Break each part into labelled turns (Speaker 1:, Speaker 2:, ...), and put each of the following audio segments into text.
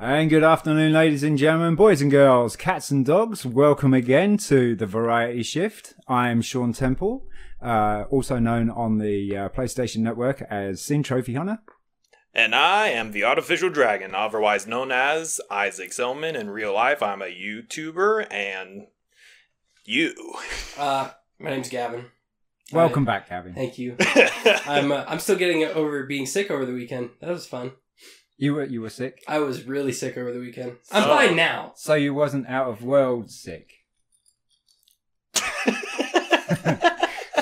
Speaker 1: And good afternoon, ladies and gentlemen, boys and girls, cats and dogs. Welcome again to the Variety Shift. I am Sean Temple, uh, also known on the uh, PlayStation Network as Sin Trophy Hunter.
Speaker 2: And I am the Artificial Dragon, otherwise known as Isaac Zellman. In real life, I'm a YouTuber, and you.
Speaker 3: Uh, my name's Gavin.
Speaker 1: Welcome back, Gavin.
Speaker 3: I- thank you. I'm uh, I'm still getting over being sick over the weekend. That was fun.
Speaker 1: You were you were sick,
Speaker 3: I was really sick over the weekend. I'm
Speaker 2: So-
Speaker 3: fine now.
Speaker 1: so you wasn't out of world sick.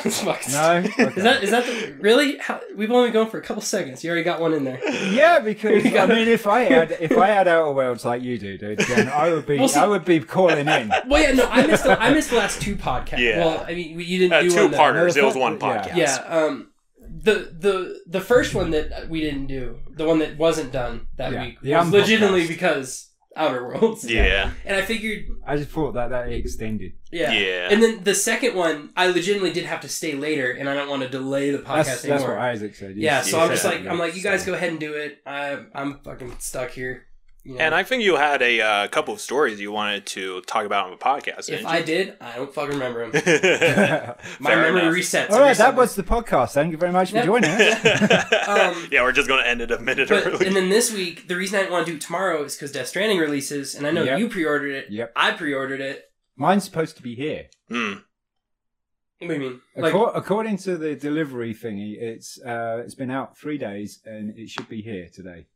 Speaker 3: It's fucking
Speaker 1: No,
Speaker 3: Is that is that the, really? How, we've only gone for a couple seconds. You already got one in there.
Speaker 2: Uh,
Speaker 1: Yeah, because
Speaker 3: You
Speaker 1: I
Speaker 3: gotta-
Speaker 1: mean, if I had if I had outer worlds like you do, dude, then I would be
Speaker 3: Well, see-
Speaker 1: I would be calling in.
Speaker 3: Well, yeah, no, I missed the, I missed the last two podcasts.
Speaker 2: Yeah.
Speaker 3: Well, I mean, you didn't
Speaker 2: Uh,
Speaker 3: do
Speaker 2: two
Speaker 3: one. that-
Speaker 2: partners. It was
Speaker 1: Yeah.
Speaker 2: one podcast.
Speaker 3: Yeah. Um. The the the first one that we didn't do, the one that wasn't done that
Speaker 1: Yeah.
Speaker 3: week,
Speaker 1: The
Speaker 3: was
Speaker 1: unpodcast.
Speaker 3: legitimately because Outer Worlds.
Speaker 2: Yeah.
Speaker 3: And I figured,
Speaker 1: I just thought that that extended.
Speaker 2: Yeah.
Speaker 3: yeah. And then the second one, I legitimately did have to stay later, and I don't want to delay the podcast
Speaker 1: That's,
Speaker 3: anymore.
Speaker 1: that's what Isaac said. You
Speaker 3: yeah,
Speaker 1: said
Speaker 3: so I'm just
Speaker 1: that,
Speaker 3: like,
Speaker 1: dude,
Speaker 3: I'm like, you guys
Speaker 1: so.
Speaker 3: go ahead and do it. I, I'm fucking stuck here. You know,
Speaker 2: And I think you had a uh, couple of stories you wanted to talk about on the podcast.
Speaker 3: if
Speaker 2: didn't
Speaker 3: I did, I don't fucking remember them.
Speaker 2: you?
Speaker 3: My
Speaker 2: Fair
Speaker 3: memory
Speaker 2: enough.
Speaker 3: resets.
Speaker 1: All right,
Speaker 3: every
Speaker 1: that
Speaker 3: second.
Speaker 1: was the podcast. Thank you very much for
Speaker 3: Yep.
Speaker 1: joining us.
Speaker 3: Um,
Speaker 2: yeah, we're just going to end it a minute
Speaker 3: But,
Speaker 2: early.
Speaker 3: and then this week, the reason I didn't want to do it tomorrow is because Death Stranding releases, and I know
Speaker 1: Yep.
Speaker 3: you pre-ordered it.
Speaker 1: Yep.
Speaker 3: I pre-ordered it.
Speaker 1: Mine's supposed to be here.
Speaker 2: Mm.
Speaker 3: What do you mean? Like,
Speaker 1: Acor- according to the delivery thingy, it's uh, it's been out three days and it should be here today.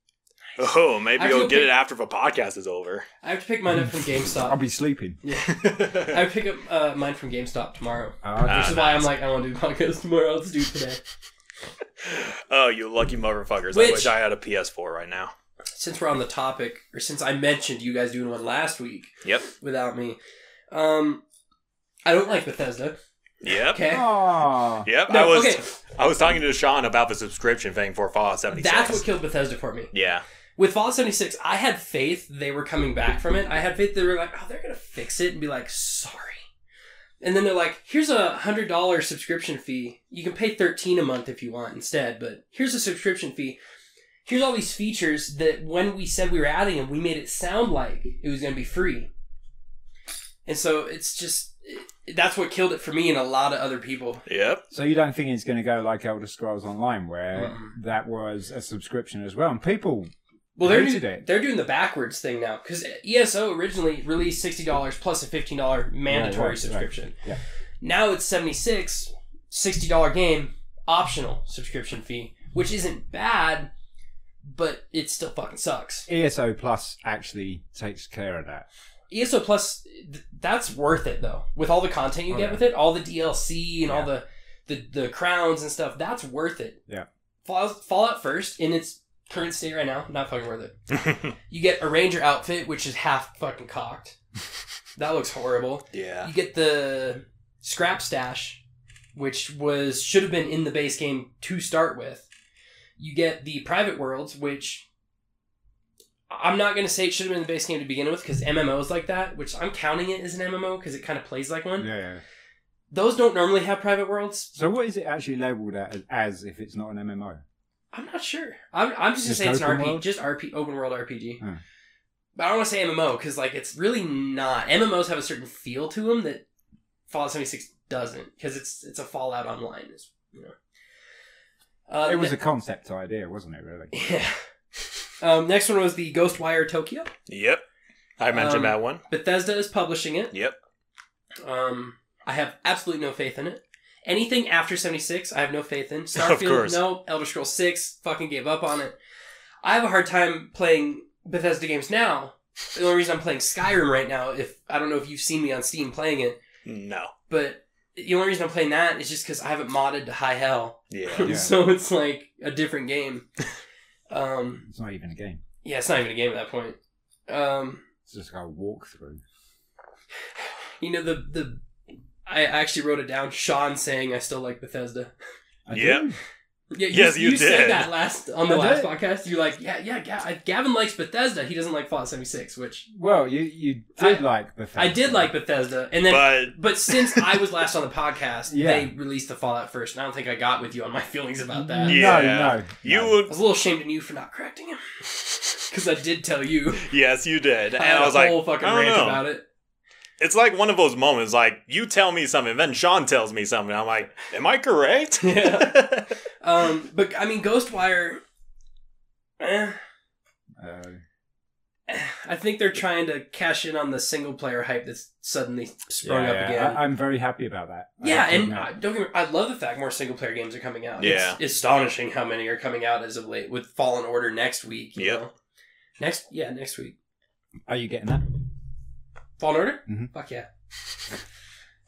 Speaker 2: Oh, maybe
Speaker 3: I
Speaker 2: you'll
Speaker 3: feel
Speaker 2: get
Speaker 3: pretty-
Speaker 2: it after the podcast is over.
Speaker 3: I have to pick mine up from
Speaker 1: I'll
Speaker 3: GameStop.
Speaker 1: be sleeping.
Speaker 3: yeah, I have to pick up uh, mine from GameStop tomorrow.
Speaker 1: Uh,
Speaker 3: Which is why I'm like, I want to do podcast tomorrow. Let's do it today.
Speaker 2: oh, you lucky motherfuckers. I
Speaker 3: Which-
Speaker 2: wish I had a PS4 right now.
Speaker 3: since we're on the topic, or since I mentioned you guys doing one last week
Speaker 2: Yep.
Speaker 3: without me, um, I don't like Bethesda.
Speaker 2: Yep.
Speaker 3: Okay,
Speaker 1: Oh, Aw.
Speaker 2: Yep.
Speaker 3: No,
Speaker 2: I was
Speaker 3: okay.
Speaker 2: I was talking to Sean about the subscription thing for Fallout 76.
Speaker 3: that's what killed Bethesda for me.
Speaker 2: Yeah.
Speaker 3: With Fallout 76, I had faith they were coming back from it. I had faith they were like, oh, they're gonna fix it and be like, sorry. And then they're like, here's a hundred dollar subscription fee. You can pay thirteen a month if you want instead, but here's a subscription fee. Here's all these features that when we said we were adding them, we made it sound like it was gonna be free. And so it's just it, that's what killed it for me and a lot of other people.
Speaker 2: Yep.
Speaker 1: So you don't think it's going to go like Elder Scrolls Online, where
Speaker 3: Mm-mm.
Speaker 1: that was a subscription as well, and people
Speaker 3: Well, they're
Speaker 1: Hated
Speaker 3: do-
Speaker 1: it.
Speaker 3: they're doing the backwards thing now because ESO originally released sixty dollars plus a fifteen dollar
Speaker 1: Right, right,
Speaker 3: mandatory
Speaker 1: right.
Speaker 3: subscription.
Speaker 1: Yeah.
Speaker 3: Now it's 76 sixty dollar game optional subscription fee, which isn't bad, but it still fucking sucks.
Speaker 1: ESO E Plus actually takes care of that.
Speaker 3: ESO E plus th- that's worth it though, with all the content you
Speaker 1: Oh,
Speaker 3: get
Speaker 1: yeah.
Speaker 3: with it, all the DLC and all
Speaker 1: Yeah.
Speaker 3: the, the the crowns and stuff. That's worth it.
Speaker 1: Yeah.
Speaker 3: Fallout, Fallout first in its current state right now, not fucking worth it. You get a ranger outfit, which is half fucking cocked. that looks horrible.
Speaker 2: yeah.
Speaker 3: You get the scrap stash, which was should have been in the base game to start with. You get the private worlds, which I'm not gonna say it should have been in the base game to begin with, because MMOs like that, which I'm counting it as an MMO because it kind of plays like one.
Speaker 1: Yeah.
Speaker 3: Those don't normally have private worlds.
Speaker 1: So what is it actually labelled as, as if it's not an MMO?
Speaker 3: I'm not sure. I'm, I'm just gonna
Speaker 1: Just
Speaker 3: say it's an
Speaker 1: open
Speaker 3: RPG,
Speaker 1: world?
Speaker 3: just RP, open world RPG.
Speaker 1: Hmm.
Speaker 3: But I don't want to say MMO because like it's really not. MMOs have a certain feel to them that Fallout 76 doesn't because it's it's a Fallout Online. Is, you know. Uh,
Speaker 1: It was a
Speaker 3: ne-
Speaker 1: concept idea, wasn't it? Really?
Speaker 3: yeah. Um, next one was the Ghostwire Tokyo.
Speaker 2: Yep. I mentioned
Speaker 3: Um,
Speaker 2: that one.
Speaker 3: Bethesda is publishing it.
Speaker 2: Yep.
Speaker 3: Um, I have absolutely no faith in it. Anything after 76, I have no faith in.
Speaker 2: Of
Speaker 3: Starfield,
Speaker 2: course.
Speaker 3: no. Elder Scrolls 6, fucking gave up on it. I have a hard time playing Bethesda games now. The only reason I'm playing Skyrim right now, if I don't know if you've seen me on Steam playing it,
Speaker 2: No.
Speaker 3: but the only reason I'm playing that is just because I haven't modded to high hell.
Speaker 2: Yeah.
Speaker 1: Yeah.
Speaker 3: so it's like a different game. um,
Speaker 1: It's not even a game.
Speaker 3: yeah, it's not even a game at that point. Um,
Speaker 1: It's just like a walkthrough.
Speaker 3: you know, the, the, I actually wrote it down. Sean saying I still like Bethesda.
Speaker 1: I
Speaker 2: Yeah.
Speaker 1: do.
Speaker 3: Yeah, you,
Speaker 2: Yes,
Speaker 3: you,
Speaker 2: you
Speaker 3: said
Speaker 2: did.
Speaker 3: that last on the
Speaker 1: I
Speaker 3: last
Speaker 1: did.
Speaker 3: podcast. You're like, yeah, yeah, Ga- I- Gavin likes Bethesda. He doesn't like Fallout 76, which
Speaker 1: Well, you you did
Speaker 3: I-
Speaker 1: like Bethesda.
Speaker 3: I did like Bethesda. And then, but,
Speaker 2: But
Speaker 3: since I was last on the podcast,
Speaker 1: Yeah.
Speaker 3: they released the Fallout first, and I don't think I got with you on my feelings about that.
Speaker 2: Yeah.
Speaker 1: No, no,
Speaker 2: you
Speaker 1: no.
Speaker 3: I
Speaker 2: would
Speaker 3: was a little ashamed in you for not correcting him. because I did tell you.
Speaker 2: Yes, you did. And
Speaker 3: had
Speaker 2: I was
Speaker 3: a
Speaker 2: like,
Speaker 3: whole fucking
Speaker 2: I don't
Speaker 3: rant
Speaker 2: know.
Speaker 3: about it.
Speaker 2: It's like one of those moments, like you tell me something, then Sean tells me something. I'm like, am I correct?
Speaker 3: Yeah. Um, but I mean, Ghostwire. Eh,
Speaker 1: Uh,
Speaker 3: I think they're trying to cash in on the single player hype that's suddenly sprung
Speaker 1: yeah,
Speaker 3: up
Speaker 1: yeah.
Speaker 3: again.
Speaker 1: I, I'm very happy about that. I
Speaker 3: yeah,
Speaker 1: have to
Speaker 3: and
Speaker 1: admit.
Speaker 3: I, don't get me, I love the fact more single player games are coming out.
Speaker 2: Yeah.
Speaker 3: it's astonishing how many are coming out as of late. With Fallen Order next week. you
Speaker 2: Yep.
Speaker 3: know? Next, yeah, next week.
Speaker 1: are you getting that?
Speaker 3: Fallen Order.
Speaker 1: Mhm.
Speaker 3: Fuck yeah.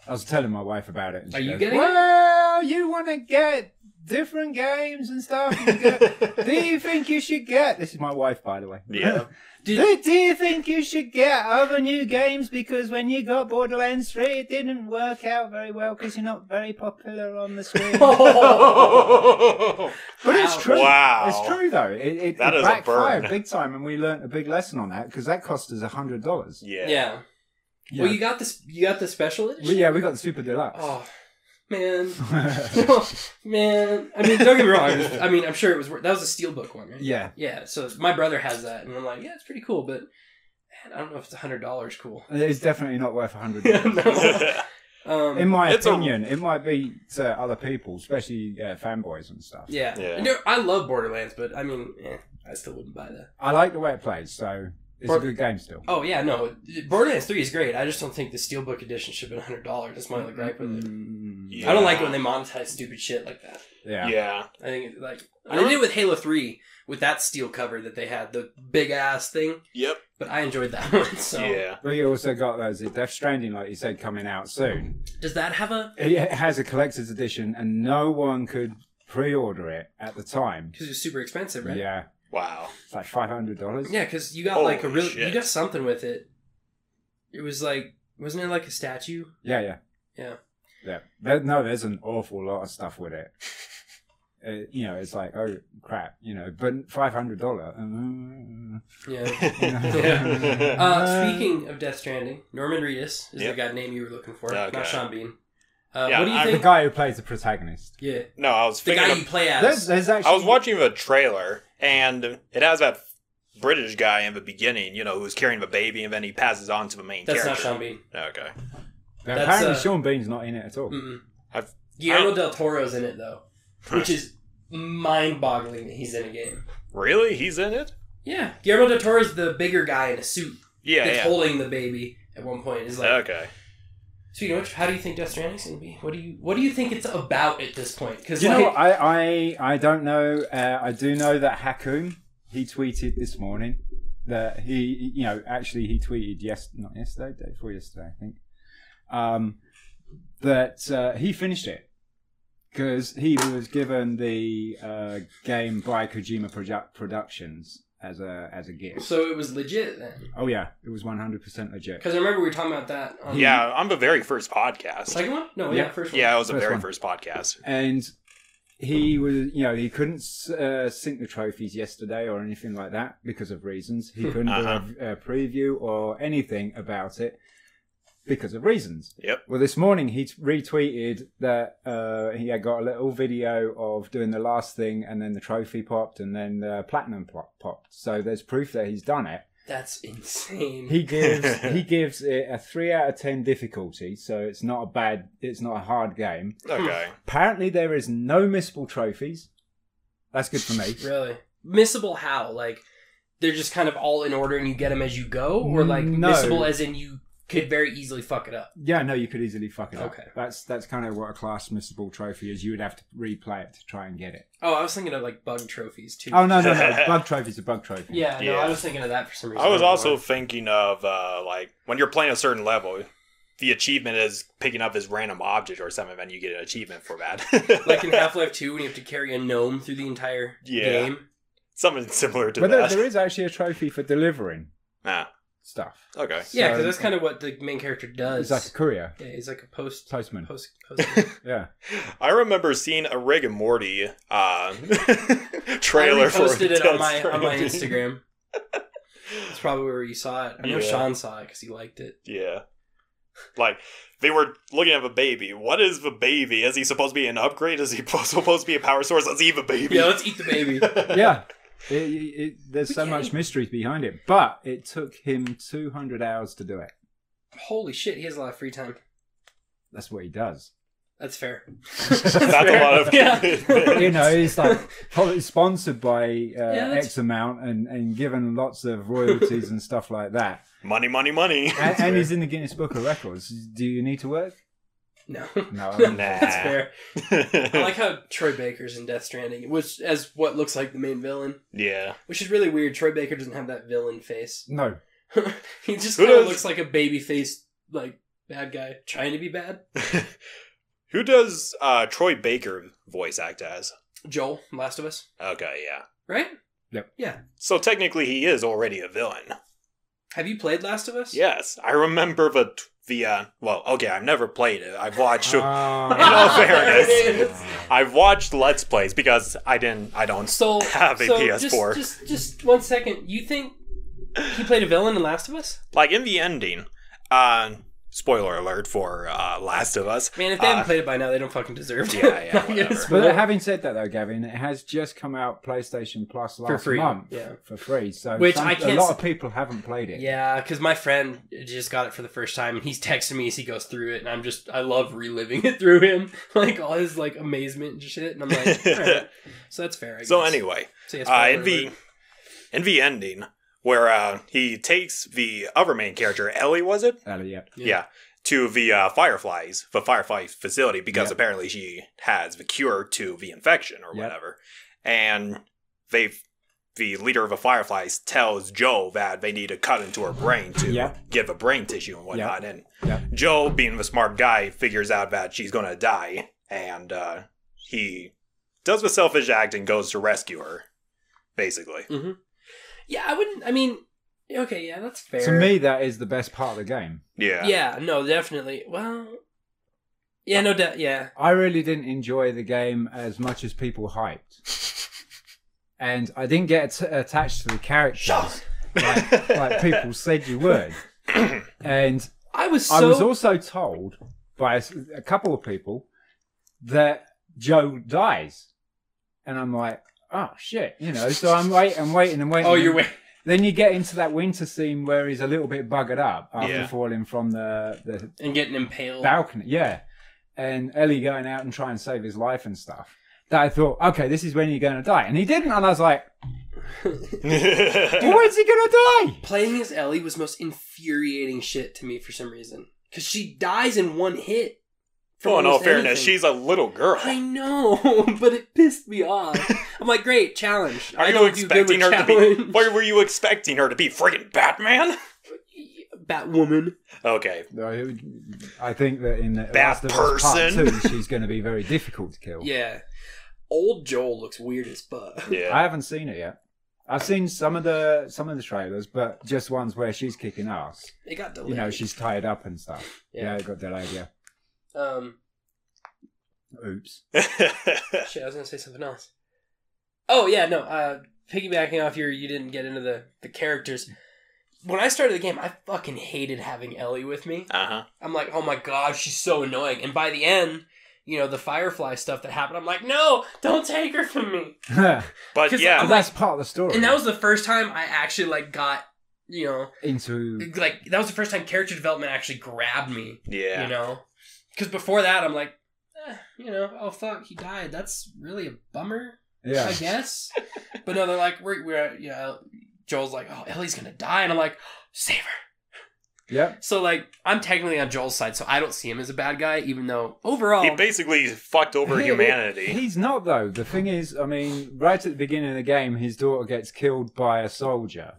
Speaker 1: I was telling my wife about it. And
Speaker 3: Are
Speaker 1: she
Speaker 3: you
Speaker 1: goes,
Speaker 3: getting it?
Speaker 1: Well, you want to get different games and stuff. You get- do you think you should get? This is my wife, by the way.
Speaker 2: Yeah.
Speaker 3: Did,
Speaker 1: Do, do you think you should get other new games because when you got Borderlands 3, it didn't work out very well because you're not very popular on the screen?
Speaker 3: Oh,
Speaker 1: But it's
Speaker 3: Ouch.
Speaker 1: true.
Speaker 2: Wow.
Speaker 1: It's true, though. It, it,
Speaker 2: That
Speaker 1: it
Speaker 2: is a
Speaker 1: backfired
Speaker 2: burn.
Speaker 1: big time, and we learnt a big lesson on that because that cost us $100.
Speaker 2: Yeah.
Speaker 3: yeah.
Speaker 1: Yeah.
Speaker 3: Well, you got this. You got the special edition.
Speaker 1: We- yeah, we got the Super Deluxe.
Speaker 3: Oh man, man. I mean, don't get me wrong. it was- I mean, I'm sure it was. wor- That was a steelbook one, right?
Speaker 1: yeah.
Speaker 3: Yeah. So my brother has that, and I'm like, yeah, it's pretty cool, but man, I don't know if it's a hundred dollars cool.
Speaker 1: It's definitely not worth $100.
Speaker 3: Um,
Speaker 1: In my
Speaker 2: It's a-
Speaker 1: opinion, it might be to other people, especially uh, fanboys and stuff.
Speaker 3: yeah.
Speaker 2: Yeah.
Speaker 3: No, I love Borderlands, but I mean, eh, I still wouldn't buy that.
Speaker 1: I like the way it plays, so it's
Speaker 3: Or-
Speaker 1: a good game still.
Speaker 3: Oh yeah, no. Borderlands Three is great. I just don't think the steelbook edition should be hundred dollars. That's my only gripe with it.
Speaker 1: Mm,
Speaker 2: Yeah.
Speaker 3: I don't like it when they monetize stupid shit like that.
Speaker 1: Yeah.
Speaker 2: yeah.
Speaker 3: I think it's like
Speaker 2: I
Speaker 3: I did it
Speaker 2: don't-
Speaker 3: with Halo Three with that steel cover that they had, the big ass thing.
Speaker 2: Yep.
Speaker 3: But I enjoyed that one. So
Speaker 2: Yeah.
Speaker 1: But you also got those Death Stranding, like you said, coming out soon.
Speaker 3: does that have a?
Speaker 1: It has a collector's edition, and no one could pre-order it at the time.
Speaker 3: Because it's super expensive, right?
Speaker 1: Yeah,
Speaker 2: Wow.
Speaker 1: it's like five hundred dollars.
Speaker 3: Yeah, because you got
Speaker 2: Holy
Speaker 3: like a real,
Speaker 2: shit.
Speaker 3: you got something with it. It was like, wasn't it like a statue?
Speaker 1: yeah, yeah,
Speaker 3: Yeah.
Speaker 1: yeah. There, no, there's an awful lot of stuff with it. Uh, you know, it's like oh crap, you know, but five hundred dollar.
Speaker 3: Yeah. Uh, speaking of Death Stranding, Norman Reedus is
Speaker 2: Yep.
Speaker 3: the guy name you were looking for,
Speaker 2: Okay.
Speaker 3: not Sean Bean. Uh,
Speaker 2: Yeah,
Speaker 3: what do you
Speaker 2: I-
Speaker 1: the
Speaker 3: think?
Speaker 1: guy who plays the protagonist.
Speaker 3: yeah,
Speaker 2: no, I was
Speaker 3: the guy
Speaker 2: thinking.
Speaker 3: you play as.
Speaker 1: There's, there's actually
Speaker 2: I was watching the trailer, and it has that British guy in the beginning, you know, who's carrying the baby, and then he passes on to the main
Speaker 3: That's not
Speaker 2: character.
Speaker 3: Sean Bean.
Speaker 2: Okay.
Speaker 1: Now,
Speaker 3: That's,
Speaker 1: apparently,
Speaker 3: uh,
Speaker 1: Sean Bean's not in it at all.
Speaker 3: Mm-mm.
Speaker 2: I've-
Speaker 3: Guillermo del Toro's in it though, which is mind-boggling that he's in a game.
Speaker 2: Really? He's in it?
Speaker 3: Yeah, Guillermo del Toro's the bigger guy in a suit
Speaker 2: Yeah.
Speaker 3: that's
Speaker 2: yeah.
Speaker 3: holding the baby at one point. Is like,
Speaker 2: okay.
Speaker 3: Speaking of which, how do you think Death Stranding's gonna be? What do you What do you think it's about at this point? Because
Speaker 1: You
Speaker 3: like,
Speaker 1: know, what? I, I, I don't know. Uh, I do know that Hakum, he tweeted this morning that he, you know, actually he tweeted yes, not yesterday, day before yesterday, I think, um, that uh, he finished it because he was given the uh, game by Kojima Produ- Productions as a as a gift.
Speaker 3: so it was legit then.
Speaker 1: Oh yeah, it was one hundred percent legit.
Speaker 3: Because I remember we were talking about that. On
Speaker 2: Yeah, on the very first podcast.
Speaker 3: Second one? No, yeah,
Speaker 1: Yeah.
Speaker 3: first one.
Speaker 2: yeah, it was the
Speaker 1: First
Speaker 2: very
Speaker 1: one.
Speaker 2: first podcast.
Speaker 1: and he was you know he couldn't uh, sync the trophies yesterday or anything like that because of reasons he couldn't
Speaker 2: Uh-huh.
Speaker 1: do a, a preview or anything about it because of reasons
Speaker 2: Yep.
Speaker 1: well this morning he t- retweeted that uh, he had got a little video of doing the last thing and then the trophy popped and then the platinum pop- popped so there's proof that he's done it
Speaker 3: That's insane.
Speaker 1: he gives he gives it a 3 out of 10 difficulty so it's not a bad it's not a hard game
Speaker 2: Okay.
Speaker 1: Apparently, there is no missable trophies. That's good for me.
Speaker 3: really? Missable how? Like, they're just kind of all in order and you get them as you go? Or, like,
Speaker 1: No.
Speaker 3: missable as in you could very easily fuck it up?
Speaker 1: Yeah, no, you could easily fuck it up.
Speaker 3: Okay.
Speaker 1: That's that's kind of what a class missable trophy is. You would have to replay it to try and get it.
Speaker 3: Oh, I was thinking of, like, bug trophies, too.
Speaker 1: Oh no, no, no! bug trophies are bug trophy.
Speaker 3: Yeah, no,
Speaker 2: Yeah.
Speaker 3: I was thinking of that for some reason.
Speaker 2: I was
Speaker 3: don't
Speaker 2: also
Speaker 3: know why.
Speaker 2: thinking of uh, like when you're playing a certain level, the achievement is picking up this random object or something, and you get an achievement for that.
Speaker 3: Like in Half Life 2, when you have to carry a gnome through the entire
Speaker 2: Yeah.
Speaker 3: game.
Speaker 2: something similar to
Speaker 1: but there,
Speaker 2: that.
Speaker 1: there is actually a trophy for delivering
Speaker 2: Ah,
Speaker 1: stuff.
Speaker 2: okay.
Speaker 3: Yeah,
Speaker 1: So-
Speaker 3: because that's kind of what the main character does.
Speaker 1: It's like a courier
Speaker 3: yeah, he's like a post
Speaker 1: postman.
Speaker 3: post post.
Speaker 1: Yeah,
Speaker 2: I remember seeing a Rick and Morty uh, trailer
Speaker 3: I
Speaker 2: for
Speaker 3: posted it on
Speaker 2: Death
Speaker 3: my on my
Speaker 2: Stranding.
Speaker 3: Instagram. That's probably where you saw it. I know
Speaker 2: Yeah.
Speaker 3: Sean saw it because he liked it.
Speaker 2: Yeah. Like they were looking at the baby. What is the baby? Is he supposed to be an upgrade? Is he supposed to be a power source? Let's eat the baby.
Speaker 3: Yeah, let's eat the baby.
Speaker 1: yeah. It, it, it- there's
Speaker 3: We
Speaker 1: so much
Speaker 3: can't-
Speaker 1: mystery behind it, but it took him 200 hours to do it.
Speaker 3: Holy shit, he has a lot of free time.
Speaker 1: That's what he does.
Speaker 3: That's fair.
Speaker 2: That's a lot of
Speaker 1: You know, it's like probably sponsored by uh,
Speaker 3: that's-
Speaker 1: X amount and, and given lots of royalties and stuff like that.
Speaker 2: money, money, money.
Speaker 1: And, and he's in the Guinness Book of Records. Do you need to work?
Speaker 3: No.
Speaker 1: No. I mean,
Speaker 2: Nah.
Speaker 3: That's fair. I like how Troy Baker's in Death Stranding, which as what looks like the main villain,
Speaker 2: yeah.
Speaker 3: which is really weird. Troy Baker doesn't have that villain face.
Speaker 1: no.
Speaker 3: he just
Speaker 2: Who
Speaker 3: kind of
Speaker 2: does?
Speaker 3: looks like a baby faced like bad guy trying to be bad.
Speaker 2: Who does uh, Troy Baker voice act as?
Speaker 3: Joel, Last of Us,
Speaker 2: Okay, yeah.
Speaker 3: right?
Speaker 2: So technically, he is already a villain.
Speaker 3: Have you played Last of Us?
Speaker 2: Yes, I remember the t- the uh, well. Okay, I've never played it. I've watched
Speaker 3: Uh-huh.
Speaker 1: Ah.
Speaker 2: In all fairness.
Speaker 3: There it is.
Speaker 2: I've watched Let's Plays because I didn't. I don't.
Speaker 3: So
Speaker 2: Have a
Speaker 3: so
Speaker 2: PS4.
Speaker 3: Just, just just one second. You think he played a villain in Last of Us?
Speaker 2: Like in the ending. Uh, spoiler alert for uh, Last of Us.
Speaker 3: Man, if they
Speaker 2: Uh,
Speaker 3: haven't played it by now, they don't fucking deserve to.
Speaker 2: Yeah, yeah,
Speaker 3: I guess,
Speaker 2: whatever.
Speaker 1: But having said that, though, Gavin, it has just come out PlayStation Plus last
Speaker 3: free,
Speaker 1: month
Speaker 3: yeah.
Speaker 1: for free. So
Speaker 3: Which
Speaker 1: some-
Speaker 3: I
Speaker 1: a
Speaker 3: can't
Speaker 1: lot
Speaker 3: s-
Speaker 1: of people haven't played it.
Speaker 3: Yeah, because my friend just got it for the first time, and he's texting me as he goes through it, and I'm just I love reliving it through him, like all his like amazement and shit, and I'm like, all right. so that's fair. I
Speaker 2: So
Speaker 3: guess.
Speaker 2: anyway,
Speaker 3: so yes,
Speaker 2: uh, in
Speaker 3: spoiler
Speaker 2: the
Speaker 3: alert.
Speaker 2: in the ending where uh, he takes the other main character, Ellie, was it?
Speaker 1: Ellie, yeah.
Speaker 3: Yeah.
Speaker 2: Yeah. To the uh, Fireflies, the Firefly facility, because
Speaker 1: Yeah.
Speaker 2: apparently she has the cure to the infection or
Speaker 1: Yeah.
Speaker 2: whatever. And they, the leader of the Fireflies tells Joe that they need to cut into her brain to
Speaker 1: Yeah.
Speaker 2: give a brain tissue and whatnot. And
Speaker 1: Yeah.
Speaker 2: Joe, being the smart guy, figures out that she's going to die. And uh, he does the selfish act and goes to rescue her, basically.
Speaker 3: yeah, I wouldn't. I mean, okay, yeah, that's fair.
Speaker 1: To me, that is the best part of the game.
Speaker 2: Yeah.
Speaker 3: yeah, no, definitely. Well, yeah, no doubt. yeah,
Speaker 1: I really didn't enjoy the game as much as people hyped. And I didn't get t- attached to the characters like, like people said you would. And
Speaker 3: I was so
Speaker 1: I was also told by a, s- a couple of people that Joe dies. And I'm like, oh shit, you know. So I'm waiting and waiting and waiting.
Speaker 3: oh, you're
Speaker 1: And
Speaker 3: waiting.
Speaker 1: Then you get into that winter scene where he's a little bit buggered up after
Speaker 2: Yeah.
Speaker 1: falling from the, the
Speaker 3: and getting impaled.
Speaker 1: balcony. Yeah. And Ellie going out and trying to save his life and stuff. That I thought, okay, this is when you're going to die. And he didn't. And I was like, when's he going to die?
Speaker 3: Playing as Ellie was most infuriating shit to me for some reason because she dies in one hit. from
Speaker 2: well, in all
Speaker 3: almost
Speaker 2: fairness,
Speaker 3: anything.
Speaker 2: she's a little girl.
Speaker 3: I know, but it pissed me off. I'm like, great challenge.
Speaker 2: Are
Speaker 3: I
Speaker 2: you
Speaker 3: don't do good with
Speaker 2: expecting her to be?
Speaker 3: challenge.
Speaker 2: Why were you expecting her to be friggin' Batman?
Speaker 3: Batwoman.
Speaker 2: Okay,
Speaker 1: No, it would- I think that in the Last of Us Part
Speaker 2: person.
Speaker 1: 2, she's going to be very difficult to kill.
Speaker 3: Yeah. Old Joel looks weird as fuck.
Speaker 2: yeah,
Speaker 1: I haven't seen it yet. I've seen some of the some of the trailers, but just ones where she's kicking ass.
Speaker 3: It got delayed.
Speaker 1: You know, she's tied up and stuff. Yeah,
Speaker 3: yeah.
Speaker 1: it got delayed. Yeah,
Speaker 3: Um.
Speaker 1: oops.
Speaker 3: Shit, I was gonna say something else. Oh yeah, no. Uh, piggybacking off your, you didn't get into the the characters. When I started the game, I fucking hated having Ellie with me.
Speaker 2: uh huh.
Speaker 3: I'm like, oh my god, she's so annoying. And by the end, you know, the Firefly stuff that happened, I'm like, no, don't take her from me.
Speaker 1: but
Speaker 2: But
Speaker 3: 'Cause
Speaker 2: yeah,
Speaker 3: I'm-
Speaker 1: that's part of the story.
Speaker 3: And that was the first time I actually like got you know
Speaker 1: into
Speaker 3: like that was the first time character development actually grabbed me.
Speaker 2: yeah,
Speaker 3: You know, because before that I'm like, eh, you know, oh fuck, he died. That's really a bummer, I
Speaker 1: yeah.
Speaker 3: guess. but no, they're like, we're we're you know, Joel's like, oh Ellie's gonna die, and I'm like, save her.
Speaker 1: Yep.
Speaker 3: So like I'm technically on Joel's side, so I don't see him as a bad guy, even though overall
Speaker 2: he basically fucked over
Speaker 1: He-
Speaker 2: humanity.
Speaker 1: He's not though. The thing is, I mean, right at the beginning of the game, his daughter gets killed by a soldier.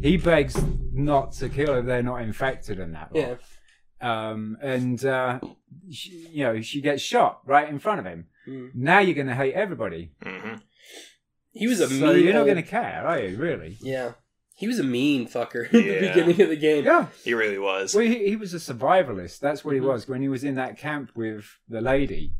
Speaker 1: He begs not to kill her; they're not infected and that. lot.
Speaker 3: yeah.
Speaker 1: Um, and uh, she, you know, she gets shot right in front of him.
Speaker 3: Mm.
Speaker 1: Now you're going to hate everybody.
Speaker 2: hmm
Speaker 3: He was a
Speaker 1: so
Speaker 3: mean.
Speaker 1: you're not
Speaker 3: old-
Speaker 1: going to care, are you? Really?
Speaker 3: Yeah. He was a mean fucker at the
Speaker 2: Yeah.
Speaker 3: beginning of the game.
Speaker 1: Yeah.
Speaker 2: He really was.
Speaker 1: Well, he, he was a survivalist. That's what he
Speaker 3: Mhm.
Speaker 1: was when he was in that camp with the lady,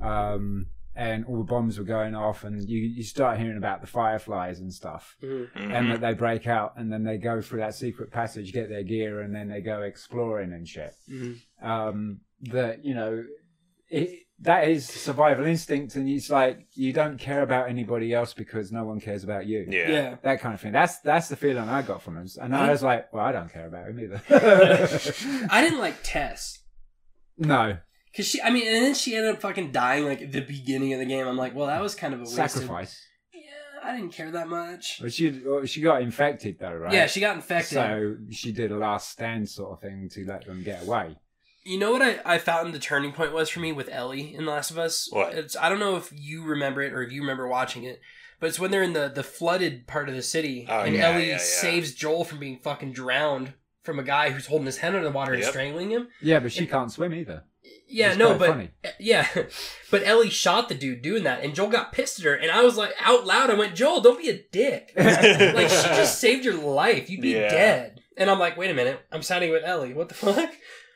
Speaker 1: um, and all the bombs were going off, and you, you start hearing about the fireflies and stuff,
Speaker 3: Mhm.
Speaker 1: and
Speaker 2: Mhm.
Speaker 1: that they break out, and then they go through that secret passage, get their gear,
Speaker 3: Mm-hmm.
Speaker 1: and then they go exploring and shit.
Speaker 3: Mhm.
Speaker 1: Um, that you know, it, that is survival instinct, and it's like you don't care about anybody else because no one cares about you.
Speaker 2: Yeah.
Speaker 3: yeah. Mm-hmm.
Speaker 1: That kind of thing. That's that's the feeling I got from him, and I was like, "Well, I don't care about him either."
Speaker 3: I didn't like Tess.
Speaker 1: no
Speaker 3: Cause she, I mean, and then she ended up fucking dying like at the beginning of the game. I'm like, well, that was kind of a wasted-
Speaker 1: sacrifice.
Speaker 3: Yeah, I didn't care that much.
Speaker 1: But she well, she got infected though, right?
Speaker 3: Yeah, she got infected.
Speaker 1: So she did a last stand sort of thing to let them get away.
Speaker 3: You know what I, I found the turning point was for me with Ellie in The Last of Us?
Speaker 2: What?
Speaker 3: It's, I don't know if you remember it or if you remember watching it, but it's when they're in the, the flooded part of the city
Speaker 2: Oh,
Speaker 3: and
Speaker 2: yeah,
Speaker 3: Ellie
Speaker 2: yeah, yeah.
Speaker 3: saves Joel from being fucking drowned from a guy who's holding his head under the water and
Speaker 2: Yep.
Speaker 3: strangling him.
Speaker 1: Yeah, but she
Speaker 3: And-
Speaker 1: can't swim either.
Speaker 3: Yeah,
Speaker 1: It's
Speaker 3: no,
Speaker 1: quite
Speaker 3: but
Speaker 1: funny.
Speaker 3: yeah, but Ellie shot the dude doing that and Joel got pissed at her and I was like out loud I went, "Joel, don't be a dick." like she just saved your life. You'd be
Speaker 2: Yeah.
Speaker 3: dead. And I'm like, wait a minute, I'm siding with Ellie. What the fuck?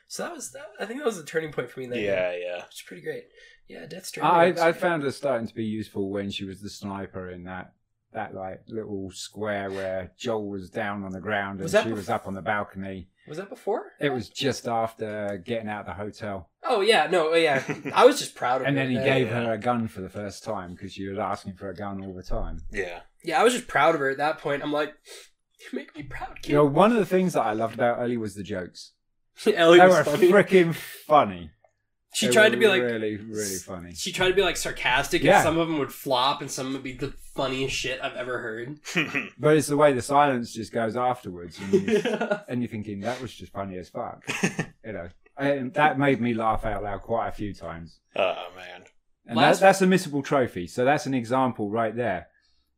Speaker 3: So that was that. I think that was a turning point for me. In that game.
Speaker 2: Yeah, yeah.
Speaker 3: it's pretty great. Yeah, Death
Speaker 1: I,
Speaker 3: Stranding. was
Speaker 1: I
Speaker 3: great.
Speaker 1: found her starting to be useful when she was the sniper in that that like little square where Joel was down on the ground and
Speaker 3: Was
Speaker 1: she
Speaker 3: that
Speaker 1: was up on the balcony.
Speaker 3: was that before?
Speaker 1: It was just after getting out of the hotel,
Speaker 3: Oh yeah, no, oh, yeah. I was just proud of.
Speaker 1: and
Speaker 3: her
Speaker 1: then he
Speaker 3: that-
Speaker 1: gave her a gun for the first time because she was asking for a gun all the time.
Speaker 2: Yeah.
Speaker 3: Yeah, I was just proud of her at that point. I'm like, you make me proud, kid.
Speaker 1: You know, one of the things that I loved about Ellie was the jokes.
Speaker 3: Ellie
Speaker 1: They
Speaker 3: was
Speaker 1: were
Speaker 3: funny.
Speaker 1: freaking funny.
Speaker 3: she
Speaker 1: They
Speaker 3: tried
Speaker 1: were
Speaker 3: to be like.
Speaker 1: really, really funny.
Speaker 3: She tried to be like sarcastic,
Speaker 1: Yeah.
Speaker 3: and some of them would flop, and some would be the funniest shit I've ever heard.
Speaker 1: But it's the way the silence just goes afterwards, and, you,
Speaker 2: Mm.
Speaker 3: yeah,
Speaker 1: and you're thinking that was just funny as fuck. you know, and that made me laugh out loud quite a few times.
Speaker 2: oh man.
Speaker 1: And
Speaker 3: Last-
Speaker 1: that, that's a missable trophy, so that's an example right there.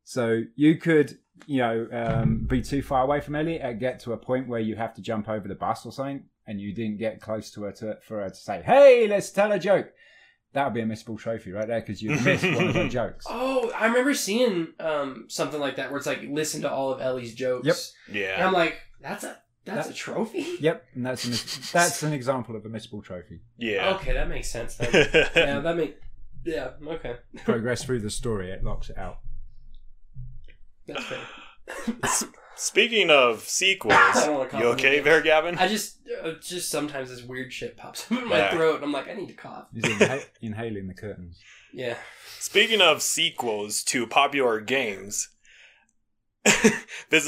Speaker 1: So you could, you know, um, be too far away from Ellie and get to a point where you have to jump over the bus or something, and you didn't get close to her to, for her to say, "Hey, let's tell a joke." That would be a missable trophy right there because you missed one of her jokes.
Speaker 3: Oh, I remember seeing um, something like that where it's like listen to all of Ellie's jokes.
Speaker 1: Yep.
Speaker 3: And
Speaker 2: Yeah.
Speaker 3: I'm like, that's a that's
Speaker 1: That-
Speaker 3: a trophy.
Speaker 1: Yep, and that's an, that's an example of a missable trophy.
Speaker 2: Yeah.
Speaker 3: Okay, that makes sense then.
Speaker 2: yeah.
Speaker 3: yeah, that make yeah okay.
Speaker 1: Progress through the story, it locks it out.
Speaker 3: That's fair.
Speaker 2: Speaking of sequels,
Speaker 3: I don't wanna cough
Speaker 2: you okay
Speaker 3: anymore.
Speaker 2: there, Gavin?
Speaker 3: I just uh, just sometimes this weird shit pops up in my
Speaker 2: Yeah.
Speaker 3: throat, and I'm like, I need to cough.
Speaker 1: He's inha- inhaling the curtains.
Speaker 3: Yeah.
Speaker 2: Speaking of sequels to popular games, this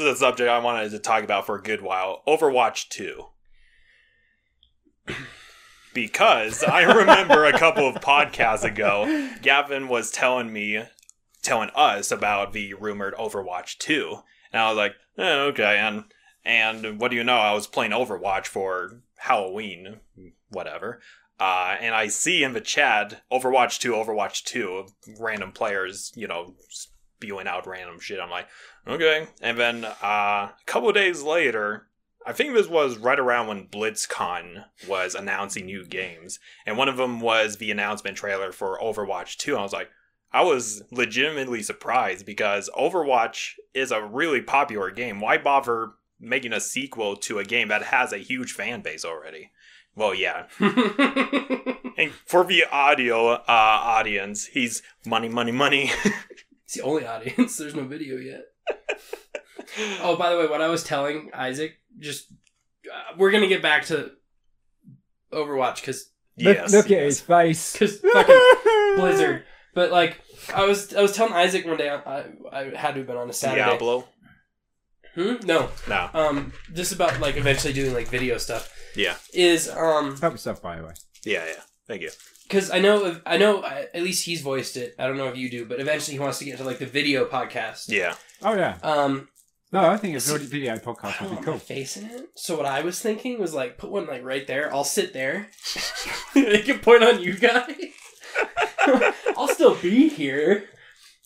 Speaker 2: is a subject I wanted to talk about for a good while Overwatch 2. Because I remember a couple of podcasts ago, Gavin was telling me, telling us about the rumored Overwatch 2. And I was like, oh, okay. And, and what do you know? I was playing Overwatch for Halloween, whatever. Uh, and I see in the chat Overwatch 2, Overwatch 2, random players, you know, spewing out random shit. I'm like, okay. And then uh, a couple of days later, I think this was right around when BlitzCon was announcing new games. And one of them was the announcement trailer for Overwatch 2. And I was like, I was legitimately surprised because Overwatch is a really popular game. Why bother making a sequel to a game that has a huge fan base already? Well, yeah, and for the audio uh, audience, he's money, money, money.
Speaker 3: it's the only audience. There's no video yet. Oh, by the way, what I was telling Isaac, just uh, we're gonna get back to Overwatch because
Speaker 1: Look,
Speaker 2: yes.
Speaker 1: look at
Speaker 2: yes.
Speaker 1: his face.
Speaker 3: because fucking Blizzard. But like, I was I was telling Isaac one day I I had to have been on a Saturday.
Speaker 2: Diablo.
Speaker 3: Hmm? No,
Speaker 2: No.
Speaker 3: um, just about like eventually doing like video stuff
Speaker 2: Yeah.
Speaker 3: is um
Speaker 1: Help yourself, by the way.
Speaker 2: Yeah. Yeah. Thank you.
Speaker 3: because I know I know I- at least he's voiced it. I don't know if you do, but eventually he wants to get into like the video podcast.
Speaker 2: Yeah.
Speaker 1: Oh yeah.
Speaker 3: Um,
Speaker 1: No, I think a video video podcast
Speaker 3: I don't
Speaker 1: would be
Speaker 3: want my
Speaker 1: cool.
Speaker 3: face in it. So what I was thinking was like put one like right there. I'll sit there. they can point on you guys. I'll still be here,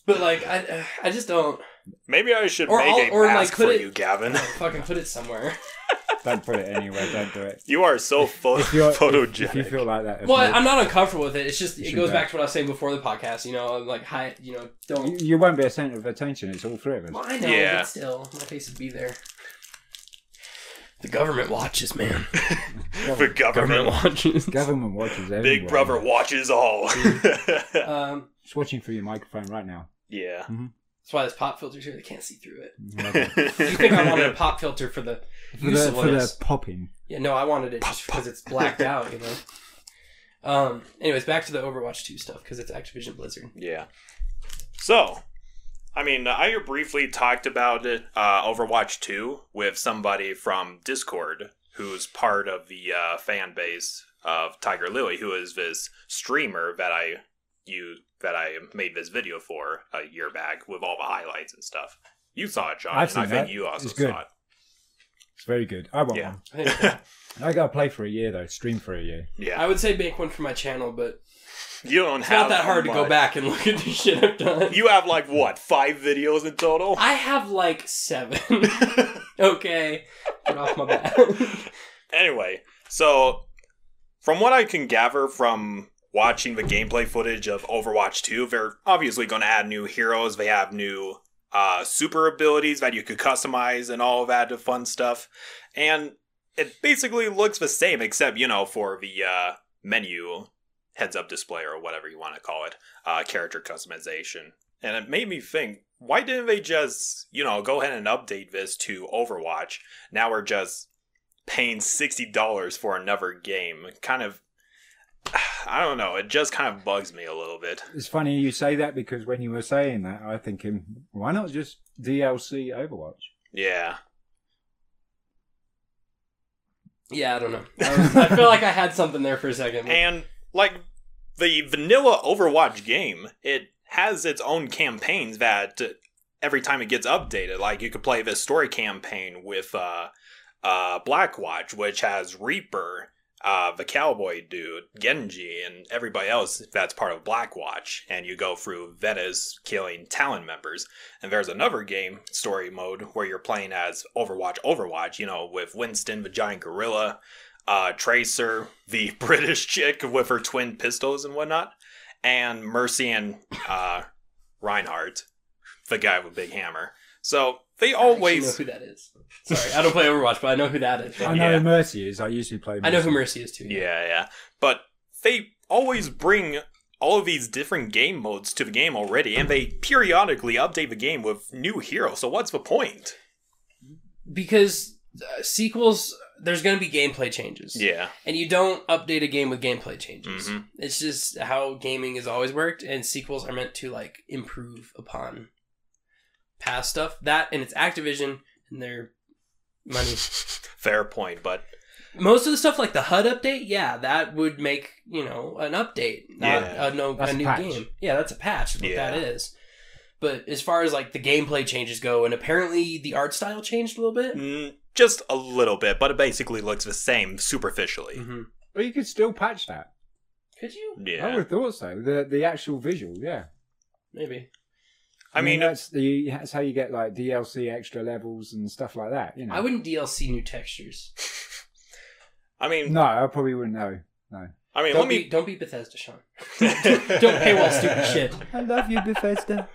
Speaker 3: but like I I just don't
Speaker 2: Maybe I should
Speaker 3: Or
Speaker 2: make
Speaker 3: I'll-
Speaker 2: a
Speaker 3: or, like,
Speaker 2: mask
Speaker 3: put
Speaker 2: for
Speaker 3: it-
Speaker 2: you, Gavin.
Speaker 3: fucking put it somewhere.
Speaker 1: Don't put it anywhere. Don't do it.
Speaker 2: You are so pho-
Speaker 1: If you're-
Speaker 2: photogenic.
Speaker 1: If you feel like that, if
Speaker 3: Well,
Speaker 1: you-
Speaker 3: I'm not uncomfortable with it. It's just
Speaker 1: You
Speaker 3: it
Speaker 1: should
Speaker 3: goes
Speaker 1: go.
Speaker 3: back to what I was saying before the podcast. You know, I'm like hi, you know,
Speaker 1: you,
Speaker 3: don't.
Speaker 1: you won't be a centre of attention. It's all three of us.
Speaker 3: Well, I know,
Speaker 2: Yeah.
Speaker 3: but still, my face would be there. The government watches, man.
Speaker 2: the government.
Speaker 3: watches.
Speaker 1: Government watches everyone.
Speaker 2: Big Brother watches all.
Speaker 3: Um,
Speaker 1: It's watching through your microphone right now.
Speaker 2: yeah.
Speaker 3: that's why this pop filter's here. They can't see through it.
Speaker 1: For
Speaker 3: You think I wanted a pop filter for the
Speaker 1: the, for the
Speaker 3: usefulness?
Speaker 1: popping.
Speaker 3: Yeah, no, I wanted it just because it's blacked out. You know. Um, anyways, back to the Overwatch 2 stuff because it's Activision Blizzard.
Speaker 2: Yeah. So, I mean, I briefly talked about it, uh, Overwatch 2 with somebody from Discord who's part of the uh, fan base of Tiger Lily, who is this streamer that I you that I made this video for a year back with all the highlights and stuff. You saw it, John.
Speaker 1: I've
Speaker 2: and
Speaker 1: seen
Speaker 2: I think
Speaker 1: that.
Speaker 2: you also
Speaker 1: It's good.
Speaker 2: saw it.
Speaker 1: It's very good. I want
Speaker 2: Yeah.
Speaker 1: one.
Speaker 3: I, think-
Speaker 1: I gotta play for a year though. Stream for a year.
Speaker 2: Yeah.
Speaker 3: I would say make one for my channel, but
Speaker 2: you don't
Speaker 3: it's
Speaker 2: have
Speaker 3: not that hard to go
Speaker 2: much.
Speaker 3: back and look at the shit I've done.
Speaker 2: You have like what, five videos in total?
Speaker 3: I have like seven. okay, get off my back.
Speaker 2: anyway, so from what I can gather from watching the gameplay footage of Overwatch 2, they're obviously going to add new heroes. They have new uh, super abilities that you could customize and all of that fun stuff. And it basically looks the same, except, you know, for the uh, menu heads up display or whatever you want to call it, uh, character customization. And it made me think, why didn't they just, you know, go ahead and update this to Overwatch? Now we're just paying sixty dollars for another game kind of I don't know, it just kind of bugs me a little bit.
Speaker 1: It's funny you say that because when you were saying that, I thinking, why not just DLC Overwatch?
Speaker 2: Yeah.
Speaker 3: yeah, I don't know. I, was- I feel like I had something there for a second.
Speaker 2: And like the vanilla Overwatch game, it has its own campaigns that every time it gets updated, like you could play this story campaign with uh uh Blackwatch, which has Reaper, uh the cowboy dude, Genji, and everybody else that's part of Blackwatch, and you go through Venice killing Talon members. And there's another game story mode where you're playing as Overwatch Overwatch, you know, with Winston the giant gorilla, uh, Tracer, the British chick with her twin pistols and whatnot, and Mercy and uh, Reinhardt, the guy with big hammer. So they
Speaker 3: I actually
Speaker 2: always
Speaker 3: know who that is. Sorry, I don't play Overwatch, but I know who that is.
Speaker 1: I know
Speaker 2: Yeah.
Speaker 1: who Mercy is. I usually play. Mercy.
Speaker 3: I know who Mercy is too.
Speaker 2: Yeah, yeah. But they always bring all of these different game modes to the game already, and they periodically update the game with new heroes. So what's the point?
Speaker 3: because uh, sequels there's going to be gameplay changes
Speaker 2: Yeah,
Speaker 3: and you don't update a game with gameplay changes
Speaker 2: Mhm.
Speaker 3: it's just how gaming has always worked and sequels are meant to like improve upon past stuff that and it's activision and their money
Speaker 2: fair point. But
Speaker 3: most of the stuff like the hud update yeah that would make you know an update not
Speaker 2: Yeah.
Speaker 3: a, no,
Speaker 1: That's
Speaker 3: a
Speaker 1: a
Speaker 3: new
Speaker 1: patch.
Speaker 3: game yeah that's a patch is what
Speaker 2: Yeah.
Speaker 3: that is but as far as like the gameplay changes go and apparently the art style changed a little bit
Speaker 2: mm, just a little bit. But it basically looks the same superficially.
Speaker 3: mm-hmm.
Speaker 1: Well, you could still patch that.
Speaker 3: could you
Speaker 1: I would
Speaker 2: Yeah,
Speaker 1: have thought so. The the actual visual, yeah.
Speaker 3: Maybe.
Speaker 2: I mean,
Speaker 1: that's the that's how you get like DLC extra levels and stuff like that. You know,
Speaker 3: I wouldn't DLC new textures.
Speaker 2: I mean,
Speaker 1: No, I probably wouldn't know.
Speaker 2: I mean,
Speaker 3: don't
Speaker 2: let
Speaker 3: be
Speaker 2: me.
Speaker 3: don't be Bethesda, Sean. Don't paywall stupid shit.
Speaker 1: I love you, Bethesda.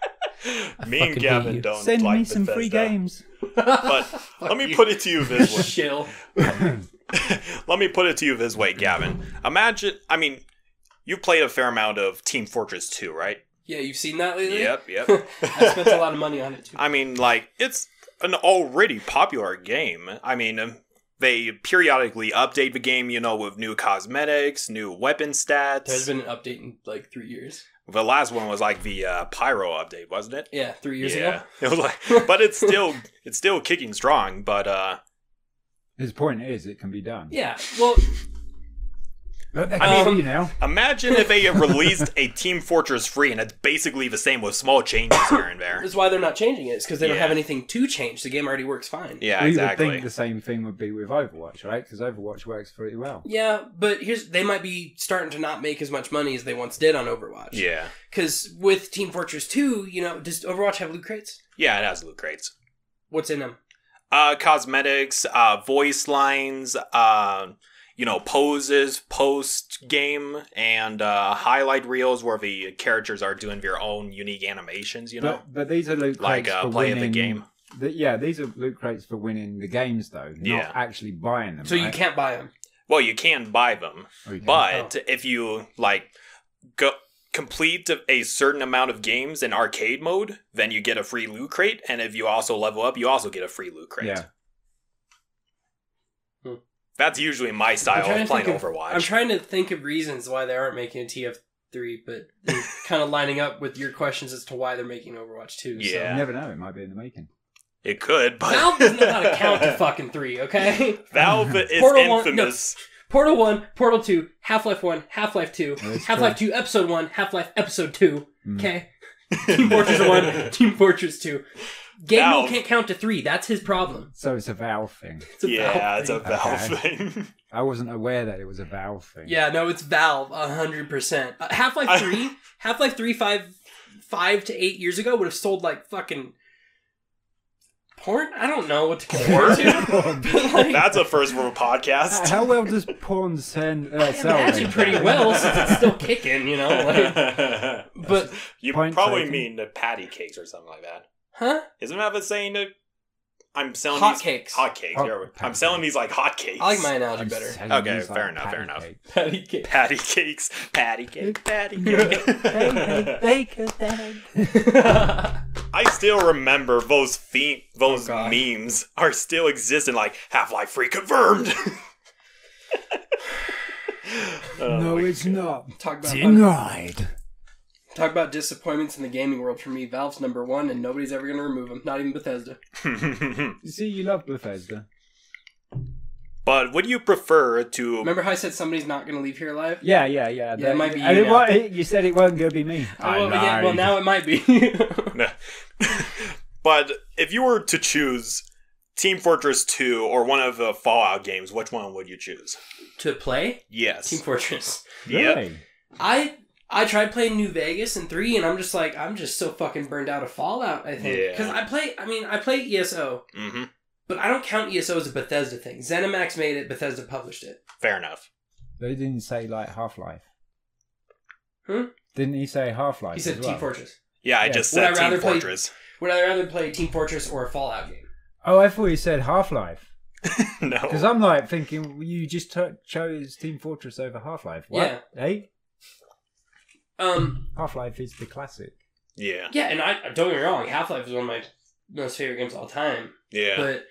Speaker 2: me and
Speaker 3: fucking hate
Speaker 2: Gavin
Speaker 3: you.
Speaker 2: don't like Bethesda.
Speaker 1: games.
Speaker 2: But um, let me put it to you this way.
Speaker 3: Shill.
Speaker 2: Let me put it to you this way, Gavin. Imagine, I mean, you played a fair amount of Team Fortress 2, right?
Speaker 3: Yeah, you've seen that lately.
Speaker 2: Yep, yep.
Speaker 3: I spent a lot of money on it too.
Speaker 2: I mean, like, it's an already popular game. I mean, um, they periodically update the game, you know, with new cosmetics, new weapon stats.
Speaker 3: There's been an update in like three years.
Speaker 2: the last one was like the uh, Pyro update, wasn't it?
Speaker 3: Yeah, three years
Speaker 2: yeah.
Speaker 3: ago.
Speaker 2: It was like, but it's still it's still kicking strong, but uh
Speaker 1: His point is, it can be done.
Speaker 3: Yeah. Well,
Speaker 1: Look, they
Speaker 2: I
Speaker 1: can
Speaker 3: mean-
Speaker 1: see you now.
Speaker 2: Imagine if they released a Team Fortress 3 and it's basically the same with small changes here and there.
Speaker 3: that's why they're not changing it. It's because they don't
Speaker 2: Yeah.
Speaker 3: have anything to change. The game already works fine.
Speaker 2: Yeah,
Speaker 1: we would
Speaker 2: exactly.
Speaker 1: think the same thing would be with Overwatch, right? Because Overwatch works pretty well.
Speaker 3: Yeah, but here's they might be starting to not make as much money as they once did on Overwatch.
Speaker 2: Yeah.
Speaker 3: Because with Team Fortress 2, you know, does Overwatch have loot crates?
Speaker 2: Yeah, it has loot crates.
Speaker 3: What's in them?
Speaker 2: Uh cosmetics, uh voice lines, uh you know, poses post game and uh highlight reels where the characters are doing their own unique animations, you know.
Speaker 1: But, but these are loot
Speaker 2: like
Speaker 1: crates
Speaker 2: uh,
Speaker 1: for
Speaker 2: play of
Speaker 1: winning,
Speaker 2: the game.
Speaker 1: the- yeah, these are loot crates for winning the games, though. Not
Speaker 2: Yeah.
Speaker 1: actually buying them.
Speaker 3: So you
Speaker 1: right?
Speaker 3: can't buy them.
Speaker 2: Well, you can buy them,
Speaker 1: Or you can-
Speaker 2: but
Speaker 3: Oh.
Speaker 2: if you like go complete a certain amount of games in arcade mode, then you get a free loot crate, and if you also level up, you also get a free loot crate.
Speaker 1: Yeah.
Speaker 2: That's usually my
Speaker 3: I'm
Speaker 2: style
Speaker 3: trying
Speaker 2: of
Speaker 3: to
Speaker 2: playing
Speaker 3: think of-
Speaker 2: Overwatch.
Speaker 3: I'm trying to think of reasons why they aren't making a TF3, but kind of lining up with your questions as to why they're making Overwatch 2.
Speaker 2: Yeah.
Speaker 1: You never know. It might be in the making.
Speaker 2: it could,
Speaker 3: So.
Speaker 2: but
Speaker 3: Valve doesn't know how to count to fucking three, okay?
Speaker 2: Valve is
Speaker 3: Portal won't-
Speaker 2: infamous.
Speaker 3: Portal 1, Portal 2, Half Life 1, Half Life 2,
Speaker 1: That's
Speaker 3: Half Life 2, Episode 1, Half Life Episode 2,
Speaker 1: Mm.
Speaker 3: okay? Team Fortress 1, Team Fortress 2. Gabriel
Speaker 2: Valve.
Speaker 3: can't count to three. That's his problem.
Speaker 1: So it's a Valve thing.
Speaker 3: It's a
Speaker 2: yeah,
Speaker 3: Valve
Speaker 2: it's
Speaker 3: thing.
Speaker 2: a Valve thing.
Speaker 1: I wasn't aware that it was a Valve thing.
Speaker 3: Yeah, no, it's Valve, hundred percent. Half
Speaker 2: I-
Speaker 3: Life Three, Half Life Three, five, five to eight years ago would have sold like fucking porn. I don't know what to compare it to. But, like,
Speaker 2: That's a first world
Speaker 1: How-
Speaker 2: podcast.
Speaker 1: How well does porn send, uh,
Speaker 3: I
Speaker 1: sell?
Speaker 3: imagine
Speaker 1: these
Speaker 3: pretty
Speaker 1: days?
Speaker 3: well since it's still kicking, you know. Like, but
Speaker 2: you
Speaker 1: Point
Speaker 2: probably
Speaker 1: taken.
Speaker 2: mean the patty cakes or something like that.
Speaker 3: huh?
Speaker 2: Isn't that the saying that I'm selling
Speaker 3: Hot
Speaker 2: these
Speaker 3: cakes.
Speaker 2: Hot cakes.
Speaker 1: Hot-
Speaker 2: yeah, I'm
Speaker 1: patty
Speaker 2: selling these like hot cakes.
Speaker 3: I like my analogy
Speaker 1: I'm
Speaker 3: better.
Speaker 1: saying
Speaker 2: Okay,
Speaker 1: these,
Speaker 2: fair enough, fair
Speaker 1: patty
Speaker 2: enough.
Speaker 1: cakes.
Speaker 3: Patty cake.
Speaker 2: patty cakes, patty cake, patty cake. I still remember those theme, those
Speaker 3: Oh, God.
Speaker 2: memes are still existing, like Half Life Free confirmed. Oh
Speaker 1: no,
Speaker 2: my
Speaker 1: it's
Speaker 2: God.
Speaker 1: not.
Speaker 3: Talk about
Speaker 1: Denied.
Speaker 3: talk about disappointments in the gaming world. For me, Valve's number one, and nobody's ever gonna remove him. Not even Bethesda.
Speaker 1: See, you love Bethesda.
Speaker 2: but would you prefer to
Speaker 3: Remember how I said somebody's not gonna leave here alive?
Speaker 1: Yeah, yeah, yeah.
Speaker 3: Yeah, it might be
Speaker 1: And
Speaker 3: you
Speaker 1: it,
Speaker 3: now. Oh,
Speaker 1: wa- you said it wasn't going to be me. I
Speaker 3: well, yeah,
Speaker 1: lied.
Speaker 3: well, now it might be.
Speaker 2: but if you were to choose Team Fortress 2 or one of the Fallout games, which one would you choose?
Speaker 3: to play
Speaker 2: Yes.
Speaker 3: Team Fortress.
Speaker 2: Yep.
Speaker 1: Really?
Speaker 3: I I tried playing New Vegas in three, and I'm just like I'm just so fucking burned out of Fallout. I think
Speaker 2: Yeah.
Speaker 3: because I play. I mean, I play ESO,
Speaker 2: hmm
Speaker 3: but I don't count ESO as a Bethesda thing. ZeniMax made it. Bethesda published it.
Speaker 2: Fair enough.
Speaker 1: They didn't say like Half Life.
Speaker 3: Hmm?
Speaker 1: Didn't he say Half Life?
Speaker 3: he said
Speaker 1: as well?
Speaker 3: Team Fortress.
Speaker 2: Yeah, I
Speaker 1: Yeah.
Speaker 2: just
Speaker 3: Would I
Speaker 2: said
Speaker 3: rather
Speaker 2: Team
Speaker 3: play-
Speaker 2: Fortress.
Speaker 3: Would I rather play Team Fortress or a Fallout game?
Speaker 1: Oh, I thought he said Half Life. Because
Speaker 2: no.
Speaker 1: I'm like thinking well, you just t- chose Team Fortress over Half Life. What? Hey,
Speaker 3: Um,
Speaker 1: Half Life is the classic.
Speaker 2: Yeah.
Speaker 3: yeah, and I don't get me wrong. Half Life is one of my most favorite games of all time.
Speaker 2: Yeah.
Speaker 3: But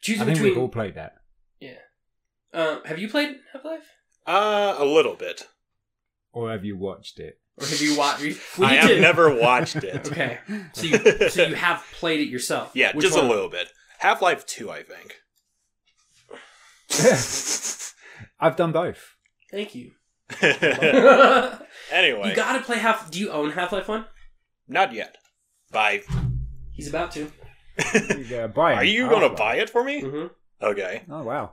Speaker 3: choosing
Speaker 1: I think
Speaker 3: between,
Speaker 1: we've all played that.
Speaker 3: uh, have you played Half Life?
Speaker 2: uh, a little bit.
Speaker 1: Or have you watched it?
Speaker 3: Or have you watched? We
Speaker 2: I have
Speaker 3: did.
Speaker 2: never watched it.
Speaker 3: Okay, so you, so you have played it yourself.
Speaker 2: Yeah,
Speaker 3: Which
Speaker 2: just
Speaker 3: one?
Speaker 2: a little bit. Half Life 2, I think.
Speaker 1: I've done both.
Speaker 3: Thank you.
Speaker 2: anyway,
Speaker 3: you gotta play half. Do you own Half Life One?
Speaker 2: not yet. Bye.
Speaker 3: He's about to.
Speaker 1: You gotta uh, buy
Speaker 2: Are
Speaker 1: it.
Speaker 2: you
Speaker 1: Half
Speaker 2: going to
Speaker 1: Life.
Speaker 2: buy it for me?
Speaker 3: Mm-hmm.
Speaker 2: Okay.
Speaker 1: Oh wow!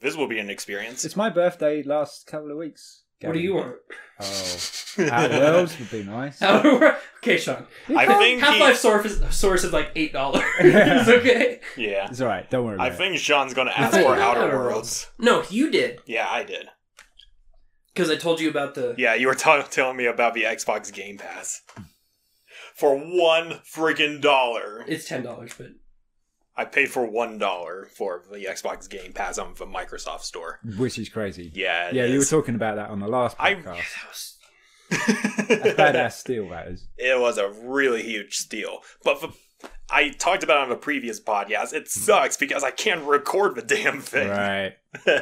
Speaker 2: this will be an experience.
Speaker 1: It's my birthday last couple of weeks.
Speaker 3: What do
Speaker 1: Gavin.
Speaker 3: you want?
Speaker 1: Oh, at Wells would be nice.
Speaker 3: okay, Sean.
Speaker 2: I think
Speaker 3: Half
Speaker 2: he-
Speaker 3: Life source is, source is like eight dollars. okay.
Speaker 2: Yeah.
Speaker 1: It's all right. Don't worry.
Speaker 2: I
Speaker 1: about
Speaker 2: think Sean's gonna
Speaker 3: I
Speaker 2: ask
Speaker 3: thought
Speaker 2: for
Speaker 3: you had
Speaker 2: Outer
Speaker 3: Outer
Speaker 2: Worlds.
Speaker 3: No, you did
Speaker 2: Yeah, I did.
Speaker 3: because I told you about the.
Speaker 2: Yeah, you were ta- telling me about the Xbox Game Pass for one freaking dollar.
Speaker 3: It's ten dollars, but
Speaker 2: I paid for one dollar for the Xbox Game Pass on the Microsoft Store.
Speaker 1: it. Which is crazy.
Speaker 2: Yeah, it
Speaker 1: yeah, you were
Speaker 2: is.
Speaker 1: talking about that on the last
Speaker 2: I-
Speaker 1: podcast.
Speaker 3: yeah, that was.
Speaker 1: That's badass steel, that is.
Speaker 2: it was a really huge steal. But for, I talked about it on the previous podcast. It sucks because I can't record the damn thing.
Speaker 1: Right.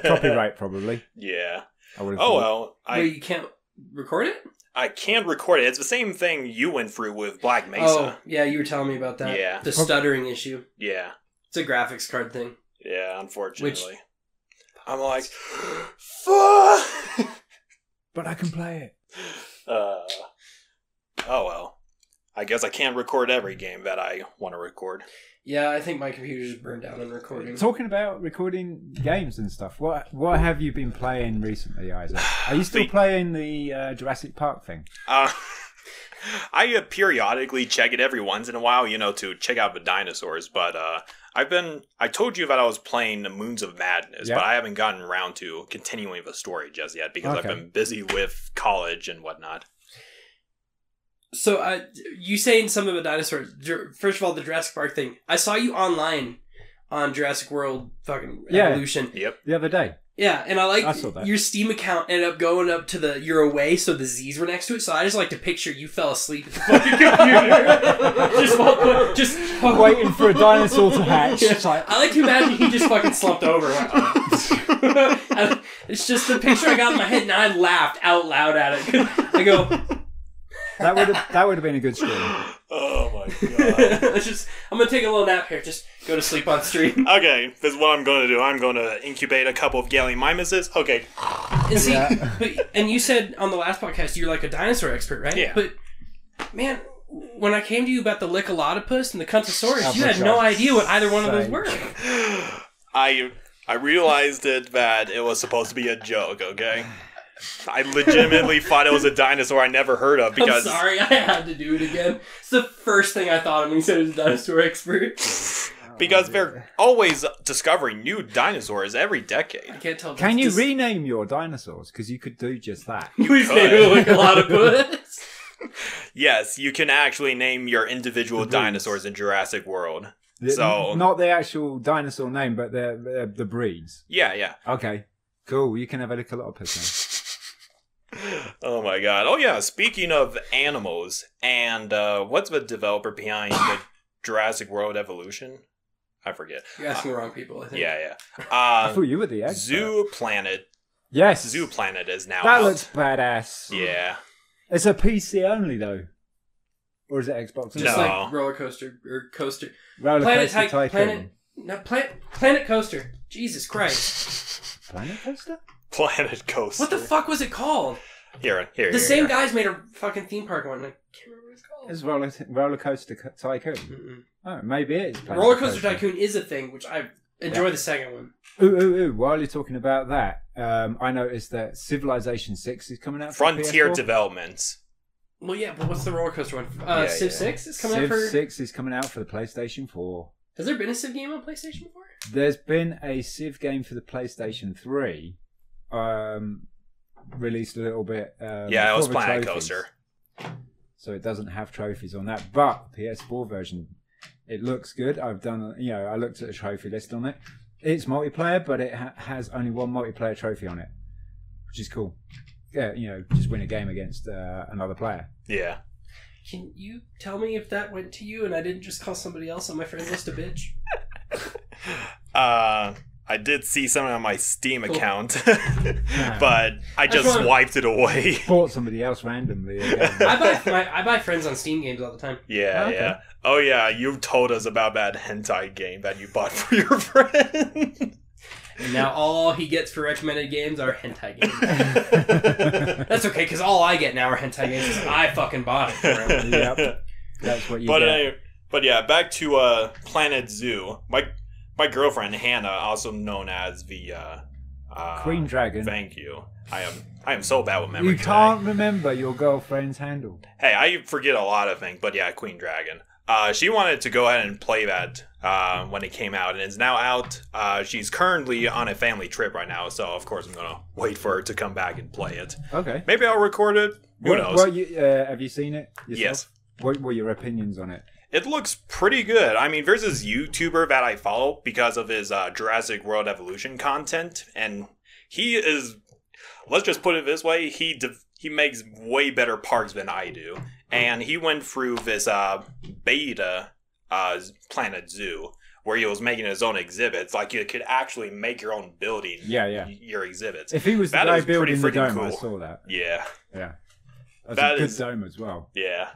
Speaker 1: Copyright, probably.
Speaker 2: yeah.
Speaker 1: I would have
Speaker 2: Oh well. I
Speaker 3: Wait, you can't record it.
Speaker 2: I can record it. It's the same thing you went through with Black Mesa.
Speaker 3: Oh, yeah, you were telling me about that.
Speaker 2: Yeah.
Speaker 3: The stuttering issue.
Speaker 2: Yeah.
Speaker 3: It's a graphics card thing.
Speaker 2: Yeah, unfortunately. I'm like, fuck!
Speaker 1: But I can play it.
Speaker 2: uh, oh well. I guess I can't record every game that I want to record.
Speaker 3: Yeah, I think my computer just burned down on recording.
Speaker 1: Talking about recording games and stuff. What what have you been playing recently, Isaac? Are you still
Speaker 2: The-
Speaker 1: playing the uh, Jurassic Park thing?
Speaker 2: Uh, I uh, periodically check it every once in a while, you know, to check out the dinosaurs, but uh, I've been. I told you that I was playing the Moons of Madness,
Speaker 1: Yeah.
Speaker 2: but I haven't gotten around to continuing the story just yet because
Speaker 1: Okay.
Speaker 2: I've been busy with college and whatnot.
Speaker 3: So, uh, you saying something about dinosaurs? Jur- First of all, the Jurassic Park thing. I saw you online on Jurassic World fucking
Speaker 1: Yeah.
Speaker 3: Evolution.
Speaker 2: Yep.
Speaker 1: The other day.
Speaker 3: Yeah, and I like
Speaker 1: I saw that.
Speaker 3: your Steam account ended up going up to the you're away, so the Z's were next to it. So I just like to picture you fell asleep at the fucking computer, just while- just
Speaker 1: Waiting for a dinosaur to hatch.
Speaker 3: Yeah.
Speaker 1: It's like-
Speaker 3: I like to imagine he just fucking slumped over. and went, "Oh." I- it's just the picture I got in my head, and I laughed out loud at it. I go,
Speaker 1: That would have that would have been a good stream.
Speaker 2: oh my god.
Speaker 3: it's just I'm gonna take a little nap here. Just go to sleep on stream.
Speaker 2: Okay, this is what I'm going to do. I'm going to incubate a couple of Gallimimuses. Okay,
Speaker 3: And see,
Speaker 1: Yeah.
Speaker 3: but, and you said on the last podcast you're like a dinosaur expert, right?
Speaker 2: Yeah.
Speaker 3: But man, when I came to you about the Lycolotopus and the Cunthosaurus, you had
Speaker 1: Albatross.
Speaker 3: no idea what either one of those
Speaker 1: Same.
Speaker 3: were.
Speaker 2: I I realized it that it was supposed to be a joke. Okay, I legitimately thought it was a dinosaur I never heard of because
Speaker 3: I'm sorry, I had to do it again. It's the first thing I thought of when you said it was a dinosaur expert.
Speaker 2: because they're always discovering new dinosaurs every decade.
Speaker 3: I can't tell. if
Speaker 1: Can
Speaker 3: that's
Speaker 1: you
Speaker 3: dis-
Speaker 1: rename your dinosaurs? Because you could do just that.
Speaker 3: We say it like a lot of books.
Speaker 2: Yes, you can actually name your individual dinosaurs in Jurassic World.
Speaker 1: The-
Speaker 2: So-
Speaker 1: not the actual dinosaur name, but the the, the breeds.
Speaker 2: Yeah, yeah.
Speaker 1: Okay, cool. You can have a Lycolotopus
Speaker 2: Oh my god. Oh yeah, speaking of animals and uh what's the developer behind the Jurassic World evolution? I forget.
Speaker 3: You're asking the wrong people. I think.
Speaker 2: Yeah,
Speaker 1: now. I
Speaker 2: yeah.
Speaker 1: thought you were the
Speaker 2: Um
Speaker 1: expert.
Speaker 2: Zoo Planet
Speaker 1: Yes.
Speaker 2: Zoo Planet is now
Speaker 1: That
Speaker 2: out.
Speaker 1: looks badass.
Speaker 2: Yeah.
Speaker 1: It's a PC only though, or is it Xbox?
Speaker 3: Just
Speaker 2: No.
Speaker 3: like roller coaster or coaster.
Speaker 1: Roller
Speaker 3: Planet
Speaker 1: Coaster
Speaker 3: Ty-
Speaker 1: Tycoon.
Speaker 3: Planet no planet Planet Coaster. Jesus Christ!
Speaker 1: Planet Coaster.
Speaker 2: Planet Coaster.
Speaker 3: What the fuck was it called?
Speaker 2: Here, here. here,
Speaker 3: The same
Speaker 2: here.
Speaker 3: guys made a fucking theme park one. and I can't remember what it's called.
Speaker 1: It's roller roller coaster Co- tycoon.
Speaker 3: Mm-mm.
Speaker 1: Oh, maybe it is. Planet
Speaker 3: Roller Coaster Tycoon is a thing, which I enjoy the second one.
Speaker 1: Ooh, ooh, ooh! While you're talking about that, um, I noticed that Civilization Six is coming out. for
Speaker 2: Frontier
Speaker 1: PS4.
Speaker 2: Developments.
Speaker 3: Well, yeah, but what's the roller coaster one? Uh,
Speaker 2: Yeah,
Speaker 3: Civ
Speaker 2: yeah.
Speaker 3: Six is coming out
Speaker 1: Civ
Speaker 3: for.
Speaker 1: Six is coming out for the PlayStation Four.
Speaker 3: Has there been a Civ game on PlayStation before?
Speaker 1: There's been a Civ game for the PlayStation Three, um, released a little bit. Um,
Speaker 2: yeah, it was
Speaker 1: for the
Speaker 2: Planet
Speaker 1: trophies.
Speaker 2: Coaster.
Speaker 1: so it doesn't have trophies on that. But PS4 version, it looks good. I've done, you know, I looked at the trophy list on it. It's multiplayer, but it ha- has only one multiplayer trophy on it, which is cool. Yeah, you know, just win a game against uh, another player.
Speaker 2: Yeah.
Speaker 3: Can you tell me if that went to you and I didn't just call somebody else on my friend list a bitch?
Speaker 2: Uh I did see something on my Steam
Speaker 3: Cool.
Speaker 2: account, but I just
Speaker 3: wanna-
Speaker 2: wiped it away.
Speaker 1: Bought somebody else randomly. Again.
Speaker 3: I buy my, I buy friends on Steam games all the time.
Speaker 2: Yeah,
Speaker 1: Ah, Okay.
Speaker 2: yeah. Oh yeah, you told us about that hentai game that you bought for your friend.
Speaker 3: And now all he gets for recommended games are hentai games. That's okay, because all I get now are hentai games. 'cause I fucking bought it for him.
Speaker 1: Yep. That's what you
Speaker 2: But
Speaker 1: get.
Speaker 2: anyway, but yeah, back to uh, Planet Zoo. My my girlfriend Hannah, also known as the uh, uh,
Speaker 1: Queen Dragon.
Speaker 2: Thank you. I am I am so bad with memory.
Speaker 1: You
Speaker 2: today.
Speaker 1: can't remember your girlfriend's handle.
Speaker 2: Hey, I forget a lot of things, but yeah, Queen Dragon. Uh, she wanted to go ahead and play that uh, when it came out, and it's now out. Uh, she's currently on a family trip right now, so of course I'm gonna wait for her to come back and play it.
Speaker 1: Okay.
Speaker 2: Maybe I'll record it. Who
Speaker 1: What-
Speaker 2: knows?
Speaker 1: what you, uh, have you seen it? Yourself?
Speaker 2: Yes.
Speaker 1: What were your opinions on it?
Speaker 2: It looks pretty good. I mean, there's this YouTuber that I follow because of his uh, Jurassic World Evolution content, and he is, let's just put it this way, he de- he makes way better parks than I do, and he went through this uh, beta uh, Planet Zoo where he was making his own exhibits. Like you could actually make your own building,
Speaker 1: Yeah, yeah.
Speaker 2: your exhibits.
Speaker 1: If he was the
Speaker 2: That
Speaker 1: guy
Speaker 2: is pretty
Speaker 1: building the
Speaker 2: freaking
Speaker 1: dome, I
Speaker 2: cool.
Speaker 1: saw that.
Speaker 2: Yeah.
Speaker 1: Yeah. That's
Speaker 2: That
Speaker 1: a good
Speaker 2: is-
Speaker 1: dome as well.
Speaker 2: Yeah.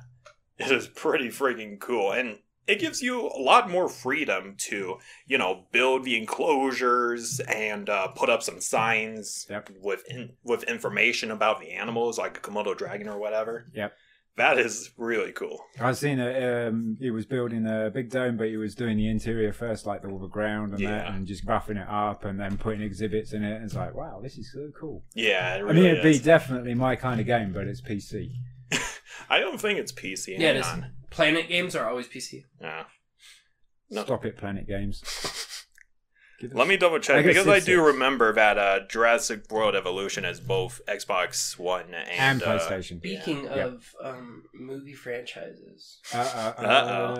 Speaker 2: It is pretty freaking cool. And it gives you a lot more freedom to, you know, build the enclosures and uh, put up some signs
Speaker 1: Yep.
Speaker 2: with in- with information about the animals, like a Komodo dragon or whatever.
Speaker 1: Yep.
Speaker 2: That is really cool.
Speaker 1: I've seen it. Um, he was building a big dome, but he was doing the interior first, like all the ground and that,
Speaker 2: Yeah.
Speaker 1: and just buffing it up and then putting exhibits in it. And it's like, wow, this is so cool.
Speaker 2: Yeah, it really
Speaker 1: I mean, it'd
Speaker 2: is.
Speaker 1: be definitely my kind of game, but it's PC.
Speaker 2: I don't think it's PC.
Speaker 3: Yeah, it
Speaker 2: hang
Speaker 3: is.
Speaker 2: on.
Speaker 3: Planet games are always PC.
Speaker 2: Yeah. No.
Speaker 1: Stop it, Planet Games. Give us-
Speaker 2: Let me double check
Speaker 1: I guess
Speaker 2: because I
Speaker 1: it's
Speaker 2: do
Speaker 1: it.
Speaker 2: remember that uh, Jurassic World Evolution is both Xbox One
Speaker 1: and
Speaker 2: and, uh,
Speaker 1: PlayStation.
Speaker 3: Speaking
Speaker 1: Yeah.
Speaker 3: of um, movie franchises,
Speaker 1: Uh, uh, uh,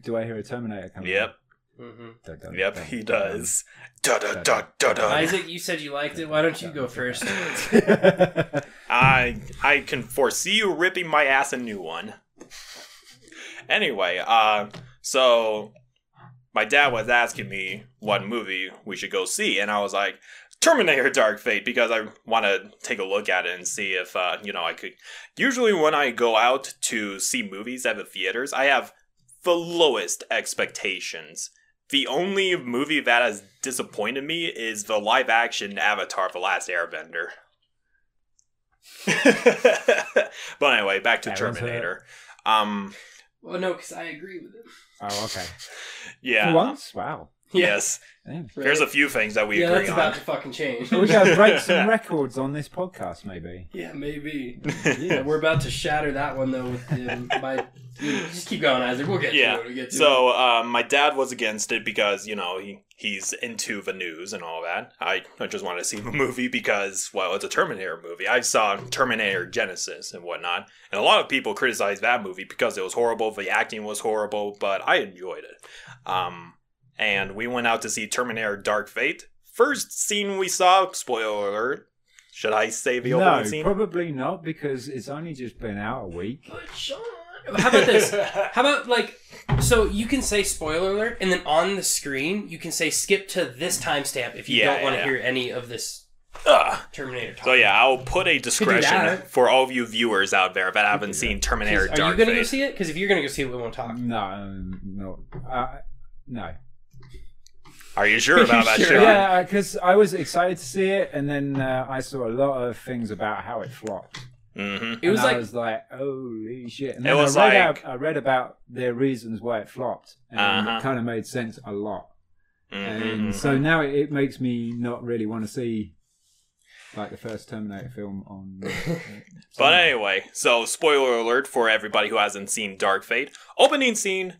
Speaker 1: do I hear a Terminator coming?
Speaker 2: Yep, Mm-hmm.
Speaker 3: hmm
Speaker 1: Dun, dun,
Speaker 2: yep,
Speaker 1: dun,
Speaker 2: he
Speaker 1: dun.
Speaker 2: does. Da da da da da.
Speaker 3: Isaac, you said you liked it. Why don't you go first?
Speaker 2: I I can foresee you ripping my ass a new one. Anyway, uh, so my dad was asking me what movie we should go see, and I was like, Terminator Dark Fate because I want to take a look at it and see if, uh, you know, I could. Usually, when I go out to see movies at the theaters, I have the lowest expectations. The only movie that has disappointed me is the live action Avatar The Last Airbender. but anyway, back to
Speaker 1: That one's
Speaker 2: Terminator. Um,
Speaker 3: Well, no, because I agree with him.
Speaker 1: Oh, okay.
Speaker 2: yeah.
Speaker 1: For once, wow.
Speaker 2: Yes.
Speaker 1: Yeah.
Speaker 3: Right?
Speaker 2: There's a few things that we
Speaker 3: yeah,
Speaker 2: agree
Speaker 3: that's
Speaker 2: on.
Speaker 3: about to fucking change.
Speaker 1: We gotta break some records on this podcast, maybe.
Speaker 3: yeah, maybe. Yeah,
Speaker 1: Yeah,
Speaker 3: we're about to shatter that one though with the, my. you just keep going, Isaac. We'll get
Speaker 2: Yeah.
Speaker 3: to it. We'll get to it.
Speaker 2: So um, my dad was against it because you know he he's into the news and all that. I, I just wanted to see the movie because well it's a Terminator movie. I saw Terminator Genesis and whatnot, and a lot of people criticized that movie because it was horrible. The acting was horrible, but I enjoyed it. Um, and we went out to see Terminator Dark Fate. First scene we saw, spoiler alert. Should I say the
Speaker 1: no,
Speaker 2: opening scene?
Speaker 1: probably not because it's only just been out a week.
Speaker 3: But Sean, how about this? How about like, so you can say spoiler alert, and then on the screen you can say skip to this timestamp if you
Speaker 2: Yeah,
Speaker 3: don't want to
Speaker 2: yeah.
Speaker 3: hear any of this
Speaker 2: Ugh.
Speaker 3: Terminator talk.
Speaker 2: So yeah, I'll put a
Speaker 3: do that.
Speaker 2: discretion for all of you viewers out there that haven't seen Terminator
Speaker 3: Are you
Speaker 2: Dark
Speaker 3: gonna go
Speaker 2: Fate.
Speaker 3: see it? Because if you're gonna go see it, we won't talk.
Speaker 1: No, no, uh, no.
Speaker 2: Are you sure about that?
Speaker 3: Sure.
Speaker 2: Sure.
Speaker 1: Yeah, because I was excited to see it, and then uh, I saw a lot of things about how it flopped.
Speaker 2: hmm
Speaker 3: It was
Speaker 1: and
Speaker 3: like
Speaker 1: I was like, holy shit! And
Speaker 2: It
Speaker 1: then
Speaker 2: was
Speaker 1: I read
Speaker 2: like-
Speaker 1: out, I read about their reasons why it flopped, and
Speaker 2: Uh-huh.
Speaker 1: it kind of made sense a lot.
Speaker 2: hmm
Speaker 1: And Um, so now it, it makes me not really want to see like the first Terminator film on.
Speaker 2: But anyway, so spoiler alert for everybody who hasn't seen Dark Fate. Opening scene: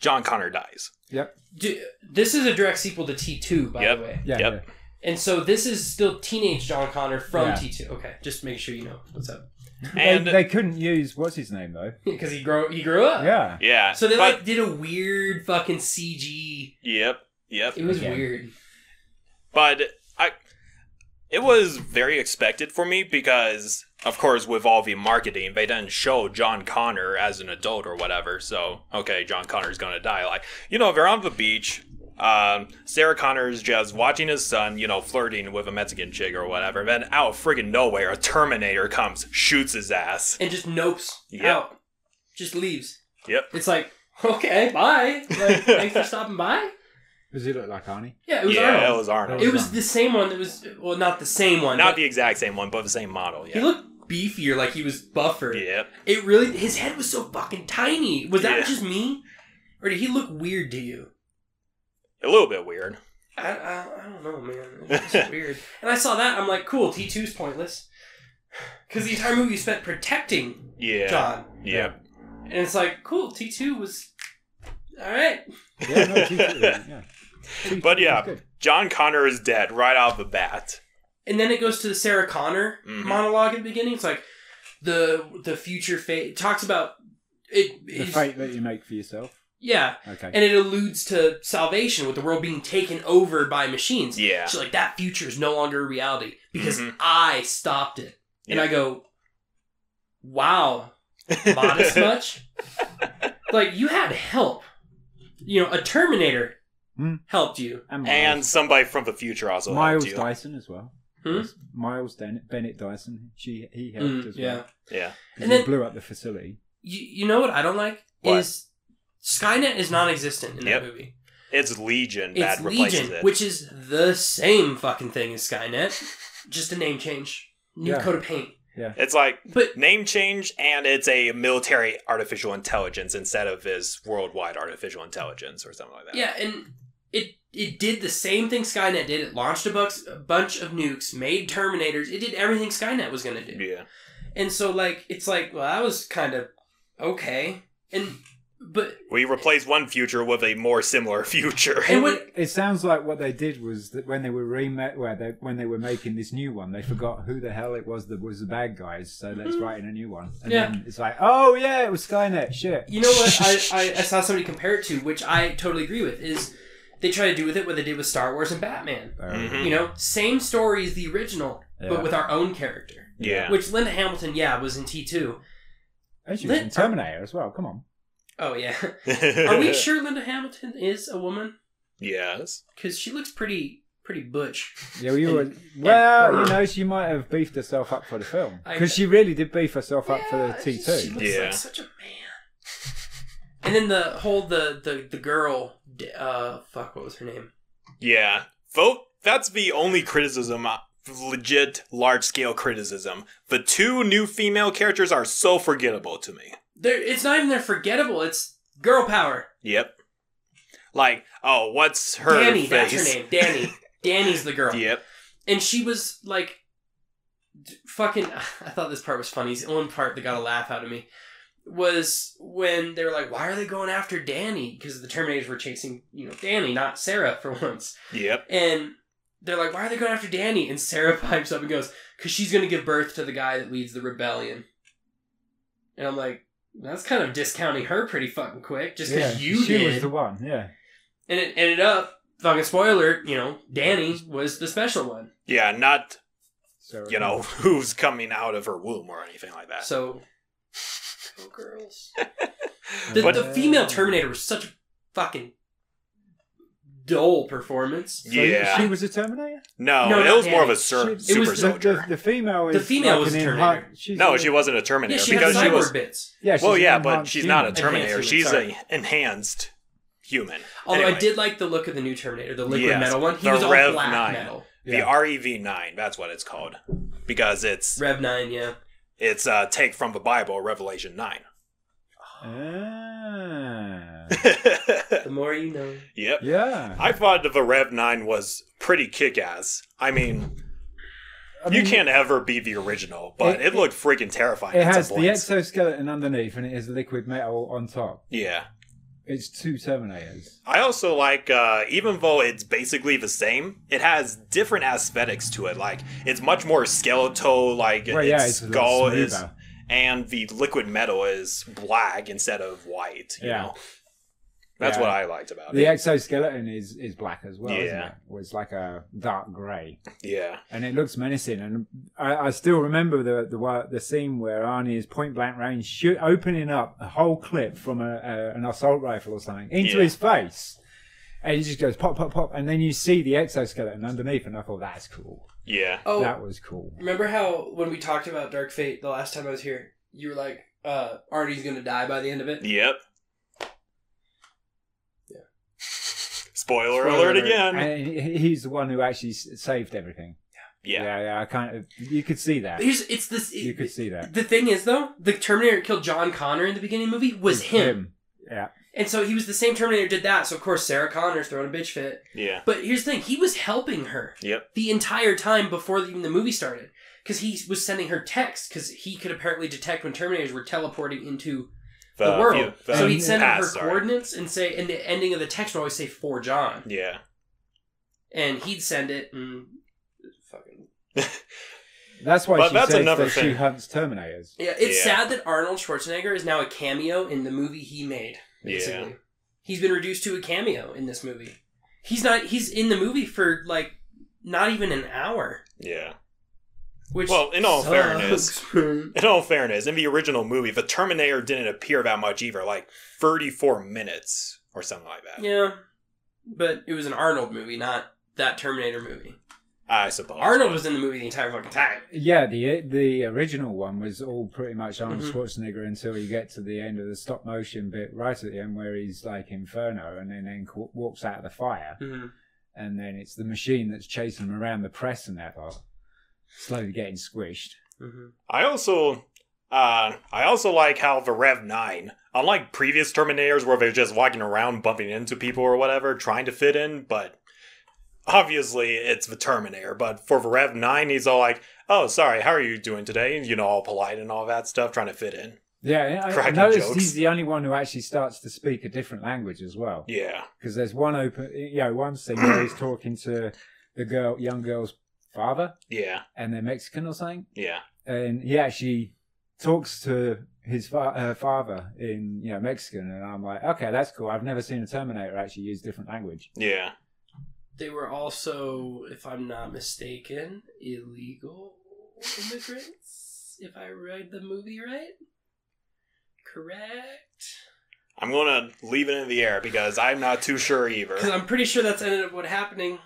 Speaker 2: John Connor dies.
Speaker 1: yep,
Speaker 3: d this is a direct sequel to T2, by
Speaker 2: Yep.
Speaker 3: the way.
Speaker 1: yeah,
Speaker 2: Yep.
Speaker 3: And so this is still teenage John Connor from
Speaker 1: Yeah.
Speaker 3: T2. Okay, just make sure you know what's up
Speaker 1: yeah.
Speaker 2: And- Uh,
Speaker 1: they, they couldn't use what's his name though.
Speaker 3: because he grow he grew up.
Speaker 1: Yeah,
Speaker 2: Yeah.
Speaker 3: So they
Speaker 2: but,
Speaker 3: like did a weird fucking CG.
Speaker 2: Yep. Yep.
Speaker 3: It was
Speaker 1: Again.
Speaker 3: weird.
Speaker 2: but I it was very expected for me because of course with all the marketing they didn't show John Connor as an adult or whatever so okay John Connor's gonna die like you know they're on the beach um, Sarah Connor's just watching his son you know flirting with a Mexican chick or whatever then out of friggin nowhere a Terminator comes shoots his ass
Speaker 3: And just nopes
Speaker 2: Yep.
Speaker 3: out. Just leaves.
Speaker 2: Yep.
Speaker 3: It's like, okay, bye. Like, thanks for stopping by.
Speaker 1: does he look like Arnie?
Speaker 3: Yeah, it was
Speaker 2: yeah
Speaker 3: Arnold.
Speaker 2: it was Arnold
Speaker 3: It was the same one that was well not the same one.
Speaker 2: not
Speaker 3: but
Speaker 2: the exact same one but the same model
Speaker 3: he
Speaker 2: yeah
Speaker 3: looked beefier like he was buffer.
Speaker 2: yep
Speaker 3: It really his head was so fucking tiny. Was that
Speaker 2: Yeah.
Speaker 3: just me? Or did he look weird to you?
Speaker 2: a little bit weird
Speaker 3: I, I, I don't know, man. It's just weird. And I saw that, I'm like, cool, T2's pointless. Because the entire movie spent protecting
Speaker 2: yeah
Speaker 3: John.
Speaker 2: yep
Speaker 3: And it's like, cool, T2 was. Alright.
Speaker 1: Yeah, no, he's- yeah. He's-
Speaker 2: But
Speaker 1: he's
Speaker 2: yeah.
Speaker 1: good.
Speaker 2: John Connor is dead right off the bat.
Speaker 3: And then it goes to the Sarah Connor
Speaker 2: Mhm.
Speaker 3: monologue at the beginning. It's like, the the future fate. It talks about. It,
Speaker 1: the
Speaker 3: it's-
Speaker 1: fate that you make for yourself.
Speaker 3: Yeah.
Speaker 1: Okay.
Speaker 3: And it alludes to salvation with the world being taken over by machines.
Speaker 2: Yeah.
Speaker 3: She's like, that future is no longer a reality because
Speaker 2: Mhm.
Speaker 3: I stopped it. And
Speaker 2: Yeah.
Speaker 3: I go, wow, modest much? like, you had help. You know, a Terminator
Speaker 1: Hmm.
Speaker 3: helped you.
Speaker 2: and somebody from the future also
Speaker 1: Miles
Speaker 2: helped you.
Speaker 1: Dyson as well.
Speaker 3: Hmm?
Speaker 1: Yes, Miles Den- Bennett Dyson. She he helped
Speaker 3: Mm,
Speaker 1: as well.
Speaker 3: yeah.
Speaker 1: 'Cause
Speaker 3: And
Speaker 1: he
Speaker 3: then-
Speaker 1: blew up the facility.
Speaker 3: You, you know what I don't like?
Speaker 2: What?
Speaker 3: is Skynet is non existent in
Speaker 2: Yep.
Speaker 3: that movie.
Speaker 2: It's Legion
Speaker 3: It's
Speaker 2: that replaces
Speaker 3: Legion,
Speaker 2: it.
Speaker 3: which is the same fucking thing as Skynet, just a name change, new
Speaker 1: Yeah.
Speaker 3: coat of paint.
Speaker 2: it's like
Speaker 3: But
Speaker 2: name change and it's a military artificial intelligence instead of his worldwide artificial intelligence or something like that.
Speaker 3: Yeah, and it it did the same thing Skynet did. It launched a, bucks, a bunch of nukes, made Terminators. It did everything Skynet was gonna do.
Speaker 2: Yeah.
Speaker 3: And so like it's like well that was kind of okay. And but
Speaker 2: We replace one future with a more similar future.
Speaker 3: And what-
Speaker 1: it sounds like what they did was that when they were remake, where they, when they were making this new one, they forgot who the hell it was that was the bad guys. So let's
Speaker 3: Mhm.
Speaker 1: write in a new one. And
Speaker 3: Yeah.
Speaker 1: then it's like, oh yeah, it was Skynet. Shit.
Speaker 3: you know what I, I, I saw somebody compare it to, which I totally agree with, is they try to do with it what they did with Star Wars and Batman.
Speaker 1: Uh,
Speaker 2: Mhm.
Speaker 3: You know, same story as the original,
Speaker 1: Yeah.
Speaker 3: but with our own character.
Speaker 2: yeah.
Speaker 3: Which Linda Hamilton, yeah, was in T two.
Speaker 1: And she was in
Speaker 3: Lit-
Speaker 1: Terminator as well. Come on.
Speaker 3: Oh yeah. Are we sure Linda Hamilton is a woman?
Speaker 2: Yes.
Speaker 3: Because she looks pretty pretty butch.
Speaker 1: Yeah, well, you were.
Speaker 3: And-
Speaker 1: Well, you know, she might have beefed herself up for the film
Speaker 3: I-
Speaker 1: because she really did beef herself up for the
Speaker 3: Yeah,
Speaker 1: T
Speaker 3: she- She
Speaker 1: two.
Speaker 3: looks
Speaker 2: Yeah.
Speaker 3: like such a man. And then the whole the the the girl, d- uh, fuck, what was her name?
Speaker 2: Yeah. Vote. That's the only criticism, uh, legit large scale criticism. The two new female characters are so forgettable to me.
Speaker 3: They're, it's not even they're forgettable. It's girl power.
Speaker 2: Yep. Like, oh, what's her
Speaker 3: Danny,
Speaker 2: face?
Speaker 3: that's her name. Danny. Danny's the girl.
Speaker 2: Yep.
Speaker 3: And she was like, d- fucking. I thought this part was funny. It's the only part that got a laugh out of me was when they were like, "Why are they going after Danny?" Because the Terminators were chasing, you know, Danny, not Sarah, for once.
Speaker 2: Yep.
Speaker 3: And they're like, why are they going after Danny? And Sarah pipes up and goes, because she's going to give birth to the guy that leads the rebellion. And I'm like, that's kind of discounting her pretty fucking quick, just
Speaker 1: yeah,
Speaker 3: because you
Speaker 1: she
Speaker 3: did.
Speaker 1: was the one. Yeah,
Speaker 3: And it ended up, fucking spoiler, you know, Danny was the special one.
Speaker 2: Yeah, not,
Speaker 1: so
Speaker 2: you know, who's coming out of her womb or anything like that.
Speaker 3: So,
Speaker 2: Oh,
Speaker 3: go girls.
Speaker 1: uh,
Speaker 3: The,
Speaker 2: but
Speaker 3: the female Terminator was such a fucking dull performance.
Speaker 1: So
Speaker 2: Yeah.
Speaker 1: she was a Terminator.
Speaker 2: no,
Speaker 3: No,
Speaker 2: it
Speaker 3: not
Speaker 2: was more of
Speaker 3: Danny.
Speaker 2: a sur-
Speaker 1: She-
Speaker 3: it
Speaker 2: super
Speaker 3: was
Speaker 1: The,
Speaker 2: soldier.
Speaker 1: the, the female is
Speaker 3: The female
Speaker 1: like
Speaker 3: was
Speaker 1: an
Speaker 3: a
Speaker 1: enhan-
Speaker 3: Terminator.
Speaker 1: she's
Speaker 2: no,
Speaker 1: a-
Speaker 2: she wasn't a Terminator
Speaker 3: Yeah, she had
Speaker 2: because she
Speaker 3: cyborg
Speaker 2: was.
Speaker 3: bits.
Speaker 1: Yeah, she's
Speaker 2: Well,
Speaker 1: an
Speaker 2: yeah, but
Speaker 1: enhanced
Speaker 2: she's
Speaker 1: human.
Speaker 2: not a Terminator.
Speaker 3: human,
Speaker 2: She's
Speaker 3: sorry.
Speaker 2: a enhanced human.
Speaker 3: Although
Speaker 2: Anyway.
Speaker 3: I did like the look of the new Terminator, the liquid
Speaker 2: Yes,
Speaker 3: metal one. He
Speaker 2: the
Speaker 3: was all
Speaker 2: Rev
Speaker 3: black
Speaker 2: 9.
Speaker 3: metal.
Speaker 1: Yeah.
Speaker 2: The REV nine. That's what it's called because it's
Speaker 3: Rev Nine, yeah.
Speaker 2: it's a take from the Bible, Revelation nine.
Speaker 1: Ah.
Speaker 3: The more you know.
Speaker 2: yep.
Speaker 1: yeah.
Speaker 2: I thought the Rev nine was pretty kick ass. I mean,
Speaker 1: I
Speaker 2: you
Speaker 1: mean,
Speaker 2: can't ever be the original, but
Speaker 1: It-
Speaker 2: it, looked freaking terrifying.
Speaker 1: It
Speaker 2: at
Speaker 1: has
Speaker 2: some
Speaker 1: the
Speaker 2: points.
Speaker 1: exoskeleton underneath, and it is liquid metal on top.
Speaker 2: yeah.
Speaker 1: It's two Terminators.
Speaker 2: I also like, uh, even though it's basically the same, it has different aesthetics to it. Like it's much more skeletal. Like
Speaker 1: Well,
Speaker 2: its
Speaker 1: yeah, it's a lot
Speaker 2: skull is,
Speaker 1: smoother.
Speaker 2: and the liquid metal is black instead of white. You
Speaker 1: Yeah.
Speaker 2: know, that's
Speaker 1: Yeah.
Speaker 2: what I liked about
Speaker 1: The
Speaker 2: it.
Speaker 1: exoskeleton is is black as well, isn't
Speaker 2: Yeah.
Speaker 1: it? Well, It's like a dark grey,
Speaker 2: Yeah,
Speaker 1: and it looks menacing. And I, I still remember the the wa- the scene where Arnie is point blank range, shoot, opening up a whole clip from a, a an assault rifle or something into
Speaker 2: Yeah.
Speaker 1: his face, and he just goes pop pop pop, and then you see the exoskeleton underneath, and I thought that's cool.
Speaker 2: yeah.
Speaker 3: Oh,
Speaker 1: That was cool.
Speaker 3: remember how when we talked about Dark Fate the last time I was here, you were like, uh, "Arnie's gonna die by the end of it."
Speaker 2: Yep.
Speaker 3: Yeah.
Speaker 2: Spoiler,
Speaker 3: Spoiler
Speaker 2: alert
Speaker 3: alert.
Speaker 2: again.
Speaker 1: And he- he's the one who actually s- saved everything.
Speaker 2: yeah.
Speaker 1: yeah, I kind of you could see that.
Speaker 3: But Here's it's this.
Speaker 1: You could see that.
Speaker 3: the thing is though, the Terminator that killed John Connor in the beginning of the movie was him.
Speaker 1: Yeah,
Speaker 3: and so he was the same Terminator that did that. So of course Sarah Connor's throwing a bitch fit.
Speaker 2: Yeah.
Speaker 3: But here's the thing: he was helping her.
Speaker 2: Yep.
Speaker 3: the entire time before even the movie started because he was sending her texts because he could apparently detect when terminators were teleporting into the, world
Speaker 2: view- the
Speaker 3: so he'd send her her
Speaker 2: past, sorry.
Speaker 3: coordinates and say and the ending of the text would always say for john
Speaker 2: Yeah.
Speaker 3: and he'd send it and fucking
Speaker 1: that's why
Speaker 2: But
Speaker 1: she
Speaker 2: that's
Speaker 1: says
Speaker 2: another
Speaker 1: that she
Speaker 2: thing.
Speaker 1: hunts Terminators.
Speaker 3: yeah it's
Speaker 2: Yeah.
Speaker 3: sad that arnold schwarzenegger is now a cameo in the movie he made basically.
Speaker 2: Yeah.
Speaker 3: he's been reduced to a cameo in this movie he's not he's in the movie for like not even an hour
Speaker 2: Yeah.
Speaker 3: which
Speaker 2: Well, in all
Speaker 3: sucks.
Speaker 2: fairness- In all fairness, in the original movie, the Terminator didn't appear that much either, like 34 minutes or something like that.
Speaker 3: Yeah, but it was an Arnold movie, not that Terminator movie.
Speaker 2: I suppose.
Speaker 3: Arnold was in the movie the entire fucking time.
Speaker 1: Yeah, the the original one was all pretty much Arnold
Speaker 2: Mm-hmm.
Speaker 3: Mhm.
Speaker 1: Schwarzenegger until you get to the end of the stop motion bit, right at the end where he's like Inferno, and then then qu- walks out of the fire,
Speaker 3: Mm-hmm.
Speaker 1: and then it's the machine that's chasing him around the press and that lot, slowly getting squished.
Speaker 3: Mm-hmm.
Speaker 2: I also. Uh, I also like how the Rev 9, unlike previous Terminators where they're just walking around bumping into people or whatever, trying to fit in, but obviously it's the Terminator. But for the Rev 9, he's all like, oh, sorry, how are you doing today? You know, all polite and all that stuff, trying to fit in.
Speaker 1: Yeah, I- I, I
Speaker 2: Cracking
Speaker 1: noticed
Speaker 2: jokes.
Speaker 1: he's the only one who actually starts to speak a different language as well.
Speaker 2: Yeah.
Speaker 1: because there's one open, you know, one scene where he's talking to the girl, young girl's father,
Speaker 2: Yeah.
Speaker 1: and they're Mexican or something,
Speaker 2: Yeah.
Speaker 1: and he actually talks to his fa- her father in you know Mexican, and I'm like, okay, that's cool. I've never seen a Terminator actually use different language.
Speaker 2: Yeah.
Speaker 3: They were also, if I'm not mistaken, illegal immigrants. If I read the movie right, correct?
Speaker 2: I'm gonna leave it in the air because I'm not too sure either.
Speaker 3: Because I'm pretty sure that's ended up what happening.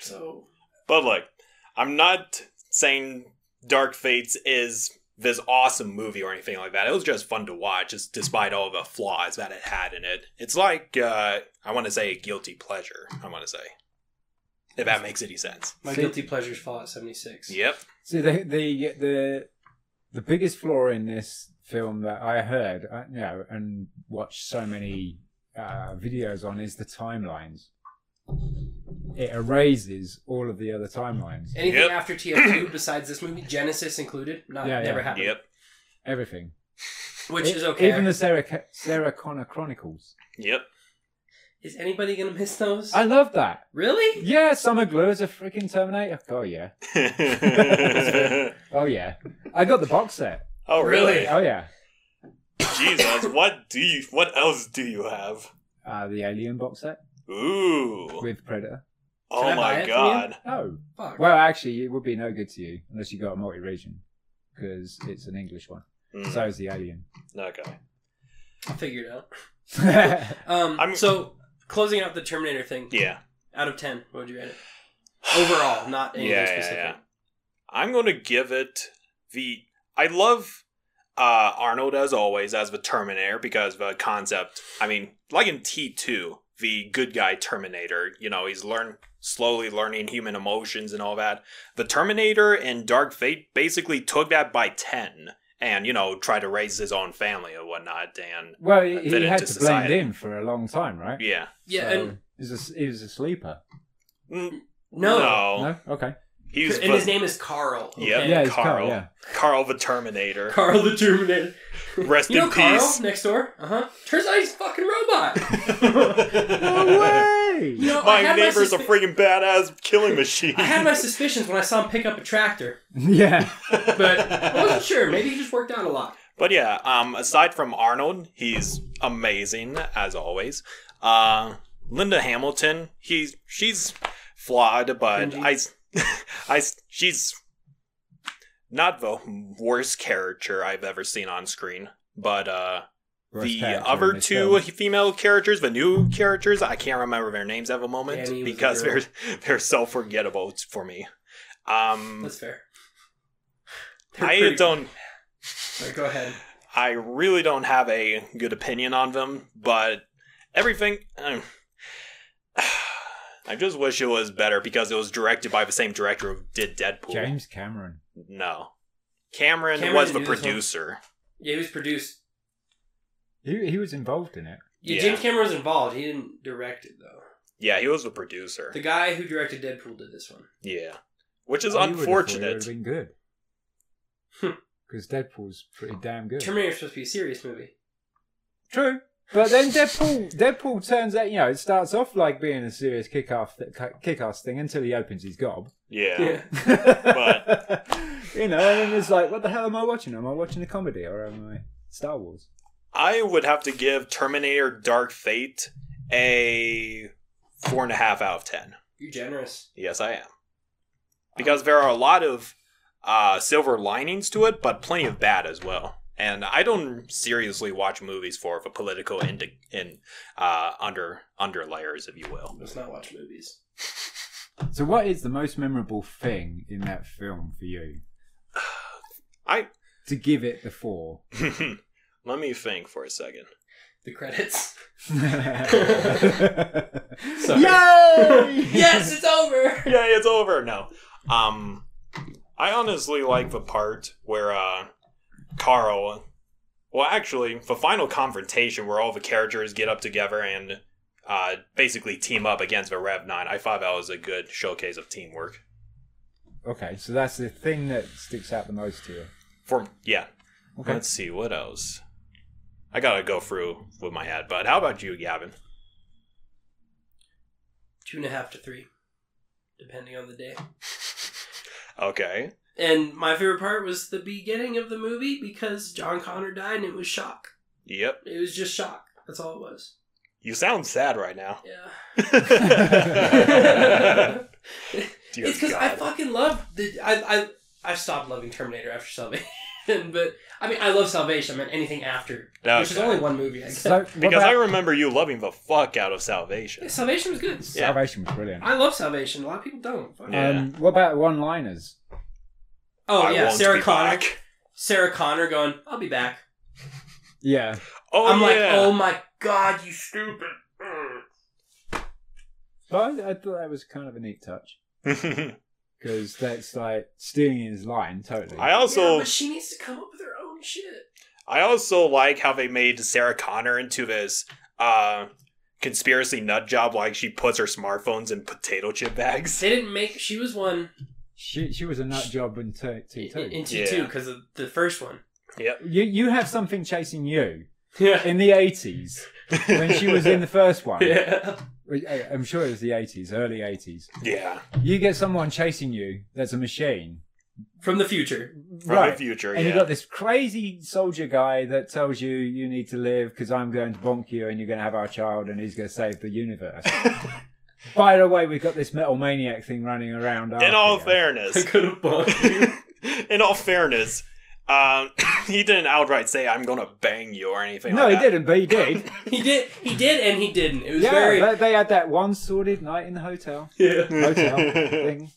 Speaker 3: So
Speaker 2: But like, I'm not saying Dark Fates is this awesome movie or anything like that. It was just fun to watch, just despite all the flaws that it had in it. It's like uh, I want to say a guilty pleasure. I want to say, if that makes any sense.
Speaker 3: my
Speaker 1: See-
Speaker 3: guilty pleasures Fallout seventy six.
Speaker 2: Yep.
Speaker 1: See the the the the biggest flaw in this film that I heard, uh, you know, and watched so many uh, videos on is the timelines. It erases all of the other timelines,
Speaker 3: Anything
Speaker 2: Yep.
Speaker 3: after TF two besides this movie, Genesis included, not
Speaker 1: Yeah, yeah.
Speaker 3: never happened.
Speaker 2: Yep.
Speaker 1: everything,
Speaker 3: Which
Speaker 1: E-
Speaker 3: is okay.
Speaker 1: Even the Sarah Ca- Sarah Connor Chronicles.
Speaker 2: Yep.
Speaker 3: is anybody gonna miss those?
Speaker 1: I love that.
Speaker 3: really?
Speaker 1: Yeah, Summer Glue is a freaking Terminator. Oh yeah, oh yeah. I got the box set.
Speaker 2: oh really?
Speaker 3: Really?
Speaker 1: Oh yeah,
Speaker 2: Jesus, what do you? What else do you have?
Speaker 1: uh, the Alien box set
Speaker 2: Ooh.
Speaker 1: with Predator.
Speaker 2: Oh
Speaker 3: Can I
Speaker 2: my
Speaker 3: buy it from you?
Speaker 2: God.
Speaker 1: Oh.
Speaker 3: Fuck.
Speaker 1: Well, actually, it would be no good to you unless you got a multi-region because it's an English one.
Speaker 2: Mm,
Speaker 1: So is the alien.
Speaker 2: okay.
Speaker 3: I'll figure it out.
Speaker 1: yeah,
Speaker 3: Um,
Speaker 2: I'm-
Speaker 3: so closing out the Terminator thing.
Speaker 2: Yeah.
Speaker 3: Out of ten, what would you rate it? Overall, not anything
Speaker 2: Yeah, yeah,
Speaker 3: specific.
Speaker 2: yeah. I'm going to give it the. I love uh, Arnold as always as the Terminator because the concept. I mean, like in T2, the good guy Terminator. You know, he's learn slowly learning human emotions and all that. The Terminator in Dark Fate basically took that by ten, and you know, tried to raise his own family and whatnot. And
Speaker 1: well, he,
Speaker 2: Fit
Speaker 1: he
Speaker 2: into
Speaker 1: had to
Speaker 2: society.
Speaker 1: blend in for a long time, right?
Speaker 2: yeah,
Speaker 3: Yeah,
Speaker 1: So
Speaker 3: and
Speaker 1: he was a, he was a sleeper.
Speaker 2: Mm,
Speaker 3: no,
Speaker 2: Oh.
Speaker 1: No, okay.
Speaker 2: he's
Speaker 3: and
Speaker 2: the-
Speaker 3: his name is Carl.
Speaker 2: Yep.
Speaker 3: okay?
Speaker 1: yeah, it's
Speaker 2: Carl.
Speaker 1: Carl. Yeah,
Speaker 2: Carl the Terminator.
Speaker 3: Carl the Terminator.
Speaker 2: Rest
Speaker 3: You know
Speaker 2: in
Speaker 3: Carl
Speaker 2: peace.
Speaker 3: next door? Uh huh. Turns out he's a fucking robot.
Speaker 1: no way.
Speaker 3: You know, I
Speaker 2: My
Speaker 3: had my
Speaker 2: neighbor's a
Speaker 3: suspi-
Speaker 2: freaking badass killing machine.
Speaker 3: I had my suspicions when I saw him pick up a tractor,
Speaker 1: yeah,
Speaker 3: but I wasn't sure. Maybe he just worked out a lot.
Speaker 2: but yeah, um, aside from Arnold, he's amazing as always. Uh, Linda Hamilton, he's she's flawed, but I, s- I, s- she's not the worst character I've ever seen on screen. But uh,
Speaker 1: Worst
Speaker 2: the
Speaker 1: character in
Speaker 2: other
Speaker 1: this
Speaker 2: two
Speaker 1: film.
Speaker 2: female characters, the new characters, I can't remember their names at the moment
Speaker 3: Danny was a
Speaker 2: because
Speaker 3: girl.
Speaker 2: they're they're so forgettable for me. Um,
Speaker 3: That's fair. They're
Speaker 2: I
Speaker 3: pretty-
Speaker 2: don't.
Speaker 3: Sorry, go ahead.
Speaker 2: I really don't have a good opinion on them, but everything. Um, I just wish it was better because it was directed by the same director who did Deadpool.
Speaker 1: James Cameron.
Speaker 2: No, Cameron,
Speaker 3: Cameron
Speaker 2: was the
Speaker 3: didn't do this one.
Speaker 2: producer.
Speaker 3: Yeah, he was produced.
Speaker 1: He he was involved in it.
Speaker 3: Yeah,
Speaker 2: Yeah.
Speaker 3: James Cameron was involved. He didn't direct it though.
Speaker 2: Yeah, he was the producer.
Speaker 3: The guy who directed Deadpool did this one.
Speaker 2: yeah, which is
Speaker 1: I would've thought It would
Speaker 2: unfortunate.
Speaker 1: have been good.
Speaker 3: Hmm.
Speaker 1: Because Deadpool's pretty damn good.
Speaker 3: Terminator's supposed to be a serious movie.
Speaker 1: True. But then Deadpool, Deadpool turns out, you know, it starts off like being a serious kick-off, kick-ass thing until he opens his gob.
Speaker 2: yeah.
Speaker 1: but you know, and then it's like, what the hell am I watching? Am I watching a comedy or am I Star Wars?
Speaker 2: I would have to give Terminator Dark Fate a four and a half out of ten.
Speaker 3: You're generous.
Speaker 2: Yes, I am. Because there are a lot of uh, silver linings to it, but plenty of bad as well. And I don't seriously watch movies for the political indi- in uh, under underlayers, if you will.
Speaker 3: Let's not watch movies.
Speaker 1: So, what is the most memorable thing in that film for you?
Speaker 2: I
Speaker 1: To give it the four.
Speaker 2: let me think for a second.
Speaker 3: The credits.
Speaker 1: Yay!
Speaker 3: yes, it's over.
Speaker 2: yeah, it's over. No. Um I honestly like the part where uh Carl well actually the final confrontation where all the characters get up together and uh basically team up against the Rev Nine. I thought that was a good showcase of teamwork.
Speaker 1: Okay, so that's the thing that sticks out the most to you.
Speaker 2: For yeah.
Speaker 1: Okay.
Speaker 2: Let's see, what else? I gotta go through with my head, but how about you, Gavin?
Speaker 3: Two and a half to three, depending on the day.
Speaker 2: Okay.
Speaker 3: And my favorite part was the beginning of the movie because John Connor died and it was shock.
Speaker 2: Yep.
Speaker 3: It was just shock. That's all it was.
Speaker 2: You sound sad right now.
Speaker 3: Yeah.
Speaker 2: Dear
Speaker 3: it's because I
Speaker 2: God.
Speaker 3: fucking love the I I I stopped loving Terminator after Salvation. happened, but I mean, I love Salvation. I meant anything after, which is
Speaker 2: Okay.
Speaker 3: only one movie. I guess.
Speaker 1: So, what
Speaker 2: Because I
Speaker 1: about-
Speaker 2: remember you loving the fuck out of
Speaker 3: Yeah,
Speaker 2: Salvation.
Speaker 3: Salvation was good.
Speaker 2: Yeah.
Speaker 1: Salvation was brilliant.
Speaker 3: I love Salvation. A lot of people don't. Fuck.
Speaker 2: Yeah.
Speaker 1: Um, what about one-liners?
Speaker 3: Oh
Speaker 2: I
Speaker 3: yeah,
Speaker 2: won't
Speaker 3: Sarah
Speaker 2: be
Speaker 3: Connor.
Speaker 2: back.
Speaker 3: Sarah Connor going. I'll be back.
Speaker 1: Yeah,
Speaker 2: Oh
Speaker 3: I'm
Speaker 2: yeah.
Speaker 3: like, oh my god, you stupid.
Speaker 1: but I, I thought that was kind of a neat touch
Speaker 3: oh
Speaker 1: because that's like stealing his line totally.
Speaker 2: I also
Speaker 3: Yeah, but she needs to come up with her own shit.
Speaker 2: I also like how they made Sarah Connor into this uh, conspiracy nut job. Like she puts her smartphones in potato chip bags.
Speaker 3: They didn't make. She was one
Speaker 1: she she was a nut job in T
Speaker 3: in
Speaker 1: two.
Speaker 3: in T two
Speaker 2: Yeah.
Speaker 3: because of the first one.
Speaker 1: You you have something chasing you
Speaker 3: Yeah.
Speaker 1: in the eighties when she was in the first one.
Speaker 3: Yeah.
Speaker 1: I- I'm sure it was the eighties, early eighties.
Speaker 2: yeah,
Speaker 1: You get someone chasing you that's a machine,
Speaker 3: From the future.
Speaker 2: from the future.
Speaker 1: And
Speaker 2: yeah.
Speaker 1: you got this crazy soldier guy that tells you you need to live because I'm going to bonk you and you're going to have our child and he's going to save the universe. By the way, we've got this metal maniac thing running around.
Speaker 2: in
Speaker 1: after
Speaker 2: all
Speaker 1: you.
Speaker 3: I
Speaker 2: fairness,
Speaker 3: could have bumped you.
Speaker 2: in all fairness, um, he didn't outright say "I'm gonna bang you" or anything.
Speaker 1: No,
Speaker 2: like
Speaker 1: he
Speaker 2: that.
Speaker 1: didn't, but he did.
Speaker 3: He did. He did, and he didn't. It was
Speaker 1: yeah,
Speaker 3: very.
Speaker 1: they, they had that one sordid night in the hotel.
Speaker 3: yeah.
Speaker 1: Hotel thing.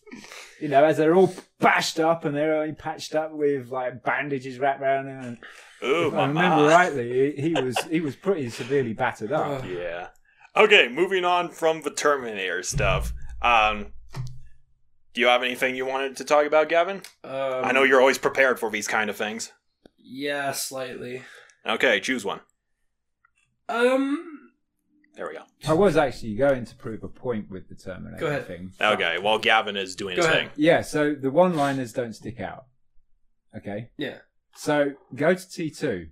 Speaker 1: You know, as they're all bashed up and they're only patched up with like bandages wrapped around them. And
Speaker 2: Ooh,
Speaker 1: if I
Speaker 2: my
Speaker 1: remember
Speaker 2: ma.
Speaker 1: rightly, he, he was he was pretty severely battered up.
Speaker 3: Ugh.
Speaker 2: Yeah. Okay, moving on from the Terminator stuff. Um, do you have anything you wanted to talk about, Gavin?
Speaker 3: Um,
Speaker 2: I know you're always prepared for these kind of things.
Speaker 3: Yeah, slightly.
Speaker 2: Okay, choose one.
Speaker 3: Um.
Speaker 2: There we go.
Speaker 1: I was actually going to prove a point with the Terminator
Speaker 3: Go ahead.
Speaker 1: thing.
Speaker 2: Okay, while Gavin is doing
Speaker 3: Go
Speaker 2: his
Speaker 3: ahead.
Speaker 2: thing.
Speaker 1: Yeah, so the one liners don't stick out. Okay?
Speaker 3: Yeah.
Speaker 1: So go to T2.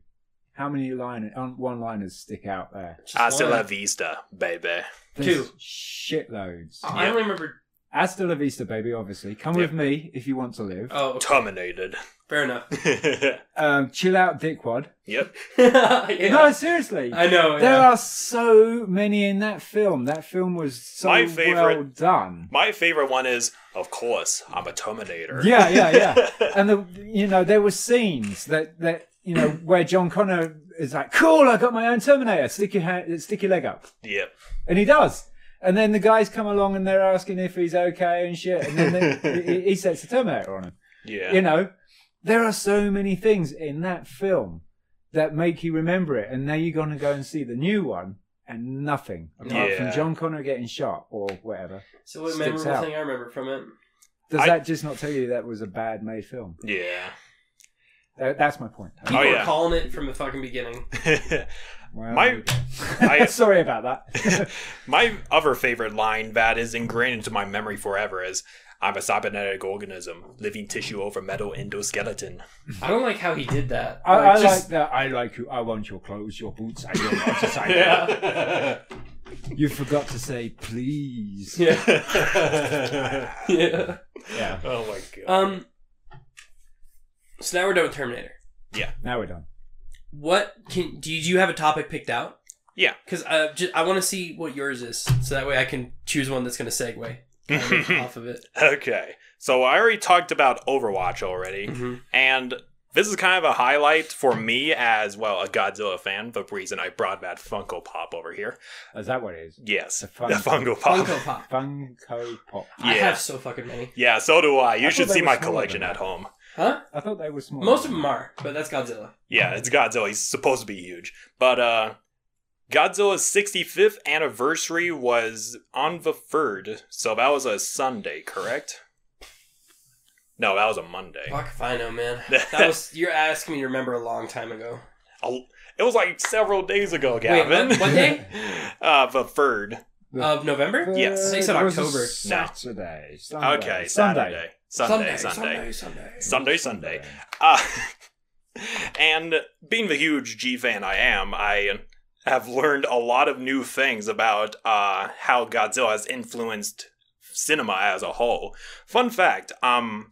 Speaker 1: How many line one liners stick out there?
Speaker 3: just
Speaker 2: Hasta
Speaker 3: one.
Speaker 2: la vista, baby.
Speaker 1: There's
Speaker 3: Two.
Speaker 1: Shitloads.
Speaker 3: Oh, I
Speaker 2: Yeah.
Speaker 3: only remember.
Speaker 1: Hasta la vista, baby, obviously. Come with me if you want to live.
Speaker 3: Oh, okay,
Speaker 2: Terminated.
Speaker 3: fair enough.
Speaker 1: Um, chill out, dickwad.
Speaker 2: yep.
Speaker 3: Yeah.
Speaker 1: No, seriously.
Speaker 3: I know.
Speaker 1: There
Speaker 3: Yeah.
Speaker 1: are so many in that film. That film was so
Speaker 2: My favorite-
Speaker 1: well done.
Speaker 2: My favorite one is, of course, I'm a Terminator.
Speaker 1: Yeah, yeah, yeah. and the you know there were scenes that that you know where John Connor is like, "Cool, I got my own Terminator. Stick your hand, stick your leg up,"
Speaker 2: Yep.
Speaker 1: and he does. And then the guys come along and they're asking if he's okay and shit, and then they, he, he sets the Terminator on him.
Speaker 2: Yeah.
Speaker 1: You know, there are so many things in that film that make you remember it, and now you're gonna go and see the new one. And nothing apart
Speaker 2: Yeah.
Speaker 1: from John Connor getting shot or whatever.
Speaker 3: So what
Speaker 1: Sticks
Speaker 3: memorable
Speaker 1: out.
Speaker 3: thing I remember from it?
Speaker 2: Oh,
Speaker 1: Does
Speaker 2: I-
Speaker 1: that just not tell you that was a bad made film?
Speaker 2: yeah.
Speaker 1: That- that's my point.
Speaker 3: People were
Speaker 2: yeah.
Speaker 3: calling it from the fucking beginning.
Speaker 1: Well,
Speaker 2: My- I-
Speaker 1: sorry about that.
Speaker 2: my other favorite line that is ingrained into my memory forever is I'm a cybernetic organism, living tissue over metal endoskeleton.
Speaker 3: I don't like how he did that.
Speaker 1: I,
Speaker 3: Like,
Speaker 1: I
Speaker 3: just-
Speaker 1: like that. I like you. I want your clothes, your boots, and your motorcycle.
Speaker 2: Yeah.
Speaker 1: You forgot to say please.
Speaker 3: Yeah. Yeah.
Speaker 1: Yeah.
Speaker 2: Oh my god.
Speaker 3: Um. So now we're done with Terminator.
Speaker 1: Now we're done.
Speaker 3: What can do you, do you have a topic picked out?
Speaker 2: Yeah.
Speaker 3: Because I just, I want to see what yours is, so that way I can choose one that's going to segue kind of off of it.
Speaker 2: okay. So I already talked about Overwatch already. And this is kind of a highlight for me as well a Godzilla fan, the reason I brought that Funko Pop over here.
Speaker 1: Is that what it is?
Speaker 2: Yes.
Speaker 1: The
Speaker 2: The,
Speaker 1: Fun-
Speaker 2: Funko Pop.
Speaker 3: Funko Pop.
Speaker 1: Funko Pop.
Speaker 3: I
Speaker 2: Yeah.
Speaker 3: have so fucking many.
Speaker 2: Yeah, so do I. You
Speaker 1: I
Speaker 2: should
Speaker 1: thought
Speaker 2: see
Speaker 1: they
Speaker 2: my
Speaker 1: were smaller
Speaker 2: collection
Speaker 1: than
Speaker 2: at home.
Speaker 3: Huh?
Speaker 1: I thought they were small.
Speaker 3: Most of them are, but that's Godzilla.
Speaker 2: Yeah, it's Godzilla. He's supposed to be huge. But uh Godzilla's 65th anniversary was on the 3rd. So that was a Sunday, correct? No, that was a Monday.
Speaker 3: Fuck if I know, man. That was you're asking me to remember a long time ago.
Speaker 2: A- It was like several days ago,
Speaker 3: Wait,
Speaker 2: Gavin.
Speaker 3: what- what day?
Speaker 2: uh, the 3rd.
Speaker 3: Of November?
Speaker 2: Yes.
Speaker 3: They said
Speaker 1: It was a
Speaker 3: October. No.
Speaker 1: Saturday. Sunday. Sunday.
Speaker 2: Okay, Saturday. Sunday, Sunday.
Speaker 3: Sunday,
Speaker 2: Sunday,
Speaker 3: Sunday.
Speaker 2: Sunday. Uh, and being the huge G fan I am, I have learned a lot of new things about uh, how Godzilla has influenced cinema as a whole. Fun fact, um,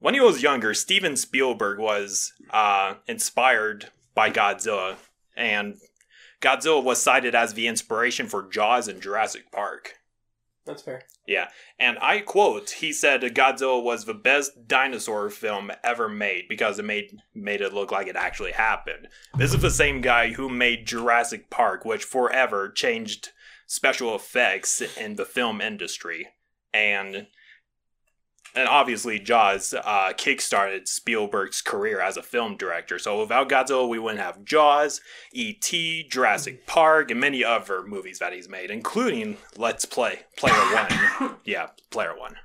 Speaker 2: when he was younger, Steven Spielberg was uh, inspired by Godzilla, and Godzilla was cited as the inspiration for Jaws and Jurassic Park.
Speaker 3: That's fair.
Speaker 2: And I quote, he said Godzilla was the best dinosaur film ever made because it made made it look like it actually happened. This is the same guy who made Jurassic Park, which forever changed special effects in the film industry. And and obviously Jaws uh, kickstarted Spielberg's career as a film director. So without Godzilla, we wouldn't have Jaws, E.T., E Jurassic Park, and many other movies that he's made, including Let's Play, Player One. yeah, Player One.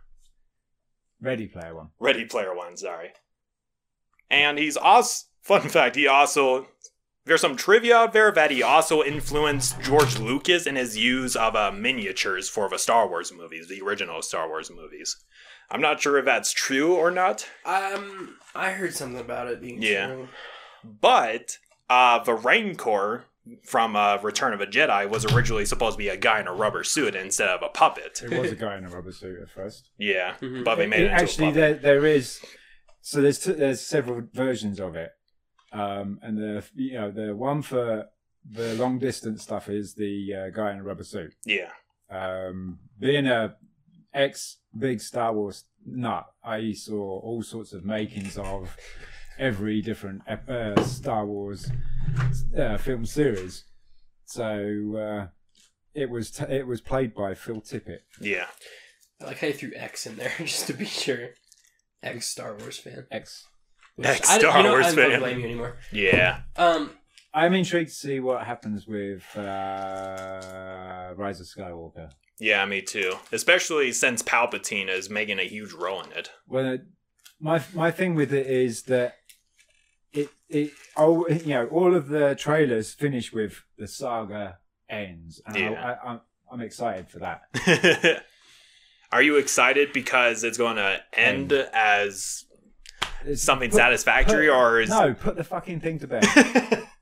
Speaker 1: Ready Player One.
Speaker 2: Ready Player One, sorry. And he's also, fun fact, he also, there's some trivia out there that he also influenced George Lucas in his use of uh, miniatures for the Star Wars movies, the original Star Wars movies. I'm not sure if that's true or not,
Speaker 3: Um, I heard something about it being
Speaker 2: Yeah.
Speaker 3: true.
Speaker 2: but uh, the Rancor from uh, Return of a Jedi was originally supposed to be a guy in a rubber suit instead of a puppet.
Speaker 1: It was a guy in a rubber suit at first.
Speaker 2: Yeah,
Speaker 3: Mhm.
Speaker 2: but they made
Speaker 1: It-
Speaker 2: it into
Speaker 1: actually,
Speaker 2: a puppet.
Speaker 1: there there is. So there's t- there's several versions of it, um, and the you know the one for the long distance stuff is the uh, guy in a rubber suit.
Speaker 2: Yeah,
Speaker 1: Um, being a ex big Star Wars nut, I E saw all sorts of makings of every different ep- uh, Star Wars uh, film series. So uh, it was t- it was played by Phil Tippett.
Speaker 2: yeah.
Speaker 3: I like how you threw X in there just to be sure. X Star Wars fan.
Speaker 1: Ex.
Speaker 3: Which
Speaker 2: X
Speaker 3: I-
Speaker 2: Star
Speaker 3: you know,
Speaker 2: Wars
Speaker 3: I
Speaker 2: fan.
Speaker 3: don't blame you anymore.
Speaker 2: Yeah.
Speaker 3: Um,
Speaker 1: I'm intrigued to see what happens with uh, Rise of Skywalker.
Speaker 2: Yeah, me too. Especially since Palpatine is making a huge role in it.
Speaker 1: Well, my my thing with it is that it it all you know all of the trailers finish with the saga ends, and I,
Speaker 2: Yeah.
Speaker 1: I, I'm I'm excited for that.
Speaker 2: Are you excited because it's going to end as
Speaker 1: It's-
Speaker 2: something
Speaker 1: put-
Speaker 2: satisfactory,
Speaker 1: put-
Speaker 2: or is
Speaker 1: No, put the fucking thing to bed.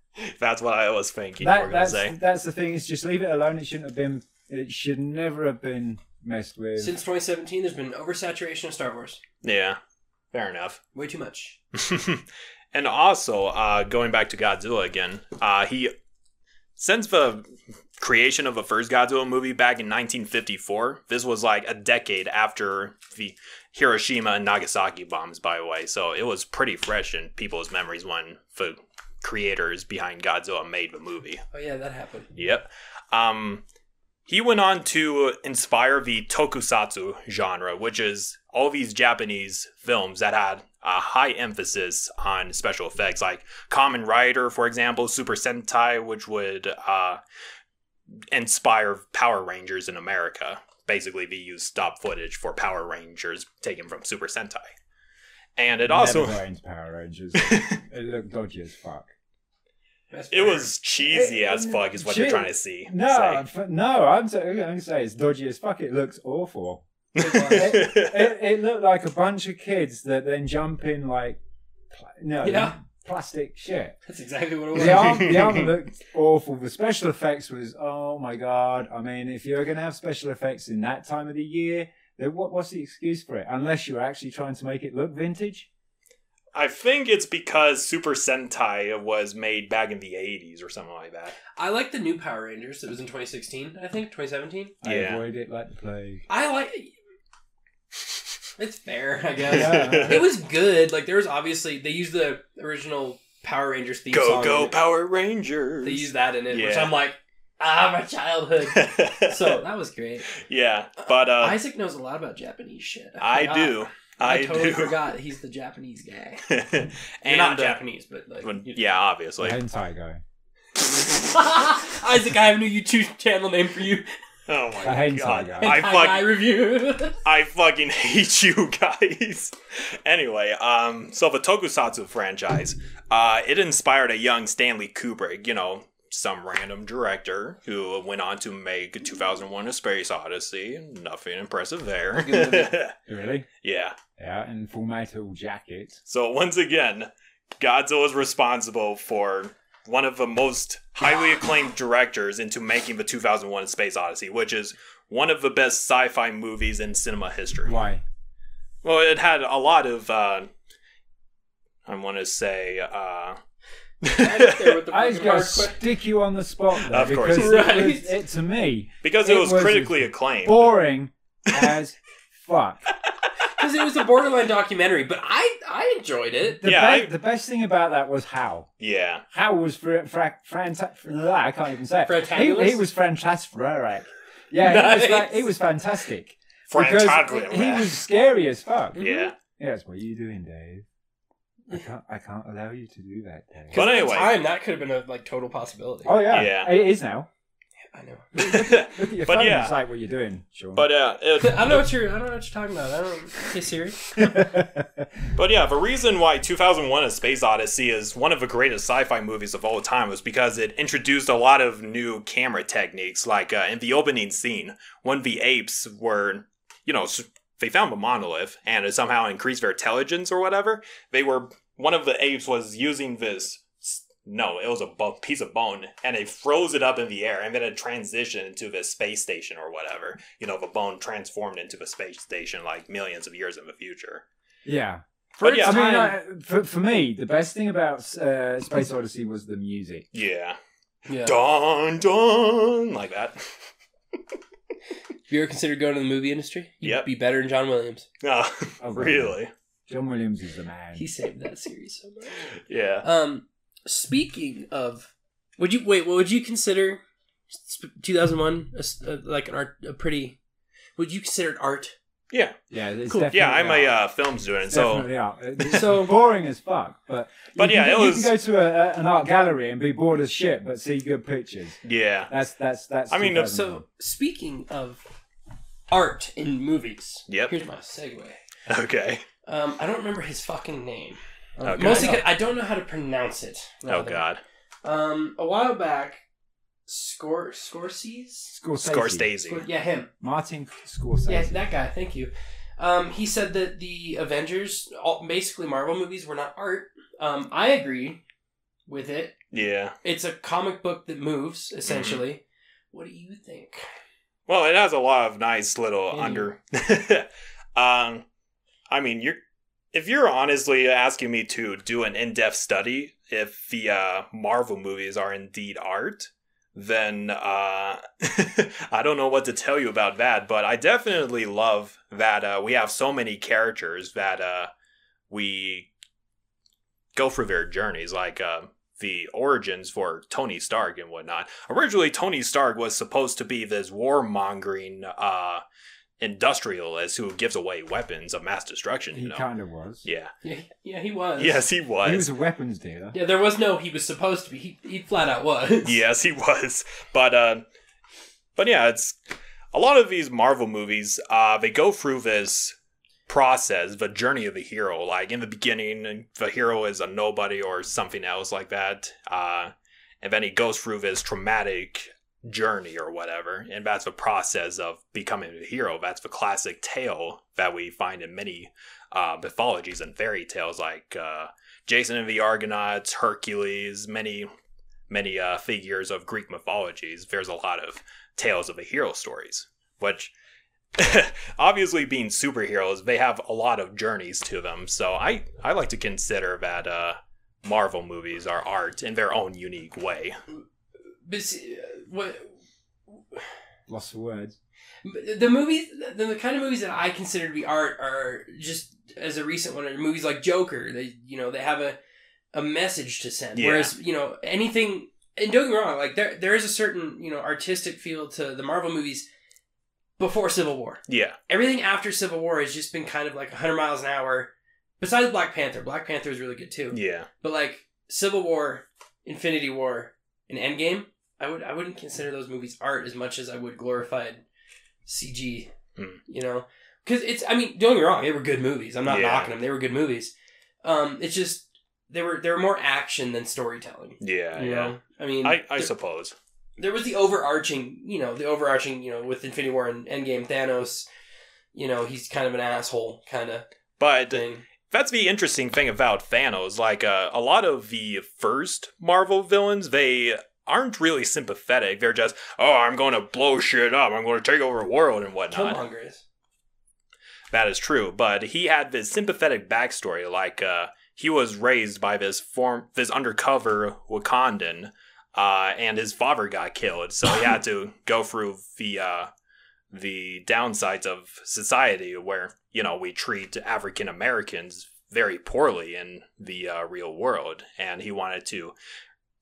Speaker 2: that's what I was thinking you
Speaker 1: That-
Speaker 2: were going
Speaker 1: that's
Speaker 2: to say?
Speaker 1: that's the thing. Is just leave it alone. It shouldn't have been. It should never have been messed with.
Speaker 3: since 2017, there's been oversaturation of Star Wars.
Speaker 2: Yeah, fair enough.
Speaker 3: Way too much.
Speaker 2: and also, uh, going back to Godzilla again, uh, he since the creation of the first Godzilla movie back in 1954, this was like a decade after the Hiroshima and Nagasaki bombs, by the way. So it was pretty fresh in people's memories when the creators behind Godzilla made the movie.
Speaker 3: Oh yeah, that happened.
Speaker 2: Yep. Um, he went on to inspire the tokusatsu genre, which is all these Japanese films that had a high emphasis on special effects, like Common Rider, for example, Super Sentai, which would uh, inspire Power Rangers in America. Basically, they used stop footage for Power Rangers taken from Super Sentai. And it also.
Speaker 1: never got into Power Rangers. it looked dodgy as fuck.
Speaker 3: That's
Speaker 2: It
Speaker 3: fair.
Speaker 2: was cheesy
Speaker 1: It-
Speaker 2: as fuck, is what
Speaker 1: shit.
Speaker 2: you're trying to see.
Speaker 1: No, f- no, I'm, sa- I'm gonna say it's dodgy as fuck. It looks awful.
Speaker 2: say.
Speaker 1: It, it looked like a bunch of kids that then jump in like, pl- no,
Speaker 3: Yeah.
Speaker 1: plastic shit.
Speaker 3: That's exactly what it was.
Speaker 1: The arm, the arm looked awful. The special effects was oh my god. I mean, if you're gonna have special effects in that time of the year, then what, what's the excuse for it? Unless you're actually trying to make it look vintage.
Speaker 2: I think it's because Super Sentai was made back in the 80s or something like that.
Speaker 3: I like the new Power Rangers that was in 2016, I think, 2017.
Speaker 1: I
Speaker 2: Yeah.
Speaker 1: avoid it like the plague.
Speaker 3: I like. It's fair, I guess.
Speaker 1: Yeah.
Speaker 3: it was good. Like there was obviously they used the original Power Rangers theme
Speaker 2: Go
Speaker 3: song.
Speaker 2: go
Speaker 3: in it.
Speaker 2: Power Rangers.
Speaker 3: They used that in it, which
Speaker 2: Yeah.
Speaker 3: I'm like, ah, my childhood. so that was great.
Speaker 2: yeah, but uh
Speaker 3: Isaac knows a lot about Japanese shit.
Speaker 2: I,
Speaker 3: forgot.
Speaker 2: do. I,
Speaker 3: I, totally
Speaker 2: do.
Speaker 3: forgot that he's the Japanese guy.
Speaker 2: and
Speaker 3: You're not
Speaker 2: uh,
Speaker 3: Japanese, but like.
Speaker 2: well,
Speaker 3: you-
Speaker 2: yeah, obviously.
Speaker 1: hentai guy.
Speaker 3: Isaac, I have a new YouTube channel name for you.
Speaker 2: oh
Speaker 1: A
Speaker 2: my
Speaker 1: hentai
Speaker 2: god.
Speaker 1: guy.
Speaker 2: I
Speaker 3: Hentai
Speaker 2: fuck-
Speaker 3: Guy review.
Speaker 2: I fucking hate you guys. anyway, um, so the Tokusatsu franchise, uh, it inspired a young Stanley Kubrick, you know, some random director who went on to make 2001: A Space Odyssey. Nothing impressive
Speaker 3: Good
Speaker 2: there.
Speaker 1: Really?
Speaker 2: yeah.
Speaker 1: Yeah, in full metal jacket.
Speaker 2: So once again, Godzilla is responsible for one of the most highly acclaimed directors into making the 2001: A Space Odyssey, which is one of the best sci-fi movies in cinema history.
Speaker 1: Why?
Speaker 2: Well, it had a lot of, uh, I want to say, uh,
Speaker 3: Right up there with the
Speaker 1: I was
Speaker 3: fucking
Speaker 1: going
Speaker 3: hard
Speaker 1: to stick you on the spot there
Speaker 2: Of course.
Speaker 1: because it, was,
Speaker 3: Right.
Speaker 1: it to me
Speaker 2: because it,
Speaker 1: It
Speaker 2: was
Speaker 1: was
Speaker 2: critically acclaimed.
Speaker 1: boring as fuck.
Speaker 3: because it was a borderline documentary, but I I enjoyed it.
Speaker 1: The,
Speaker 2: Yeah,
Speaker 1: be-
Speaker 2: I-
Speaker 1: the best thing about that was how
Speaker 2: Yeah,
Speaker 1: how was fr- fra- franta- blah, I can't even say it.
Speaker 3: Fratangulous?
Speaker 1: He, he was fantastic. Yeah, he, was fa-
Speaker 3: Nice.
Speaker 1: he was fantastic
Speaker 2: Frank
Speaker 1: because he was scary as fuck.
Speaker 2: Yeah,
Speaker 1: Yeah, that's what you're doing, Dave. I can't, I can't allow you to do that, Dave.
Speaker 3: 'Cause
Speaker 2: But
Speaker 3: at the
Speaker 2: anyway.
Speaker 3: time that could have been a like total possibility.
Speaker 1: Oh yeah,
Speaker 2: Yeah.
Speaker 1: it is now.
Speaker 3: I know.
Speaker 1: Look at your
Speaker 2: But
Speaker 1: phone.
Speaker 2: yeah.
Speaker 1: It's like what you're doing, Sean.
Speaker 2: but uh, it,
Speaker 3: I don't know what you're. I don't know what you're talking about. I don't. Hey Siri.
Speaker 2: But yeah, the reason why 2001: A Space Odyssey is one of the greatest sci-fi movies of all time was because it introduced a lot of new camera techniques. Like uh, in the opening scene, when the apes were, you know, s- they found the monolith and it somehow increased their intelligence or whatever. They were one of the apes was using this. s- No, it was a bo- piece of bone, and it froze it up in the air, and then it transitioned into the space station or whatever. You know, the bone transformed into the space station like millions of years in the future.
Speaker 1: yeah.
Speaker 3: For
Speaker 2: But yeah.
Speaker 1: I
Speaker 3: its
Speaker 1: mean,
Speaker 3: time.
Speaker 1: I, for, for me, the best thing about uh, Space Odyssey was the music.
Speaker 2: Yeah.
Speaker 3: yeah.
Speaker 2: Dun dun like that.
Speaker 3: If you ever considered going to the movie industry, you'd
Speaker 2: Yep.
Speaker 3: be better than John Williams.
Speaker 2: No,
Speaker 1: Oh,
Speaker 2: really?
Speaker 1: John Williams is the man.
Speaker 3: He saved that series so much.
Speaker 2: Yeah.
Speaker 3: Um, speaking of, would you wait? What would you consider two thousand one like an art? A pretty? Would you consider it art?
Speaker 2: Yeah.
Speaker 1: yeah, it's
Speaker 3: Cool.
Speaker 1: definitely
Speaker 2: Yeah, I'm a
Speaker 1: art.
Speaker 2: uh, film student,
Speaker 1: It's
Speaker 2: so
Speaker 1: definitely art. It's
Speaker 3: So-
Speaker 1: so boring as fuck. But
Speaker 2: But
Speaker 1: you
Speaker 2: yeah,
Speaker 1: can,
Speaker 2: it
Speaker 1: you
Speaker 2: was-
Speaker 1: can go to a, a- an art gallery and be bored as shit, but see good pictures.
Speaker 2: yeah.
Speaker 1: That's that's that's.
Speaker 2: I mean,
Speaker 1: 2001.
Speaker 3: So speaking of art in movies,
Speaker 2: Yep.
Speaker 3: Here's my segue.
Speaker 2: Okay.
Speaker 3: Um, I don't remember his fucking name. Um,
Speaker 2: Okay.
Speaker 3: Mostly, 'cause I don't know how to pronounce it.
Speaker 2: Oh
Speaker 3: rather.
Speaker 2: god.
Speaker 3: Um, a while back, Scor Scorsese.
Speaker 1: Scorsese,
Speaker 2: Scorsese.
Speaker 3: Yeah, him.
Speaker 1: Martin Scorsese.
Speaker 3: Yeah, that guy. Thank you. Um, he said that the Avengers, all, basically Marvel movies, were not art. Um, I agree with it.
Speaker 2: Yeah.
Speaker 3: It's a comic book that moves, essentially. What do you think?
Speaker 2: Well, it has a lot of nice little
Speaker 3: Yeah.
Speaker 2: under. um, I mean, you're if you're honestly asking me to do an in-depth study if the uh, Marvel movies are indeed art, then uh, I don't know what to tell you about that. But I definitely love that uh, we have so many characters that uh, we go through their journeys, like. Uh, the origins for Tony Stark and whatnot. Originally, Tony Stark was supposed to be this warmongering uh, industrialist who gives away weapons of mass destruction.
Speaker 1: he
Speaker 2: You know?
Speaker 1: kind of was.
Speaker 2: Yeah.
Speaker 3: Yeah, yeah, he was.
Speaker 2: Yes, he was.
Speaker 1: he was a weapons dealer.
Speaker 3: Yeah, there was no. He was supposed to be. He, he flat out was.
Speaker 2: yes, he was. But uh, but yeah, it's a lot of these Marvel movies. Uh, they go through this process, the journey of the hero. Like in the beginning, the hero is a nobody or something else like that. Uh, and then he goes through this traumatic journey or whatever, and that's the process of becoming a hero. That's the classic tale that we find in many uh, mythologies and fairy tales, like. Uh, Jason and the Argonauts, Hercules, many many uh, figures of Greek mythologies, there's a lot of tales of the hero stories, which obviously being superheroes, they have a lot of journeys to them. So I, I like to consider that uh, Marvel movies are art in their own unique way.
Speaker 3: But see, uh, what
Speaker 1: Lost for words.
Speaker 3: the movies, the, the kind of movies that I consider to be art are just as a recent one are movies like Joker. They you know they have a a message to send.
Speaker 2: Yeah.
Speaker 3: Whereas you know anything and don't get me wrong, like there there is a certain you know artistic feel to the Marvel movies before Civil War.
Speaker 2: Yeah,
Speaker 3: Everything after Civil War has just been kind of like 100 miles an hour. Besides Black Panther, Black Panther is really good too.
Speaker 2: yeah.
Speaker 3: But like Civil War, Infinity War, and Endgame, I would I wouldn't consider those movies art as much as I would glorified CG.
Speaker 2: Hmm.
Speaker 3: You know, because it's I mean don't get me wrong, they were good movies. I'm not
Speaker 2: Yeah.
Speaker 3: knocking them; they were good movies. Um, it's just they were they were more action than storytelling.
Speaker 2: Yeah,
Speaker 3: you
Speaker 2: yeah.
Speaker 3: know, I mean,
Speaker 2: I, I
Speaker 3: there,
Speaker 2: suppose.
Speaker 3: there was the overarching, you know, the overarching, you know, with Infinity War and Endgame, Thanos. You know, he's kind of an asshole kind of
Speaker 2: But
Speaker 3: thing.
Speaker 2: That's the interesting thing about Thanos. Like, uh, a lot of the first Marvel villains, they aren't really sympathetic. They're just, oh, I'm going to blow shit up. I'm going to take over the world and whatnot.
Speaker 3: Killmonger is.
Speaker 2: That is true. But he had this sympathetic backstory. Like, uh, he was raised by this form this undercover Wakandan, uh, and his father got killed, so he had to go through the uh, the downsides of society where you know we treat African Americans very poorly in the uh, real world, and he wanted to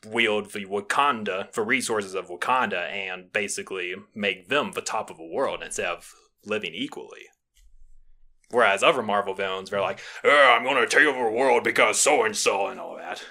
Speaker 2: wield the Wakanda, the resources of Wakanda, and basically make them the top of the world instead of living equally. Whereas other Marvel villains, they're like, "Ugh, I'm going to take over the world because so and so and all that.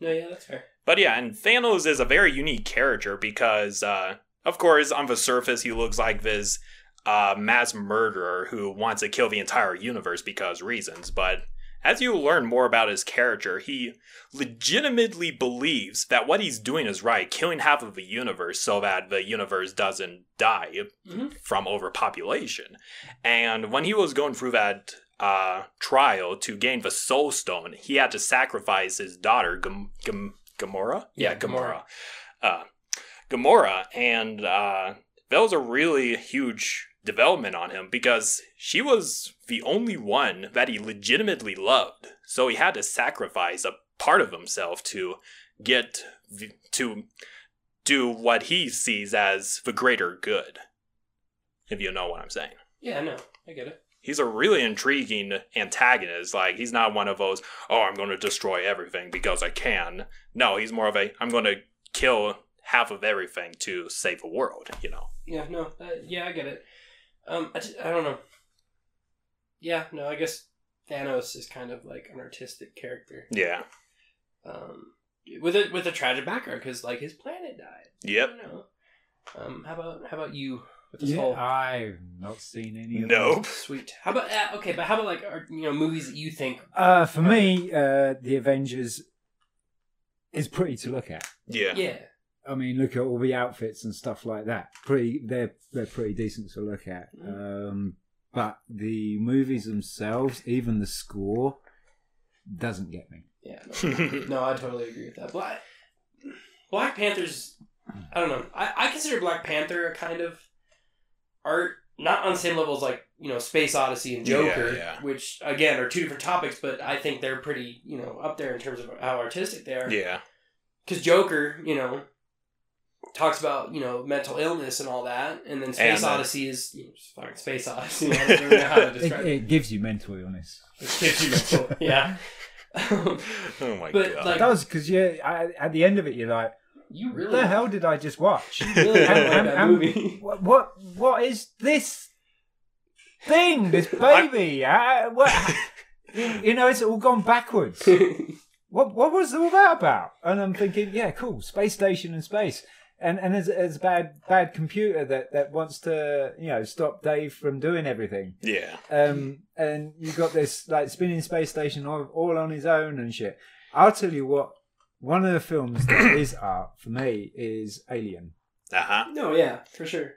Speaker 3: No, yeah, that's fair.
Speaker 2: But yeah, and Thanos is a very unique character because, uh, of course, on the surface, he looks like this uh, mass murderer who wants to kill the entire universe because reasons. But as you learn more about his character, he legitimately believes that what he's doing is right, killing half of the universe so that the universe doesn't die
Speaker 3: Mhm.
Speaker 2: from overpopulation. And when he was going through that uh, trial to gain the Soul Stone, he had to sacrifice his daughter, Gam- Gam- Gamora?
Speaker 3: Yeah,
Speaker 2: Gamora. Uh, Gamora, and uh, that was a really huge development on him because she was the only one that he legitimately loved. So he had to sacrifice a part of himself to get the- to do what he sees as the greater good. If you know what I'm saying.
Speaker 3: Yeah, no, I get it.
Speaker 2: He's a really intriguing antagonist. Like he's not one of those, oh, I'm going to destroy everything because I can. No, he's more of a I'm going to kill half of everything to save the world, you know.
Speaker 3: Yeah, no, uh, yeah, I get it. Um, I, just, I don't know. Yeah, no, I guess Thanos is kind of like an artistic character.
Speaker 2: Yeah.
Speaker 3: Um, with a with a tragic background because like his planet died. I
Speaker 2: Yep.
Speaker 3: don't know. Um, how about how about you with this
Speaker 1: Yeah,
Speaker 3: whole
Speaker 1: I've not seen any of them.
Speaker 2: Nope.
Speaker 3: sweet? How about uh, okay, but how about like are, you know movies that you think?
Speaker 1: Uh, for me, uh, the Avengers is pretty to look at.
Speaker 2: Yeah.
Speaker 3: Yeah,
Speaker 1: I mean, look at all the outfits and stuff like that. Pretty, they're they're pretty decent to look at. Um, but the movies themselves, even the score, doesn't get me.
Speaker 3: yeah. no. No, I totally agree with that. Black Black Panther's I don't know. I, I consider Black Panther a kind of art not on the same level as like, you know, Space Odyssey and Joker,
Speaker 2: Yeah, yeah.
Speaker 3: which again are two different topics, but I think they're pretty, you know, up there in terms of how artistic they are.
Speaker 2: yeah.
Speaker 3: Cuz Joker, you know, talks about, you know, mental illness and all that, and then Space
Speaker 2: And, uh,
Speaker 3: Odyssey is you know, it's fucking Space Odyssey. I don't even know how to
Speaker 1: It,
Speaker 3: describe it.
Speaker 1: it gives you mental illness.
Speaker 3: It gives you mental. Yeah.
Speaker 2: Oh my
Speaker 3: But,
Speaker 1: It
Speaker 2: god.
Speaker 3: like-
Speaker 1: does because you I, at the end of it, you're like,
Speaker 3: you
Speaker 1: what
Speaker 3: really
Speaker 1: the hell did I just watch?
Speaker 3: really
Speaker 1: Am-
Speaker 3: don't like
Speaker 1: am-
Speaker 3: that
Speaker 1: am-
Speaker 3: movie.
Speaker 1: what, what what is this thing? This baby? I, what, you know, it's all gone backwards. what what was all that about? And I'm thinking, yeah, cool, space station and space, and and there's there's a bad bad computer that that wants to you know stop Dave from doing everything.
Speaker 2: yeah.
Speaker 1: Um, and you got this like spinning space station all, all on his own and shit. I'll tell you what, one of the films that is art for me is Alien
Speaker 2: Uh-huh.
Speaker 3: No, yeah, for sure.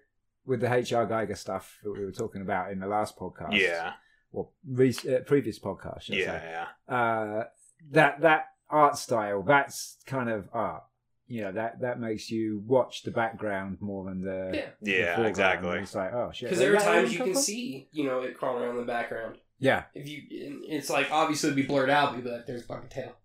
Speaker 1: with the H.R. Geiger stuff that we were talking about in the last podcast.
Speaker 2: Yeah.
Speaker 1: Well, re- uh, previous podcast. should I say.
Speaker 2: Yeah.
Speaker 1: uh, that that art style that's kind of art you know that that makes you watch the background more than the
Speaker 3: Yeah.
Speaker 1: the
Speaker 2: Yeah,
Speaker 1: foreground.
Speaker 2: exactly.
Speaker 1: it's like oh shit
Speaker 3: Because there are
Speaker 1: Is that
Speaker 3: times
Speaker 1: where
Speaker 3: you
Speaker 1: come
Speaker 3: can
Speaker 1: from?
Speaker 3: see, you know, it crawling around in the background.
Speaker 1: yeah
Speaker 3: If you, and it's like obviously it'd be blurred out, but you'd be like, "There's a fucking tail."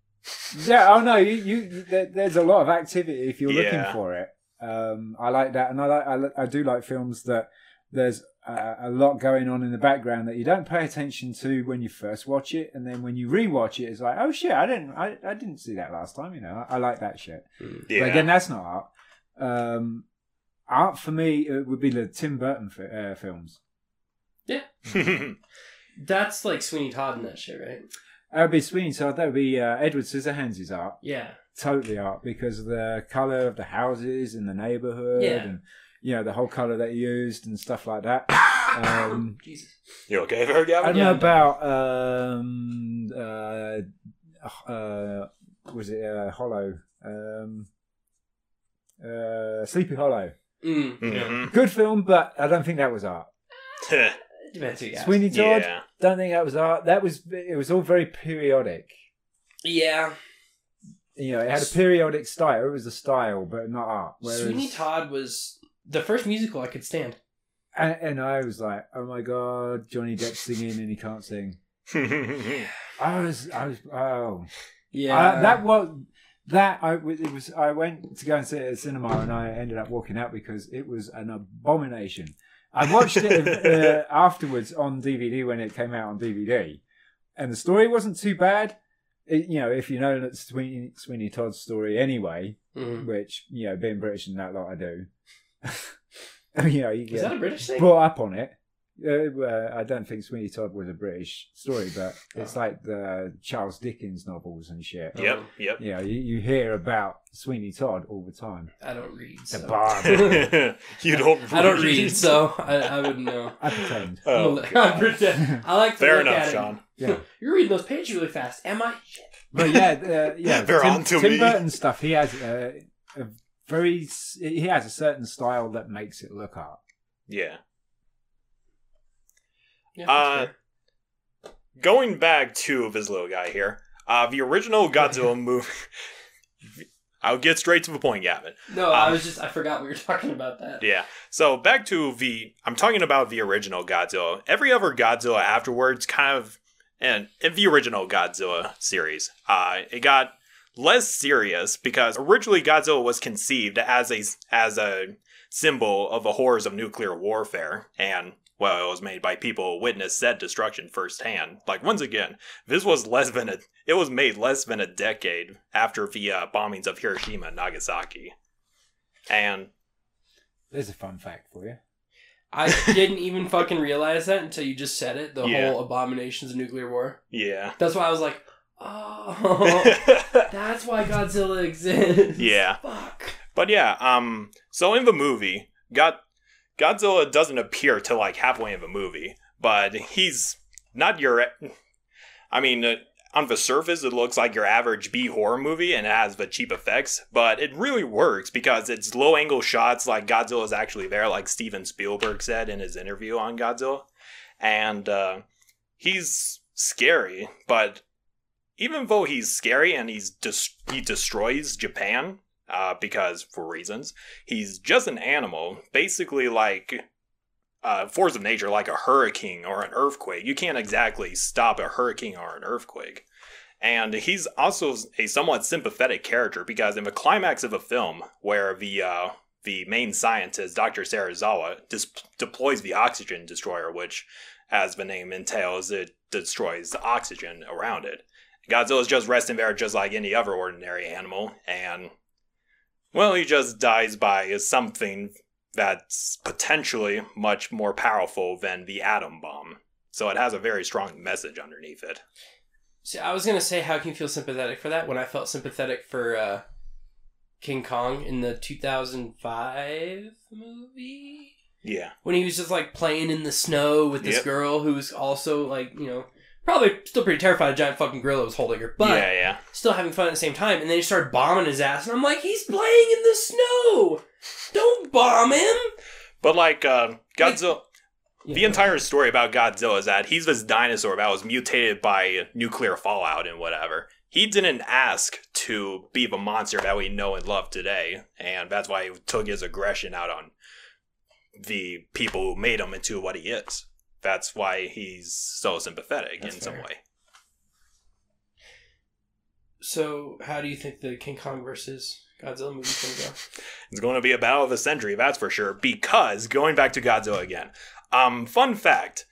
Speaker 1: yeah oh no you, you there, there's a lot of activity if you're looking
Speaker 2: Yeah.
Speaker 1: for it um i like that and i like i, li- I do like films that there's a, a lot going on in the background that you don't pay attention to when you first watch it and then when you rewatch it it's like oh shit i didn't i, I didn't see that last time you know I, I like that shit
Speaker 2: Yeah.
Speaker 1: But again, that's not art. Um, art for me it would be the Tim Burton fi- uh, films.
Speaker 3: That's like Sweeney Todd and that shit, right?
Speaker 1: That would be Sweeney Todd. That would be uh, Edward Scissorhands' art.
Speaker 3: Yeah,
Speaker 1: Totally art because of the color of the houses in the neighborhood
Speaker 3: Yeah.
Speaker 1: and you know the whole color that he used and stuff like that. Um,
Speaker 3: Jesus.
Speaker 2: you okay there,
Speaker 1: I
Speaker 2: Gavin?
Speaker 1: don't
Speaker 3: Yeah.
Speaker 1: know about um, uh, uh, was it uh, Hollow? Um, uh, Sleepy Hollow.
Speaker 3: Mm, yeah.
Speaker 2: Mhm.
Speaker 1: Good film, but I don't think that was art.
Speaker 3: It Depends who you ask.
Speaker 1: Sweeney Todd.
Speaker 2: yeah.
Speaker 1: don't think that was art. That was it was all very periodic.
Speaker 3: Yeah,
Speaker 1: You know, it had a periodic style. It was a style, but not art. Whereas,
Speaker 3: Sweeney Todd was the first musical I could stand.
Speaker 1: and, and I was like, oh my god, Johnny Depp singing and he can't sing. I was, I was, oh,
Speaker 3: Yeah,
Speaker 1: Uh, that was that I w- it was. I went to go and see it at the cinema, and I ended up walking out because it was an abomination. I watched it uh, afterwards on DVD when it came out on DVD, and the story wasn't too bad. It, you know, if you know that Sweeney, Sweeney Todd's story anyway,
Speaker 3: Mhm.
Speaker 1: which you know, being British and that lot, I do. you know, you
Speaker 3: is that
Speaker 1: get
Speaker 3: a British thing?
Speaker 1: brought up on it. Uh, uh, I don't think Sweeney Todd was a British story, but it's like the Charles Dickens novels and shit.
Speaker 2: Yep, yep.
Speaker 1: Yeah, you, you hear about Sweeney Todd all the time.
Speaker 3: I don't read.
Speaker 1: The
Speaker 3: so.
Speaker 1: barber.
Speaker 2: you don't.
Speaker 3: I don't read, so I, I wouldn't know.
Speaker 1: I pretend.
Speaker 3: I'm a
Speaker 2: Oh,
Speaker 3: li- I pretend. I like to
Speaker 2: fair
Speaker 3: look at
Speaker 2: enough,
Speaker 3: it.
Speaker 2: Sean.
Speaker 3: You're reading those pages really fast. Am I?
Speaker 1: But yeah, uh, yeah.
Speaker 2: They're
Speaker 1: Tim,
Speaker 2: on to
Speaker 1: Tim
Speaker 2: me.
Speaker 1: Burton stuff. He has uh, a very. s- He has a certain style that makes it look art.
Speaker 2: Yeah.
Speaker 3: Yeah,
Speaker 2: Uh,
Speaker 3: that's fair.
Speaker 2: Going back to this little guy here, uh, the original Godzilla movie. I'll get straight to the point, Gavin.
Speaker 3: no, I
Speaker 2: um,
Speaker 3: was just I forgot we were talking about that.
Speaker 2: Yeah. So back to the I'm talking about the original Godzilla. Every other Godzilla afterwards kind of and in the original Godzilla series, uh, it got less serious because originally Godzilla was conceived as a as a symbol of the horrors of nuclear warfare and well, it was made by people who witnessed said destruction firsthand. Like once again, this was less than a it was made less than a decade after the uh, bombings of Hiroshima and Nagasaki. And
Speaker 1: There's a fun fact for you.
Speaker 3: I didn't even fucking realize that until you just said it. The
Speaker 2: Yeah.
Speaker 3: whole abominations of nuclear war.
Speaker 2: yeah.
Speaker 3: That's why I was like, oh, that's why Godzilla exists.
Speaker 2: Yeah.
Speaker 3: Fuck.
Speaker 2: but yeah, um so in the movie, God Godzilla doesn't appear till like halfway in the movie, but he's not your I mean, uh, on the surface it looks like your average B horror movie and it has the cheap effects, but it really works because it's low angle shots like Godzilla's actually there like Steven Spielberg said in his interview on Godzilla. And uh he's scary, but even though he's scary and he's dis- he destroys Japan uh, because for reasons, he's just an animal, basically like uh, force of nature, like a hurricane or an earthquake. You can't exactly stop a hurricane or an earthquake. And he's also a somewhat sympathetic character because in the climax of a film where the uh, the main scientist, Dr. Sarazawa, dis- deploys the oxygen destroyer, which, as the name entails, it destroys the oxygen around it. Godzilla's just resting there, just like any other ordinary animal, and well, he just dies by something that's potentially much more powerful than the atom bomb. So it has a very strong message underneath it.
Speaker 3: See, I was gonna say how can you feel sympathetic for that when I felt sympathetic for uh, King Kong in the 2005 movie
Speaker 2: Yeah.
Speaker 3: when he was just like playing in the snow with this
Speaker 2: Yep.
Speaker 3: girl who was also like you know probably still pretty terrified of a giant fucking gorilla was holding her, but
Speaker 2: yeah, yeah.
Speaker 3: still having fun at the same time. And then he started bombing his ass, and I'm like, he's playing in the snow. Don't bomb him.
Speaker 2: But like uh, Godzilla, the
Speaker 3: Yeah.
Speaker 2: entire story about Godzilla is that he's this dinosaur that was mutated by nuclear fallout and whatever. He didn't ask to be the monster that we know and love today, and that's why he took his aggression out on the people who made him into what he is. That's why he's so sympathetic
Speaker 3: That's
Speaker 2: in some
Speaker 3: fair.
Speaker 2: way.
Speaker 3: So, how do you think the King Kong versus Godzilla movie's gonna go?
Speaker 2: It's going to be a battle of the century, that's for sure. Because going back to Godzilla again, um, fun fact.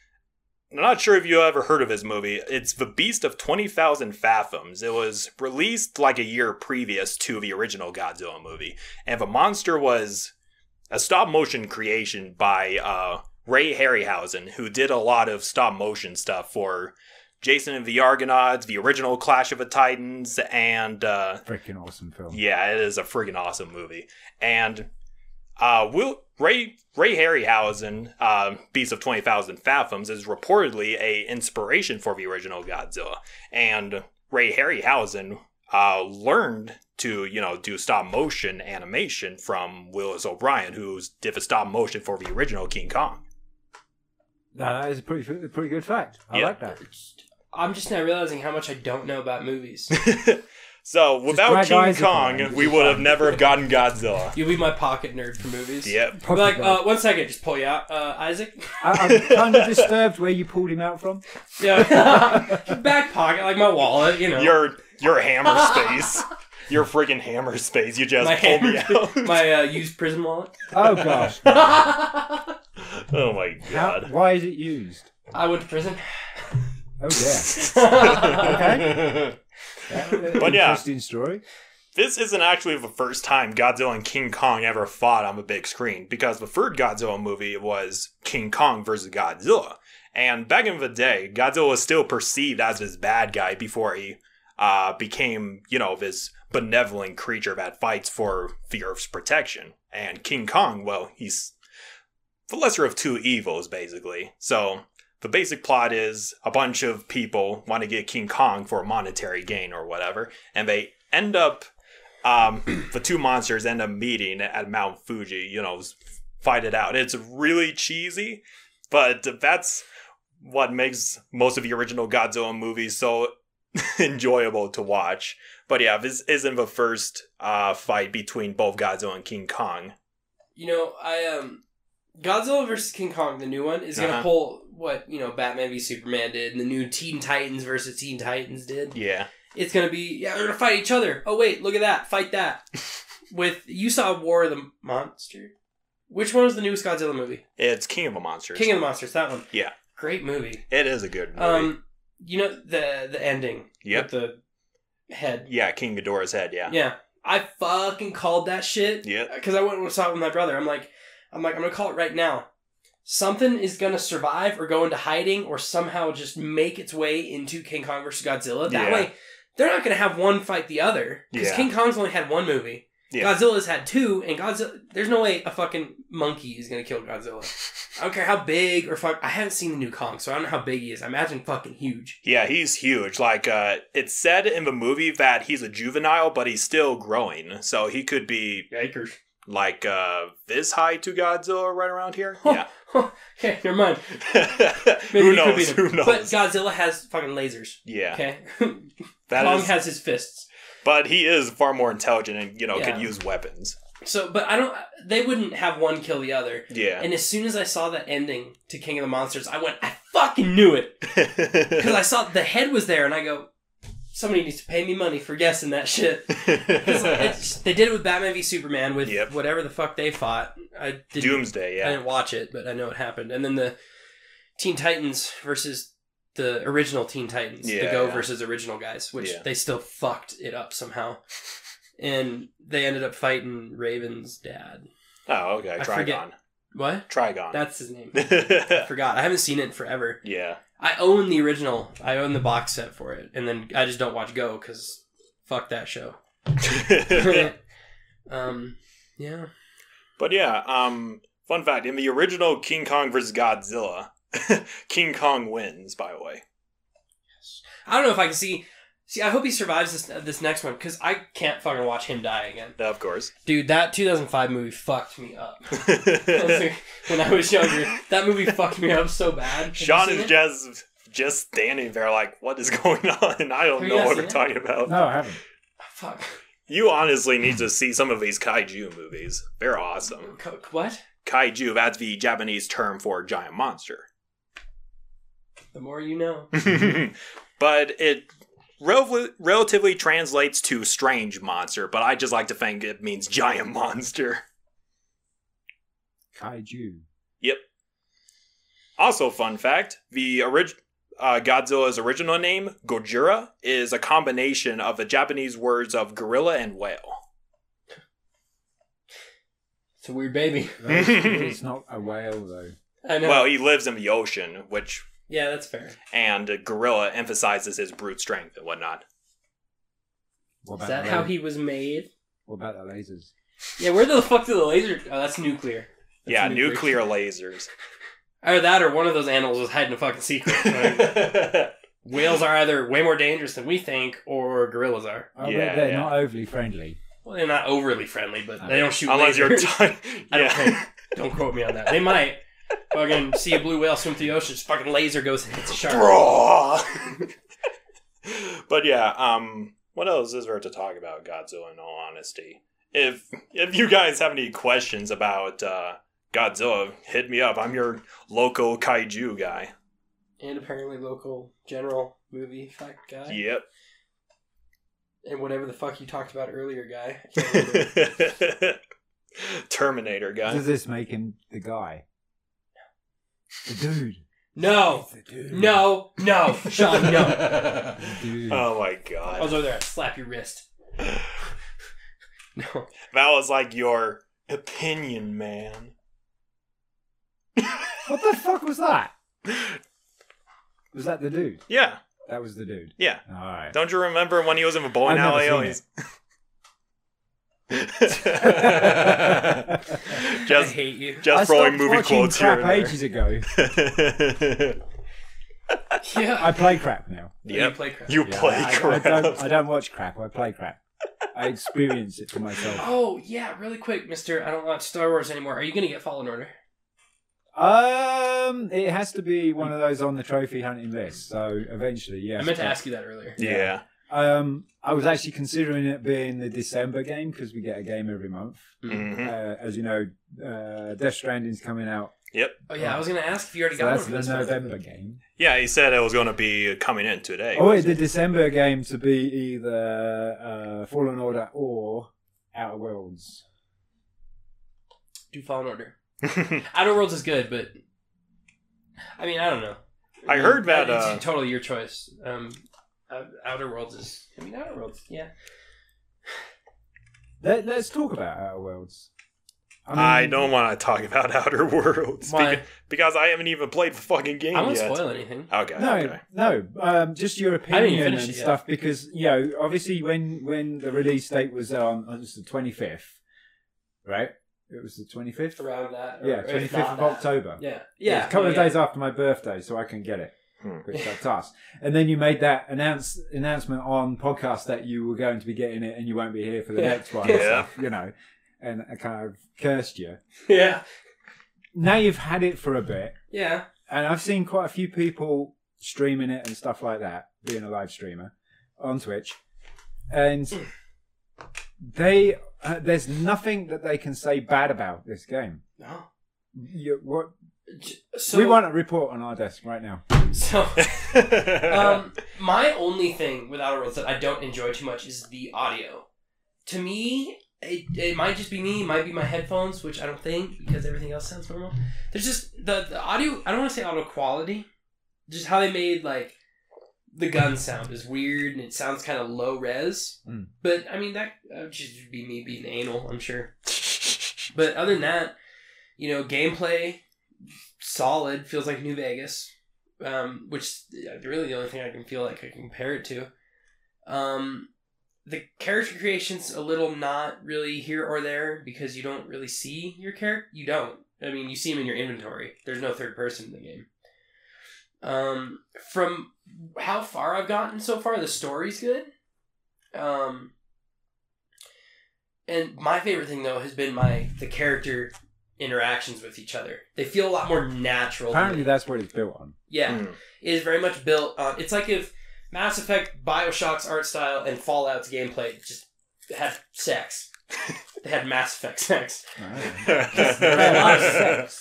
Speaker 2: I'm not sure if you ever heard of this movie. It's The Beast of 20,000 Fathoms. It was released like a year previous to the original Godzilla movie. And the monster was a stop motion creation by uh, Ray Harryhausen, who did a lot of stop motion stuff for Jason and the Argonauts, the original Clash of the Titans, and uh,
Speaker 1: Freaking awesome film.
Speaker 2: yeah, it is a freaking awesome movie. And uh, Will Ray Ray Harryhausen, uh, Beast of Twenty Thousand Fathoms, is reportedly a inspiration for the original Godzilla. And Ray Harryhausen uh, learned to you know do stop motion animation from Willis O'Brien, who did the stop motion for the original King Kong.
Speaker 1: No, that is a pretty pretty good fact. I
Speaker 2: Yeah.
Speaker 1: like that.
Speaker 3: I'm just now realizing how much I don't know about movies.
Speaker 2: So without
Speaker 1: drag
Speaker 2: King
Speaker 1: Isaac
Speaker 2: Kong,
Speaker 1: around.
Speaker 2: we would have never have gotten Godzilla.
Speaker 3: You'll be my pocket nerd for movies.
Speaker 2: Yep.
Speaker 3: Be like, uh, one second, just pull you out, uh, Isaac.
Speaker 1: I, I'm kind of disturbed where you pulled him out from.
Speaker 3: Yeah, back pocket, like my wallet, you know.
Speaker 2: Your your hammer space. Your freaking hammer space. You just
Speaker 3: my
Speaker 2: pulled me
Speaker 3: hammer-
Speaker 2: out.
Speaker 3: my uh, used prison wallet.
Speaker 1: Oh gosh,
Speaker 2: oh my
Speaker 1: How,
Speaker 2: god.
Speaker 1: why is it used?
Speaker 3: I went to prison.
Speaker 1: Oh yeah, Okay. That- uh,
Speaker 2: But yeah.
Speaker 1: interesting story.
Speaker 2: This isn't actually the first time Godzilla and King Kong ever fought on the big screen, because the third Godzilla movie was King Kong versus Godzilla. And back in the day, Godzilla was still perceived as this bad guy before he uh, became, you know, this benevolent creature that fights for the Earth's protection. And King Kong, well, he's the lesser of two evils, basically. So the basic plot is a bunch of people want to get King Kong for monetary gain or whatever, and they end up um, the two monsters end up meeting at Mount Fuji, you know, fight it out. It's really cheesy, but that's what makes most of the original Godzilla movies so enjoyable to watch. But yeah, this isn't the first uh, fight between both Godzilla and King Kong.
Speaker 3: You know, I um, Godzilla versus King Kong, the new one, is gonna
Speaker 2: Uh-huh.
Speaker 3: pull what you know Batman v Superman did, and the new Teen Titans versus Teen Titans did.
Speaker 2: Yeah.
Speaker 3: It's gonna be yeah, they're gonna fight each other. Oh wait, look at that, fight that. With you saw War of the Monster. Which one was the newest Godzilla movie?
Speaker 2: It's King of the Monsters.
Speaker 3: King of the Monsters, that one.
Speaker 2: Yeah.
Speaker 3: great movie.
Speaker 2: it is a good movie.
Speaker 3: Um, you know the the ending.
Speaker 2: Yep.
Speaker 3: With the head.
Speaker 2: yeah, King Ghidorah's head, yeah.
Speaker 3: Yeah. I fucking called that shit.
Speaker 2: Yep.
Speaker 3: Because I went and saw it with my brother. I'm like, I'm like, I'm gonna call it right now. Something is gonna survive or go into hiding or somehow just make its way into King Kong versus Godzilla. That
Speaker 2: Yeah.
Speaker 3: way, they're not gonna have one fight the other because
Speaker 2: Yeah.
Speaker 3: King Kong's only had one movie.
Speaker 2: Yeah.
Speaker 3: Godzilla's had two, and Godzilla. There's no way a fucking monkey is gonna kill Godzilla. I don't care how big or fuck. I haven't seen the new Kong, so I don't know how big he is. I imagine fucking huge.
Speaker 2: Yeah, he's huge. Like uh it's said in the movie that he's a juvenile, but he's still growing. So he could be
Speaker 3: Yikers.
Speaker 2: like uh this high to Godzilla right around here. Yeah.
Speaker 3: Okay, never mind. Maybe
Speaker 2: Who
Speaker 3: it could be
Speaker 2: knows? Who knows?
Speaker 3: But Godzilla has fucking lasers.
Speaker 2: yeah.
Speaker 3: Okay.
Speaker 2: That
Speaker 3: Kong
Speaker 2: is
Speaker 3: has his fists.
Speaker 2: but he is far more intelligent and you know,
Speaker 3: Yeah.
Speaker 2: can use weapons.
Speaker 3: So, but I don't. They wouldn't have one kill the other.
Speaker 2: Yeah.
Speaker 3: And as soon as I saw that ending to King of the Monsters, I went, I fucking knew it because I saw the head was there, and I go, somebody needs to pay me money for guessing that shit. 'Cause it's- they did it with Batman v Superman with
Speaker 2: Yep.
Speaker 3: whatever the fuck they fought. I didn't,
Speaker 2: Doomsday,
Speaker 3: I
Speaker 2: yeah.
Speaker 3: didn't watch it, but I know it happened. And then the Teen Titans versus the original Teen Titans, the
Speaker 2: Yeah,
Speaker 3: Go
Speaker 2: yeah.
Speaker 3: versus original guys, which
Speaker 2: Yeah.
Speaker 3: they still fucked it up somehow. And they ended up fighting Raven's dad.
Speaker 2: Oh, okay.
Speaker 3: I
Speaker 2: Trigon.
Speaker 3: forget. What?
Speaker 2: Trigon.
Speaker 3: That's his name. I forgot. I haven't seen it in forever.
Speaker 2: yeah.
Speaker 3: I own the original. I own the box set for it, and then I just don't watch Go because fuck that show. um, yeah.
Speaker 2: But yeah, um, fun fact: in the original King Kong vs. Godzilla, King Kong wins. By the way,
Speaker 3: I don't know if I can see. See, I hope he survives this this next one because I can't fucking watch him die again,
Speaker 2: of course.
Speaker 3: dude. That 2005 movie fucked me up when I was younger. That movie fucked me up so bad. Have you
Speaker 2: Sean
Speaker 3: seen
Speaker 2: is
Speaker 3: it?
Speaker 2: just just standing there, like, what is going on? I don't
Speaker 3: Have you
Speaker 2: know
Speaker 3: guys
Speaker 2: what
Speaker 3: seen
Speaker 2: we're
Speaker 3: it?
Speaker 2: talking about.
Speaker 1: No, I haven't.
Speaker 3: Oh, fuck.
Speaker 2: You honestly need to see some of these kaiju movies. They're awesome.
Speaker 3: Co- What?
Speaker 2: Kaiju, that's the Japanese term for giant monster.
Speaker 3: The more you know.
Speaker 2: but it rel- relatively translates to strange monster, but I just like to think it means giant monster.
Speaker 1: Kaiju.
Speaker 2: Also, fun fact: the orig- uh, Godzilla's original name, Gojira, is a combination of the Japanese words of gorilla and whale.
Speaker 3: It's a weird baby.
Speaker 1: it's not a whale though.
Speaker 3: I know.
Speaker 2: Well, he lives in the ocean, which
Speaker 3: yeah, that's fair.
Speaker 2: and gorilla emphasizes his brute strength and whatnot.
Speaker 1: What about
Speaker 3: Is that
Speaker 1: the
Speaker 3: how
Speaker 1: la-
Speaker 3: he was made?
Speaker 1: What about the lasers?
Speaker 3: Yeah, where the fuck did the laser? Oh, that's nuclear. That's
Speaker 2: yeah, nuclear lasers.
Speaker 3: Either that, or one of those animals was hiding a fucking secret. Like, whales are either way more dangerous than we think, or gorillas are.
Speaker 1: Oh,
Speaker 2: Yeah,
Speaker 1: yeah, they're
Speaker 2: yeah.
Speaker 1: not overly friendly.
Speaker 3: Well, they're not overly friendly, but they don't shoot
Speaker 2: Unless you're,
Speaker 3: lasers.
Speaker 2: t-
Speaker 3: I don't
Speaker 2: yeah,
Speaker 3: think. Don't quote me on that. They might fucking see a blue whale swim through the ocean. Just fucking laser goes and hits a shark.
Speaker 2: Bruh. but yeah, um, What else is there to talk about Godzilla? In all honesty, if if you guys have any questions about uh, Godzilla, hit me up. I'm your local kaiju guy.
Speaker 3: and apparently local general movie fuck guy
Speaker 2: Yep.
Speaker 3: and whatever the fuck you talked about earlier guy. I can't remember.
Speaker 2: Terminator guy.
Speaker 1: Does this make him the guy? The dude.
Speaker 3: no,
Speaker 1: The dude.
Speaker 3: no, no, Sean, no.
Speaker 1: The dude.
Speaker 2: Oh my
Speaker 3: I was
Speaker 2: god.
Speaker 3: over there. I'd Slap your wrist. No.
Speaker 2: That was like your opinion, man.
Speaker 1: What the fuck was that? Was that the dude?
Speaker 2: Yeah,
Speaker 1: That was the dude.
Speaker 2: yeah.
Speaker 1: All right.
Speaker 2: Don't you remember when he was in a bowling
Speaker 1: I've never
Speaker 2: alley?
Speaker 1: seen
Speaker 2: always?
Speaker 3: I
Speaker 2: just
Speaker 3: hate you.
Speaker 1: I
Speaker 2: just
Speaker 1: stopped
Speaker 2: throwing movie
Speaker 1: watching
Speaker 2: quotes here
Speaker 1: crap
Speaker 2: and there.
Speaker 1: ages ago.
Speaker 3: Yeah.
Speaker 1: I play crap now.
Speaker 3: You
Speaker 2: yep.
Speaker 3: play crap.
Speaker 2: You
Speaker 1: Yeah,
Speaker 2: play
Speaker 1: I,
Speaker 2: crap.
Speaker 1: I don't, I don't watch crap. I play crap. I experience it for myself.
Speaker 3: Oh yeah, really quick, Mister. I don't watch Star Wars anymore. Are you gonna get Fallen Order?
Speaker 1: Um, it has to be one of those on the trophy hunting list. So eventually, yes.
Speaker 3: I meant to
Speaker 1: but-
Speaker 3: ask you that earlier.
Speaker 2: yeah.
Speaker 1: Um, I was actually considering it being the December game because we get a game every month.
Speaker 2: hmm
Speaker 1: Uh, as you know, uh, Death Stranding's coming out.
Speaker 3: Oh yeah, I was gonna ask if you already
Speaker 1: So
Speaker 3: got
Speaker 1: that's
Speaker 3: one.
Speaker 1: the
Speaker 3: this month.
Speaker 1: November game.
Speaker 2: Yeah, he said it was going to be coming in today.
Speaker 1: I wanted the December game to be either uh, Fallen Order or Outer Worlds.
Speaker 3: Do Fallen Order. Outer Worlds is good, but I mean, I don't know. Mm,
Speaker 2: I heard that,
Speaker 3: It's
Speaker 2: uh,
Speaker 3: totally your choice. Um, Out- Outer Worlds is. I mean, Outer Worlds. Yeah.
Speaker 1: Let, let's talk about Outer Worlds.
Speaker 2: I
Speaker 1: mean,
Speaker 2: don't want to talk about Outer Worlds
Speaker 3: Why?
Speaker 2: beca- because I haven't even played the fucking game
Speaker 3: I won't
Speaker 2: yet.
Speaker 3: spoil anything.
Speaker 2: Okay,
Speaker 1: No,
Speaker 2: okay.
Speaker 1: no. Um, just your
Speaker 3: even
Speaker 1: opinion
Speaker 3: finish
Speaker 1: and
Speaker 3: it yet.
Speaker 1: stuff, because you know, obviously, when when the release date was on, it was the twenty fifth, right? It was the twenty fifth.
Speaker 3: Around that. or
Speaker 1: Yeah,
Speaker 3: if
Speaker 1: twenty fifth
Speaker 3: not
Speaker 1: of
Speaker 3: that.
Speaker 1: October.
Speaker 3: Yeah.
Speaker 1: It was
Speaker 3: Yeah.
Speaker 1: a couple of
Speaker 3: yeah.
Speaker 1: days after my birthday, so I can get it.
Speaker 2: Hmm.
Speaker 1: Which I tasked. And then you made that announce announcement on podcast that you were going to be getting it, and you won't be here for the
Speaker 3: Yeah.
Speaker 1: next one.
Speaker 2: Yeah.
Speaker 1: so, you know, and I kind of cursed you.
Speaker 3: Yeah.
Speaker 1: Now you've had it for a bit,
Speaker 3: Yeah.
Speaker 1: and I've seen quite a few people streaming it and stuff like that, being a live streamer on Twitch, and they uh, there's nothing that they can say bad about this game.
Speaker 3: No.
Speaker 1: You, what,
Speaker 3: J- So,
Speaker 1: we want a report on our desk right now.
Speaker 3: So. um, my only thing with Outer Worlds that I don't enjoy too much is the audio. To me, it, it might just be me, it might be my headphones, which I don't think because everything else sounds normal. There's just the, the audio, I don't want to say audio quality, just how they made like the gun sound is weird and it sounds kind of low res.
Speaker 1: Mm.
Speaker 3: But I mean, that that would just be me being anal, I'm sure. But other than that, you know, gameplay solid feels like New Vegas, um, which is really the only thing I can feel like I can compare it to. Um, the character creation's a little not really here or there because you don't really see your character. You don't. I mean, you see them in your inventory. There's no third person in the game. Um, from how far I've gotten so far, the story's good. Um, and my favorite thing though has been my the character interactions with each other. They feel a lot more natural. to me.
Speaker 1: Apparently, that's what it's built on.
Speaker 3: yeah
Speaker 2: Mm.
Speaker 3: it is very much built on. It's like if Mass Effect, Bioshock's art style, and Fallout's gameplay just had sex. they had Mass Effect sex.
Speaker 1: Right.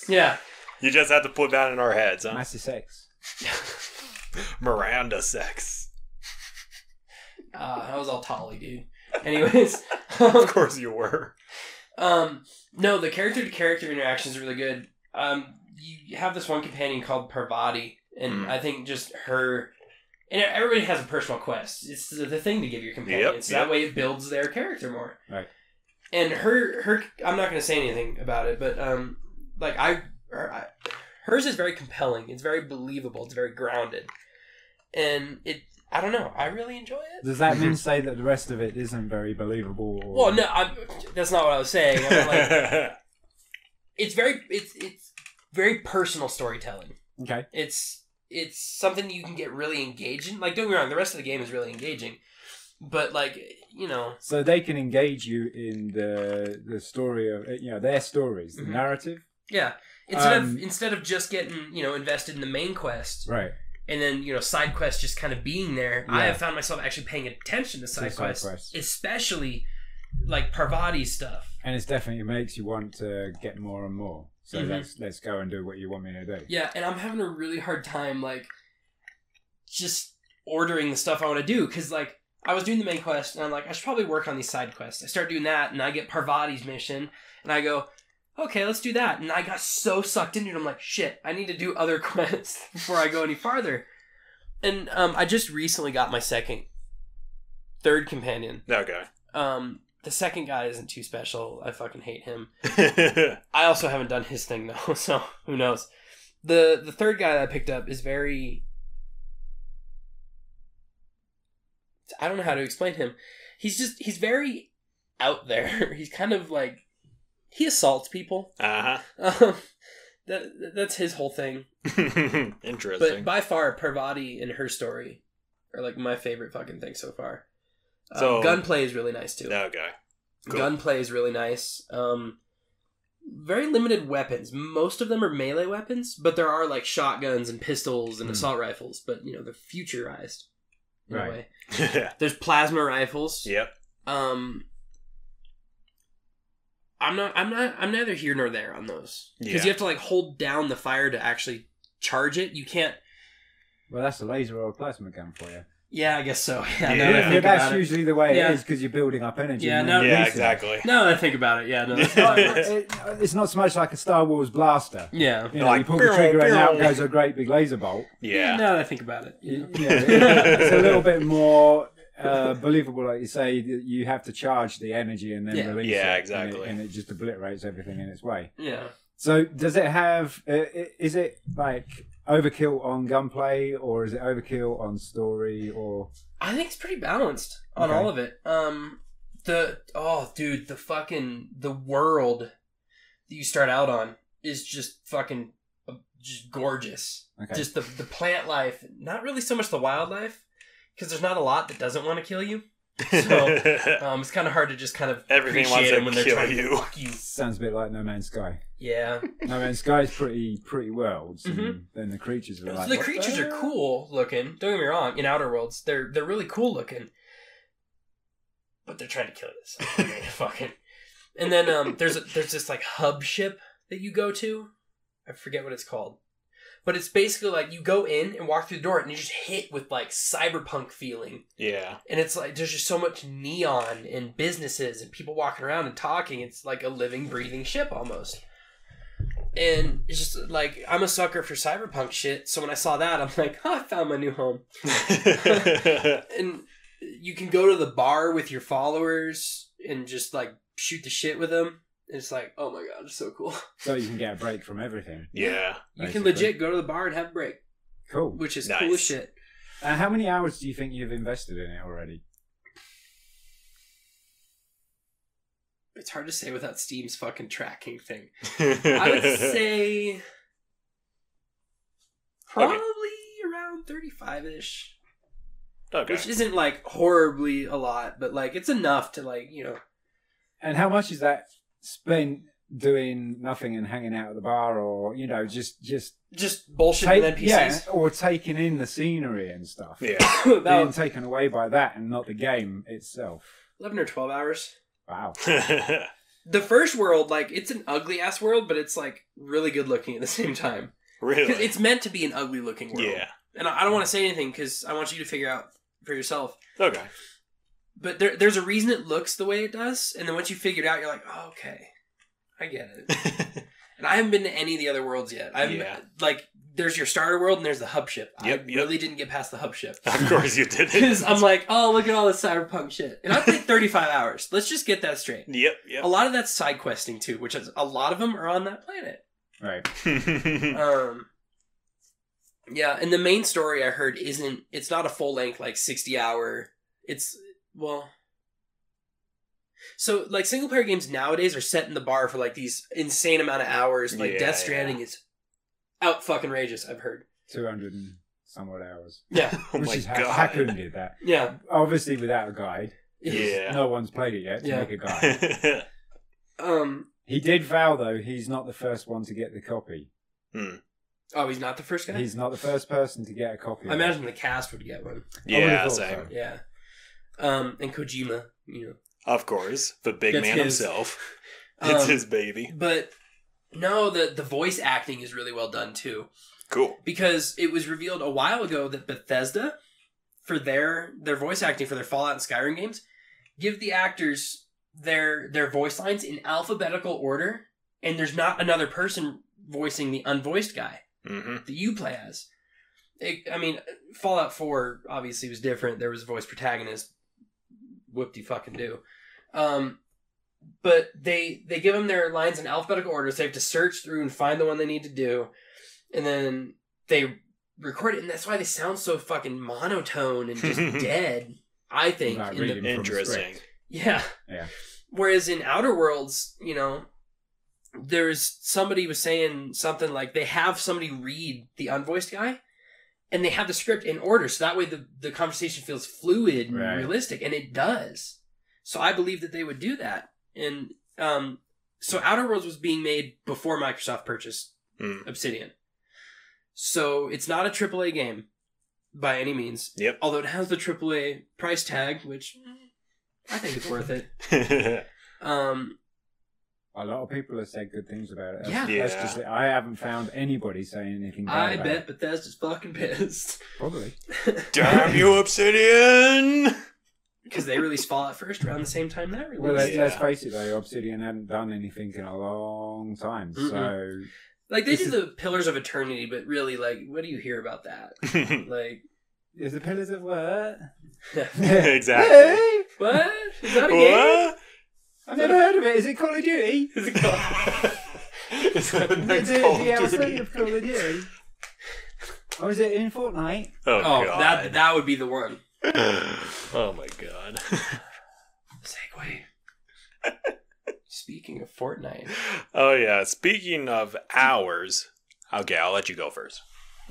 Speaker 3: Yeah.
Speaker 2: you just have to put that in our heads, huh?
Speaker 1: Massive sex.
Speaker 2: Miranda sex.
Speaker 3: Uh, I was all tolly, dude. Anyways,
Speaker 2: Of course you were.
Speaker 3: um, no, the character to character interactions are really good. Um, you have this one companion called Parvati, and
Speaker 2: Mm.
Speaker 3: I think just her. And everybody has a personal quest. It's the, the thing to give your companion.
Speaker 2: Yep,
Speaker 3: so that way it builds their character more.
Speaker 1: Right.
Speaker 3: and her her I'm not gonna say anything about it, but um, like I, her, I hers is very compelling. It's very believable. It's very grounded, and it I don't know. I really enjoy it.
Speaker 1: Does that mean say that the rest of it isn't very believable? Or...
Speaker 3: Well, no, I'm, that's not what I was saying. I mean, like, it's very it's it's very personal storytelling.
Speaker 1: Okay.
Speaker 3: It's it's something you can get really engaged in. Like don't get me wrong, the rest of the game is really engaging, but like you know,
Speaker 1: So they can engage you in the the story of you know their stories, the
Speaker 3: Mhm.
Speaker 1: narrative.
Speaker 3: yeah. Instead
Speaker 1: Um,
Speaker 3: of instead of just getting you know invested in the main quest,
Speaker 1: Right.
Speaker 3: and then you know side quests just kind of being there i
Speaker 1: Yeah.
Speaker 3: have found myself actually paying attention to side,
Speaker 1: side
Speaker 3: quests,
Speaker 1: quests.
Speaker 3: especially like parvati stuff
Speaker 1: and it's definitely makes you want to get more and more. So
Speaker 3: Mhm.
Speaker 1: let's let's go and do what you want me to do.
Speaker 3: yeah and i'm having a really hard time like just ordering the stuff i want to do because like i was doing the main quest and i'm like i should probably work on these side quests i start doing that and i get parvati's mission and i go okay let's do that and i got so sucked into it i'm like shit i need to do other quests before i go any farther and um, i just recently got my second third companion
Speaker 2: Okay.
Speaker 3: Um, the second guy isn't too special. I fucking hate him.
Speaker 2: yeah.
Speaker 3: I also haven't done his thing though, so who knows? the The third guy that I picked up is very. I don't know how to explain him. He's just he's very out there. He's kind of like he assaults people.
Speaker 2: Uh
Speaker 3: Um, that that's his whole thing.
Speaker 2: huh.
Speaker 3: But
Speaker 2: Interesting.
Speaker 3: by far, Parvati and her story are like my favorite fucking thing so far. Um,
Speaker 2: So-
Speaker 3: gunplay is really nice too.
Speaker 2: okay. Cool.
Speaker 3: Gunplay is really nice. Um, very limited weapons. Most of them are melee weapons, but there are like shotguns and pistols and
Speaker 1: Hmm.
Speaker 3: assault rifles. But you know they're futurized. In
Speaker 1: Right.
Speaker 3: A way.
Speaker 2: yeah.
Speaker 3: There's plasma rifles.
Speaker 2: Yep.
Speaker 3: Um, I'm not. I'm not. I'm neither here nor there on those because
Speaker 2: Yeah.
Speaker 3: you have to like hold down the fire to actually charge it. You can't.
Speaker 1: Well, that's a laser or a plasma gun for you.
Speaker 3: Yeah, I guess so. Yeah.
Speaker 2: Yeah.
Speaker 3: now that I
Speaker 2: Yeah,
Speaker 3: think about
Speaker 1: that's
Speaker 3: it.
Speaker 1: usually the way
Speaker 3: Yeah.
Speaker 1: it is because you're building up energy.
Speaker 3: Yeah,
Speaker 1: and
Speaker 3: no,
Speaker 1: then
Speaker 2: Yeah.
Speaker 1: releasing it.
Speaker 2: Exactly.
Speaker 3: Now that I think about it, yeah. No, that's
Speaker 1: Oh, it- it's not so much like a Star Wars blaster.
Speaker 3: yeah.
Speaker 1: You know,
Speaker 2: Like,
Speaker 1: you pull the
Speaker 2: "Barrel,
Speaker 1: trigger and out
Speaker 2: barrel."
Speaker 1: goes a great big laser bolt.
Speaker 2: Yeah.
Speaker 3: Now that I think about it. you
Speaker 1: Yeah,
Speaker 3: know.
Speaker 1: it's a little bit more uh, believable, like you say. That you have to charge the energy and then
Speaker 3: Yeah.
Speaker 1: release
Speaker 2: Yeah,
Speaker 1: it,
Speaker 2: exactly.
Speaker 1: and it, and it just obliterates everything in its way.
Speaker 3: Yeah.
Speaker 1: So, does it have? Uh, i- is it like overkill on gunplay, or is it overkill on story, or
Speaker 3: I think it's pretty balanced on
Speaker 1: Okay.
Speaker 3: all of it. Um the oh dude, the fucking the world that you start out on is just fucking uh, just gorgeous.
Speaker 1: okay?
Speaker 3: Just the the plant life, not really so much the wildlife because there's not a lot that doesn't want to kill you. So- Um it's kind of hard to just kind of
Speaker 2: Everything wants
Speaker 3: appreciate
Speaker 2: to
Speaker 3: them when they're
Speaker 2: kill
Speaker 3: trying
Speaker 2: you.
Speaker 3: to fuck you.
Speaker 1: sounds a bit like No Man's Sky.
Speaker 3: Yeah.
Speaker 1: No Man's Sky is pretty pretty worlds, and
Speaker 3: Mhm.
Speaker 1: then the creatures are
Speaker 3: So
Speaker 1: like
Speaker 3: the
Speaker 1: "What
Speaker 3: creatures are
Speaker 1: hell?"
Speaker 3: cool looking. Don't get me wrong. In Outer Worlds, they're they're really cool looking, but they're trying to kill us. I mean, fucking. And then um, there's a, there's this like hub ship that you go to. I forget what it's called, but it's basically like you go in and walk through the door, and you're just hit with like cyberpunk feeling.
Speaker 2: yeah.
Speaker 3: And it's like there's just so much neon and businesses and people walking around and talking. It's like a living, breathing ship almost. And it's just like I'm a sucker for cyberpunk shit. So when I saw that, I'm like, oh, I found my new home. And you can go to the bar with your followers and just like shoot the shit with them. And it's like, oh my god, it's so cool.
Speaker 1: So you can get a break from everything.
Speaker 2: yeah.
Speaker 3: You can
Speaker 1: Basically.
Speaker 3: legit go to the bar and have a break,
Speaker 1: Cool.
Speaker 3: which is
Speaker 2: Nice.
Speaker 3: cool as shit.
Speaker 1: Uh, how many hours do you think you've invested in it already?
Speaker 3: It's hard to say without Steam's fucking tracking thing. I would say probably around 35 ish,
Speaker 2: Okay.
Speaker 3: which isn't like horribly a lot, but like it's enough to like, you know,
Speaker 1: And how much is that spent doing nothing and hanging out at the bar, or you know, just just
Speaker 3: just bullshit
Speaker 1: take-
Speaker 3: and
Speaker 1: yeah,
Speaker 3: NPCs.
Speaker 1: or taking in the scenery and stuff?
Speaker 2: yeah.
Speaker 1: Being
Speaker 3: About
Speaker 1: taken away by that and not the game itself.
Speaker 3: 11 or 12 hours.
Speaker 1: Wow.
Speaker 3: The first world, like, it's an ugly ass world, but it's like really good looking at the same time. 'Cause
Speaker 2: really?
Speaker 3: It's meant to be an ugly looking world.
Speaker 2: Yeah.
Speaker 3: And I I don't want to say anything because I want you to figure out for yourself.
Speaker 2: Okay.
Speaker 3: But there, there's a reason it looks the way it does. And then once you figure it out, you're like, oh, okay, I get it. And I haven't been to any of the other worlds yet. I'm
Speaker 2: Yeah.
Speaker 3: like, there's your starter world and there's the hub ship.
Speaker 2: Yep, yep.
Speaker 3: I really didn't get past the hub ship.
Speaker 2: of course you did
Speaker 3: Because
Speaker 2: it.
Speaker 3: I'm like, oh, look at all this cyberpunk shit. And I played 35 hours. Let's just get that straight.
Speaker 2: Yep.
Speaker 3: A lot of that's side questing too, which is a lot of them are on that planet.
Speaker 1: Right.
Speaker 2: Yep.
Speaker 3: Um, yeah, and the main story I heard isn't. It's not a full length like 60 hour. It's well. So like single player games nowadays are set in the bar for like these insane amount of hours. Like
Speaker 2: Yeah,
Speaker 3: Death Stranding is out fucking rageous. I've heard.
Speaker 1: 200 and somewhat hours.
Speaker 3: Yeah,
Speaker 2: oh
Speaker 1: Which
Speaker 2: my
Speaker 1: is how Hackun
Speaker 2: god.
Speaker 1: did that.
Speaker 3: yeah,
Speaker 1: Obviously, without a guide.
Speaker 2: Yeah.
Speaker 1: No one's played it yet to
Speaker 3: Yeah.
Speaker 1: make a guide.
Speaker 3: Um,
Speaker 1: he did vow, though, he's not the first one to get the copy.
Speaker 2: Hmm.
Speaker 3: Oh, he's not the first guy.
Speaker 1: He's not the first person to get a copy.
Speaker 3: I
Speaker 1: of it.
Speaker 3: imagine the cast would get one.
Speaker 1: I would've
Speaker 2: Yeah,
Speaker 1: thought
Speaker 2: same.
Speaker 1: so.
Speaker 3: Yeah. Um, and Kojima, you know,
Speaker 2: Of course, the big
Speaker 3: That's
Speaker 2: man
Speaker 3: his.
Speaker 2: himself. It's
Speaker 3: Um,
Speaker 2: his baby.
Speaker 3: But no, the the voice acting is really well done too,
Speaker 2: Cool.
Speaker 3: because it was revealed a while ago that Bethesda, for their their voice acting for their Fallout and Skyrim games, give the actors their their voice lines in alphabetical order, and there's not another person voicing the unvoiced guy
Speaker 2: hmm
Speaker 1: Mm-hmm.
Speaker 3: that you play as. It, I mean, Fallout Four obviously was different. There was a voice protagonist. Whoop de fucking do. Um, but they they give them their lines in alphabetical order, so they have to search through and find the one they need to do, and then they record it, and that's why they sound so fucking monotone and just dead. I think.
Speaker 1: Not
Speaker 3: in the-
Speaker 1: reading from a
Speaker 2: Interesting.
Speaker 1: script.
Speaker 3: yeah.
Speaker 1: Yeah.
Speaker 3: Whereas in Outer Worlds, you know, there's somebody was saying something like they have somebody read the unvoiced guy and they have the script in order. So that way the, the conversation feels fluid and
Speaker 1: Right.
Speaker 3: realistic and it does. So I believe that they would do that. And um, so Outer Worlds was being made before Microsoft purchased
Speaker 1: Hmm.
Speaker 2: Mm.
Speaker 3: Obsidian. So it's not a AAA game by any means.
Speaker 2: Yep.
Speaker 3: Although it has the AAA price tag, which mm, I think it's worth it. Um,
Speaker 1: A lot of people have said good things about it. That's,
Speaker 3: Yeah.
Speaker 1: that's
Speaker 2: Yeah.
Speaker 1: just it. I haven't found anybody saying anything bad
Speaker 3: I
Speaker 1: about
Speaker 3: bet
Speaker 1: it.
Speaker 3: Bethesda's fucking pissed
Speaker 1: Probably.
Speaker 2: Damn you, Obsidian!
Speaker 3: because they released Fallout first around the same time that released.
Speaker 1: Well, let's,
Speaker 2: Yeah.
Speaker 1: let's face it though, Obsidian hadn't done anything in a long time. So,
Speaker 3: Like they
Speaker 1: This
Speaker 3: did
Speaker 1: is-
Speaker 3: the Pillars of Eternity, but really, like, what do you hear about that? Like,
Speaker 1: is the pillars of what?
Speaker 2: exactly.
Speaker 1: Hey,
Speaker 3: what is that a game?
Speaker 2: What?
Speaker 1: I've never heard of it. Is it Call of Duty?
Speaker 3: Is it called-
Speaker 2: Is that the
Speaker 1: Is it
Speaker 2: Call of
Speaker 1: DLC
Speaker 2: Duty?
Speaker 1: of Call of Duty? Or is it in Fortnite?
Speaker 2: Oh,
Speaker 3: Oh, that
Speaker 2: god.
Speaker 3: that would be the one.
Speaker 2: oh my god.
Speaker 3: Segway. Speaking of Fortnite,
Speaker 2: Oh yeah. Speaking of hours, okay, I'll let you go first.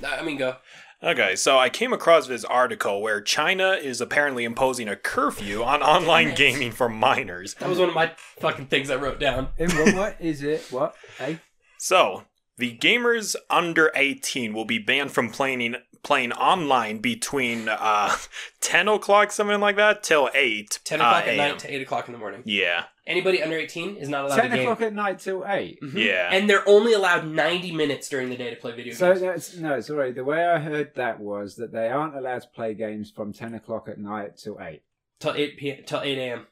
Speaker 3: I mean, go.
Speaker 2: Okay, so I came across this article where China is apparently imposing a curfew on online
Speaker 3: it.
Speaker 2: gaming for minors.
Speaker 3: That was one of my fucking things I wrote down.
Speaker 1: In what, what is it? What? Hey,
Speaker 2: So, the gamers under 18 will be banned from playing playing online between uh, 10 o'clock, something like that, till 8.
Speaker 3: Ten
Speaker 2: uh,
Speaker 3: o'clock at
Speaker 2: AM.
Speaker 3: night to eight o'clock in the morning.
Speaker 2: Yeah,
Speaker 3: Anybody under eighteen is not allowed
Speaker 1: ten
Speaker 3: to game.
Speaker 1: o'clock at night till eight.
Speaker 3: Mhm.
Speaker 2: yeah.
Speaker 3: And they're only allowed ninety minutes during the day to play video
Speaker 1: So
Speaker 3: games.
Speaker 1: that's no, it's alright. The way I heard that was that they aren't allowed to play games from ten o'clock at night till eight.
Speaker 3: till eight p.m. till eight a.m.